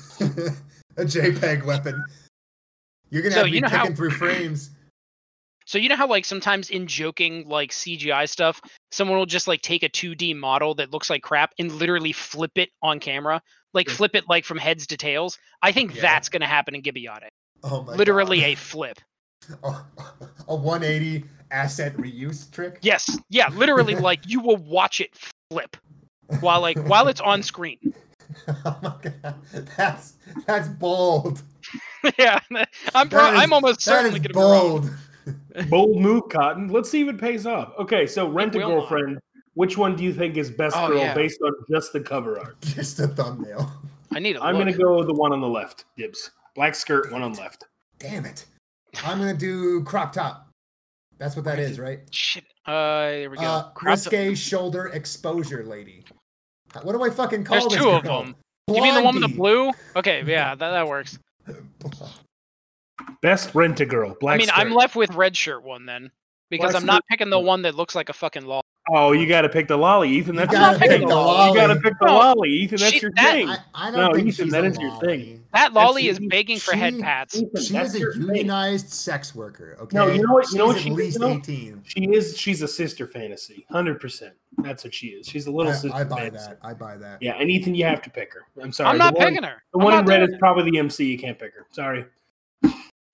S5: a JPEG weapon. You're gonna
S6: So
S5: have me
S6: you know how-
S5: picking through frames.
S6: so you know how like sometimes in joking like CGI stuff, someone will just like take a 2D model that looks like crap and literally flip it on camera, like
S5: Yeah.
S6: flip it like from heads to tails. I think
S5: Yeah.
S6: that's gonna happen in Gibiade.
S5: Oh my
S6: Literally
S5: God.
S6: a flip.
S5: [laughs] a a 180 asset reuse trick.
S6: Yes, yeah, literally like you will watch it flip while like while it's on screen.
S5: [laughs]
S6: [laughs]
S5: oh my god, that's that's bold.
S6: yeah, I'm pro-
S5: That is-
S6: I'm almost
S5: That
S6: certainly
S5: is
S6: gonna be wrong.
S5: bold. [laughs]
S4: Bold move, Cotton. Let's see if it pays off. Okay, so rent a
S6: will not.
S4: girlfriend. Which one do you think is best
S6: Oh,
S4: girl
S6: yeah.
S4: based on just the cover art?
S5: Just a thumbnail.
S6: I need a
S4: I'm gonna
S6: look.
S4: go the one on the left. Dibs. Black skirt, one on left.
S5: Damn it. I'm gonna do crop top. That's what that is, right?
S6: Shit. Uh, there we go.
S5: Uh,
S6: Crop top-
S5: risque shoulder exposure lady. H- What do I fucking call
S6: There's
S5: this?
S6: two of
S5: girl?
S6: them. You mean the one with the
S5: Blondie.
S6: blue? Okay, yeah, that, that works.
S5: [laughs]
S4: Best rent a girl. Black.
S6: I mean, I'm
S4: skirt.
S6: left with red shirt one then, because
S4: Black
S6: I'm not picking the one that looks like a fucking law.
S4: Oh, you got to pick the lolly, Ethan.
S5: You
S4: That's
S6: gotta
S4: your
S6: pick
S4: thing.
S6: the
S4: You got to
S5: lolly.
S4: pick the
S6: No,
S4: lolly, Ethan. That's
S6: she-
S4: your
S6: that-
S4: thing.
S5: I, I
S4: No,
S5: don't think
S4: Ethan,
S5: she's
S4: that
S5: a
S4: is your thing.
S6: That lolly is
S5: she-
S6: begging for head
S5: she-
S6: pats.
S4: Ethan,
S5: She
S4: that's
S5: is a
S4: your thing.
S5: unionized sex worker. Okay.
S4: No, you know what- you know what
S5: She's
S4: she
S5: at
S4: is,
S5: least
S4: though?
S5: 18.
S4: She is. She's a sister fantasy, hundred percent. That's what she is. She's a little sister
S5: I, I buy
S4: fantasy.
S5: that. I buy that.
S4: Yeah, and Ethan, you have to pick her. I'm sorry.
S6: I'm not
S4: the one,
S6: picking her.
S4: The
S6: I'm
S4: one in
S6: not
S4: red
S6: doing
S4: is
S6: it.
S4: probably the MC. You can't pick her. Sorry.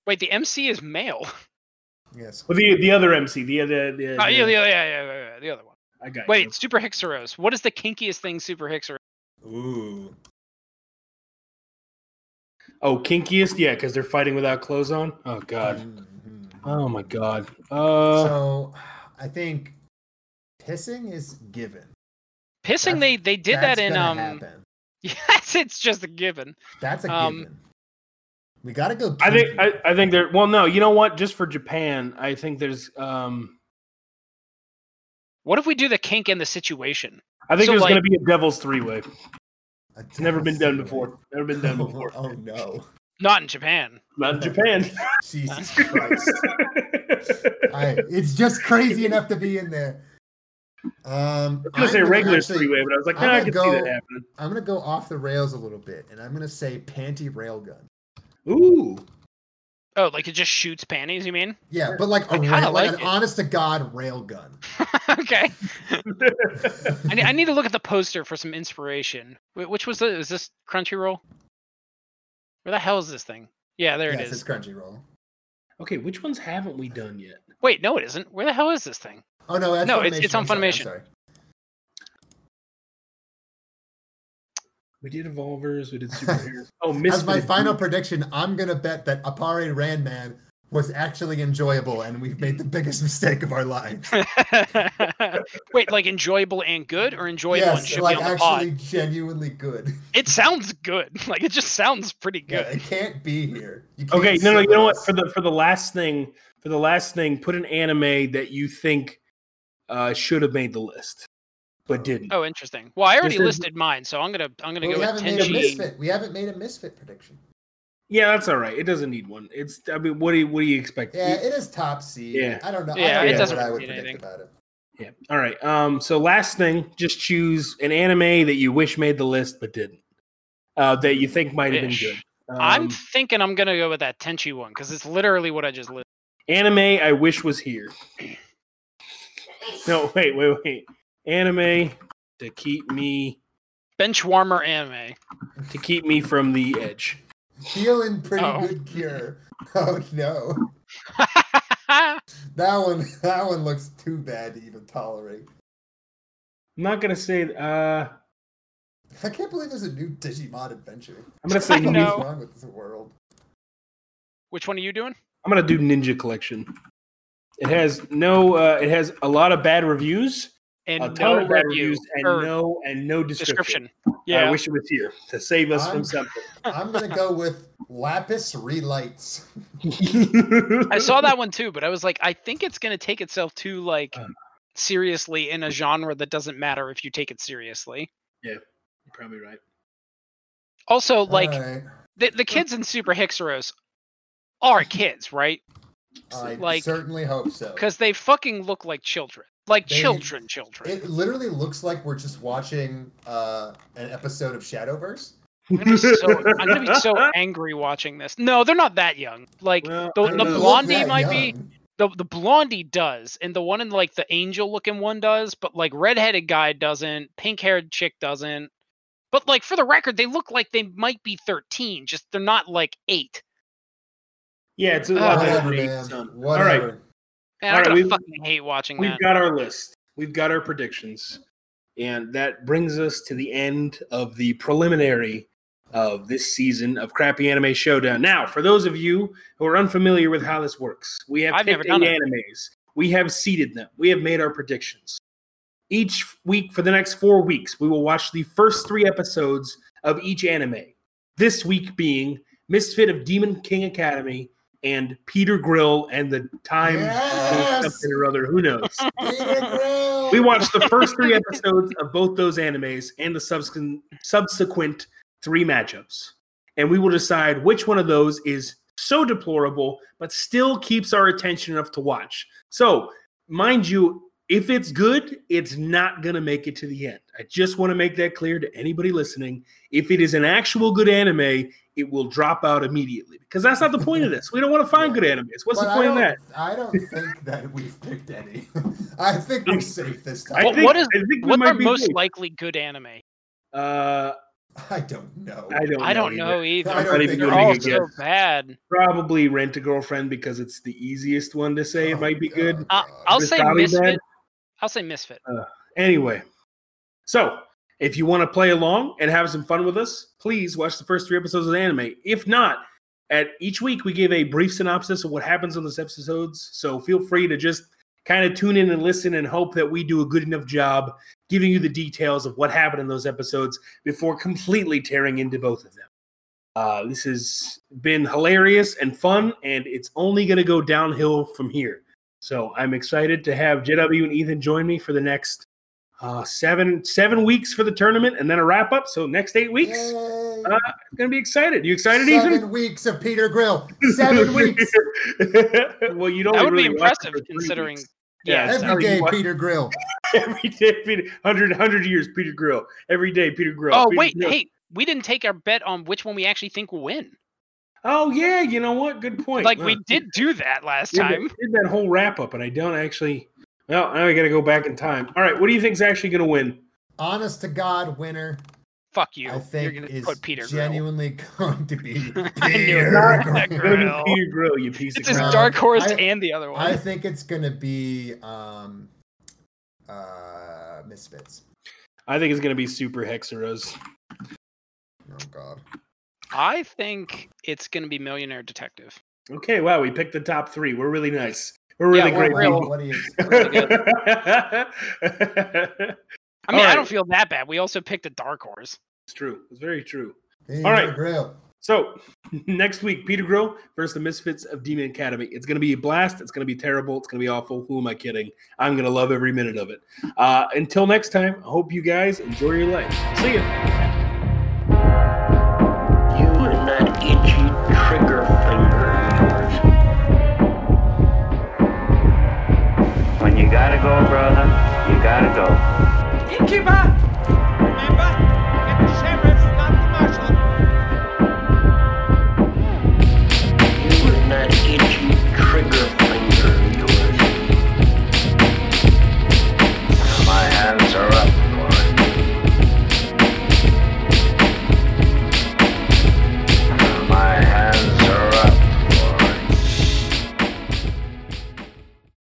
S6: Wait, the MC is male.
S5: Yes.
S4: Well, the the other MC, the other the,
S6: Oh, yeah,
S4: the-
S6: the, yeah, yeah, yeah, yeah, the other one.
S4: I got you.
S6: Wait, Super Hixeros. What is the kinkiest thing Super Hixeros?
S5: Ooh.
S4: Oh, kinkiest, yeah, because they're fighting without clothes on. Oh God.
S5: Mhm.
S4: Oh my God. Uh,
S5: so I think pissing is given. That's-
S6: Pissing. They they did
S5: That's
S6: that in
S5: gonna
S6: um.
S5: happen.
S6: [laughs] Yes, it's just a given.
S5: That's a
S6: um,
S5: given. We gotta go.
S4: I think I,
S5: kinky.
S4: I think there. Well, no, you know what? Just for Japan, I think there's um.
S6: What if we do the kink and the situation?
S4: I think
S6: So,
S4: there's
S6: like-
S4: going to be a devil's three way.
S5: A
S4: It's never been done
S5: devil's
S4: before.
S5: sibling.
S4: Never been done
S5: [laughs]
S4: before.
S5: Oh, no.
S6: Not in Japan.
S4: Not in Japan.
S5: [laughs] Jesus
S4: [laughs]
S5: Christ. I, it's just crazy enough to be in there. Um,
S4: I was gonna say regular
S5: actually-
S4: three way, but I was like,
S5: I'm
S4: nah, I
S5: gonna
S4: can see that
S5: go-
S4: happening.
S5: I'm gonna go off the rails a little bit, and I'm gonna say panty railgun.
S4: Ooh,
S6: Oh, like it just shoots panties. You mean? [laughs]
S5: Yeah, but like
S6: I
S5: a
S6: kinda
S5: rail, like, an
S6: like it.
S5: honest to god railgun.
S6: okay. I need, I need to look at the poster for some inspiration. Wait, which was the? Is this Crunchyroll? Where the hell is this thing? Yeah, there
S5: yes,
S6: it
S5: it's
S6: is.
S5: Crunchyroll.
S4: okay. Which ones haven't we done yet?
S6: Wait, no, it isn't. Where the hell is this thing? [laughs]
S5: Oh no, that's
S6: No, it's- it's
S5: Funimation.
S6: on
S5: I'm sorry, I'm
S6: Funimation.
S5: sorry.
S4: We did Evolvers. We did Superheroes. oh, Miss
S5: As my final prediction, I'm gonna bet that Apare Ranman was actually enjoyable, and we've made the biggest [laughs] mistake of our lives.
S6: Wait, like enjoyable and good, or [laughs] enjoyable and
S5: yes,
S6: should
S5: like
S6: be on the
S5: actually
S6: pod?
S5: genuinely good.
S6: It sounds good. [laughs] Like it just sounds pretty
S5: Yeah,
S6: good.
S5: it can't be here. You can't
S4: Okay, no, no,
S5: sit
S4: you know what?
S5: with us.
S4: For the for the last thing, for the last thing, put an anime that you think uh, should have made the list but didn't.
S6: Oh, interesting. Well, I already
S4: is-
S6: listed mine, so I'm gonna I'm gonna
S5: But we
S6: go with
S5: haven't made a
S6: Tenchi.
S5: misfit. We haven't made a misfit prediction.
S4: Yeah, that's all right. It doesn't need one. It's I mean, what do you what do you expect?
S5: Yeah, it is top seed.
S4: Yeah.
S5: I don't know.
S6: Yeah,
S5: I
S4: it
S5: don't know
S6: doesn't
S5: what I would
S6: mean
S5: predict
S6: anything.
S5: about it.
S4: Yeah. All right. Um. So last thing, just choose an anime that you wish made the list but didn't. Uh, that you think might have been
S6: Wish.
S4: good. Um,
S6: I'm thinking I'm gonna go with that Tenchi one because it's literally what I just listed.
S4: anime I wish was here. No, wait, wait, wait. Anime to keep me
S6: Bench warmer anime. [laughs]
S4: to keep me from the edge.
S5: Feeling pretty
S6: Oh.
S5: good cure. [laughs] Oh no, that one. That one looks too bad to even tolerate.
S4: I'm not gonna say. Uh,
S5: I can't believe there's a new Digimon adventure.
S4: I'm gonna say.
S6: [laughs] I
S5: What
S4: Ninja,
S5: is
S6: know.
S5: wrong with this world?
S6: Which one are you doing?
S4: I'm gonna do Ninja Collection. It has no. Uh, it has a lot of bad reviews.
S6: And
S4: a ton
S6: no
S4: of bad
S6: review
S4: reviews and
S6: or
S4: no and no description. Uh,
S6: description. Yeah.
S4: I wish it was here to save us
S5: I'm-
S4: from something.
S5: I'm gonna go with Lapis Relights.
S6: [laughs] I saw that one too, but I was like, I think it's gonna take itself too like
S4: Uh.
S6: seriously in a genre that doesn't matter if you take it seriously.
S4: You're probably right.
S6: Also, [laughs] like
S5: Alright.
S6: the, the kids in Super Hixeros are kids, right?
S5: I
S6: like-
S5: certainly hope so.
S6: Because they fucking look like children, like
S5: They-
S6: children, children.
S5: It literally looks like we're just watching uh, an episode of Shadowverse.
S6: I'm gonna, be so, I'm gonna be
S4: [laughs]
S6: so angry watching this. No, they're not that young. Like
S4: Well, I
S6: the,
S4: don't
S6: the
S4: know. Look
S6: blondie
S5: that
S6: might be
S5: young.
S6: the the blondie does, and the one in like the angel looking one does, but like redheaded guy doesn't, pink haired chick doesn't. But like for the record, they look like they might be 13, just they're not like eight.
S4: Yeah, it's a lot
S6: Uh,
S4: better
S5: Whatever,
S4: than me,
S5: Oh, man.
S4: son. All
S5: Whatever.
S4: right,
S6: And
S4: All
S6: I'm
S4: right,
S6: gonna
S4: we've-
S6: fucking hate watching
S4: we've
S6: that.
S4: got our list. We've got our predictions, and that brings us to the end of the preliminary of this season of Crappy Anime Showdown. Now, for those of you who are unfamiliar with how this works, we have
S6: I've
S4: picked
S6: never done
S4: eight
S6: it.
S4: animes. We have seeded them. We have made our predictions. Each week for the next four weeks, we will watch the first three episodes of each anime. This week being Misfit of Demon King Academy and Peter Grill and the Time
S5: Yes!
S4: something or other. Who knows?
S5: Peter Grill!
S4: We watched the first three episodes of both those animes and the subsequent subsequent three matchups, and we will decide which one of those is so deplorable but still keeps our attention enough to watch. So, mind you, if it's good, it's not gonna make it to the end. I just want to make that clear to anybody listening. If it is an actual good anime, it will drop out immediately because that's not the point of this. We don't want to find good animes. What's
S5: But
S4: the
S5: I
S4: point of
S5: don't-
S4: that?
S5: I don't think that we've picked any. [laughs] I think we're safe this
S4: I
S5: time.
S6: What-
S4: think-
S6: what is-
S4: I think we
S6: What's
S4: might
S6: our
S4: be
S6: most
S4: safe.
S6: likely good anime?
S4: Uh,
S5: I don't know.
S4: I don't.
S6: I don't
S4: either.
S6: know either.
S5: I
S4: not
S5: don't
S4: even
S5: think
S6: They're
S4: doing it
S6: all
S5: I
S4: again.
S6: so bad.
S4: Probably rent a girlfriend because it's the easiest one to say it
S5: Oh,
S4: might be
S5: God.
S4: good.
S6: Uh, I'll
S4: It's
S6: say
S4: gotta be
S6: Misfit.
S4: bad.
S6: I'll say Misfit.
S4: Anyway, so if you want to play along and have some fun with us, please watch the first three episodes of the anime. If not, at each week we give a brief synopsis of what happens on those episodes. So feel free to just kind of tune in and listen and hope that we do a good enough job giving you the details of what happened in those episodes before completely tearing into both of them. Uh, this has been hilarious and fun, and it's only going to go downhill from here. So I'm excited to have JW and Ethan join me for the next uh, seven seven weeks for the tournament, and then a wrap up. So next eight weeks, Uh,
S5: Yay.
S4: it's going to be excited. You excited, Ethan?
S5: Seven weeks of
S4: [laughs]
S5: Peter Grill.
S6: [laughs]
S5: Seven weeks.
S4: well, you don't.
S6: That would be
S4: Oh, really watch it
S6: impressive
S4: for three
S6: considering.
S4: weeks. [laughs]
S6: Yeah,
S4: Yes.
S5: Every
S4: Sorry,
S5: day,
S4: what?
S5: Peter Grill.
S4: every day, Peter, 100, 100 years, Peter Grill. Every day, Peter Grill.
S6: Oh
S4: Peter
S6: wait,
S4: Grill.
S6: hey, we didn't take our bet on which one we actually think will win.
S4: Oh yeah, you know what? Good point.
S6: like we
S4: Wow.
S6: did do that last
S4: Did that-
S6: time.
S4: Did that whole wrap up, and I don't actually. Well, now I got to go back in time. All right, what do you think's actually going to win?
S5: Honest to God, winner.
S6: Fuck you.
S5: I
S6: You're
S5: think
S6: gonna
S5: is
S6: put Peter. Grill.
S5: genuinely [laughs] going to
S6: [laughs]
S5: be
S6: was
S5: Peter
S4: [laughs]
S5: Grill.
S6: gonna um, go
S4: Gonna be
S6: Grill.
S4: Peter Grill, you piece
S6: It's
S4: of
S6: his
S5: Um,
S4: crap.
S6: dark horse
S5: I-
S6: and the other one.
S5: I think it's gonna be um, uh, Misfits.
S4: I think it's going to be Super Hexeros.
S5: Oh God.
S6: I think it's gonna be Millionaire Detective.
S4: Okay, wow, we picked the top three. We're really nice. We're really
S6: Yeah,
S4: great
S6: we're real-
S4: people.
S6: [laughs]
S5: What is?
S6: I mean, I
S4: Alright.
S6: don't feel that bad. We also picked a dark horse.
S4: [laughs] it's true. It's very true.
S5: All
S4: right.
S5: right, grill.
S4: So [laughs] next week, Peter Grill versus the Misfits of Demon Academy. It's going to be a blast. It's going to be terrible. It's going to be awful. Who am I kidding? I'm going to love every minute of it. Uh, until next time, I hope you guys enjoy your life. See ya.
S2: You and that itchy trigger finger of yours. When you gotta go, brother, you gotta go.
S7: Innkeeper! Remember?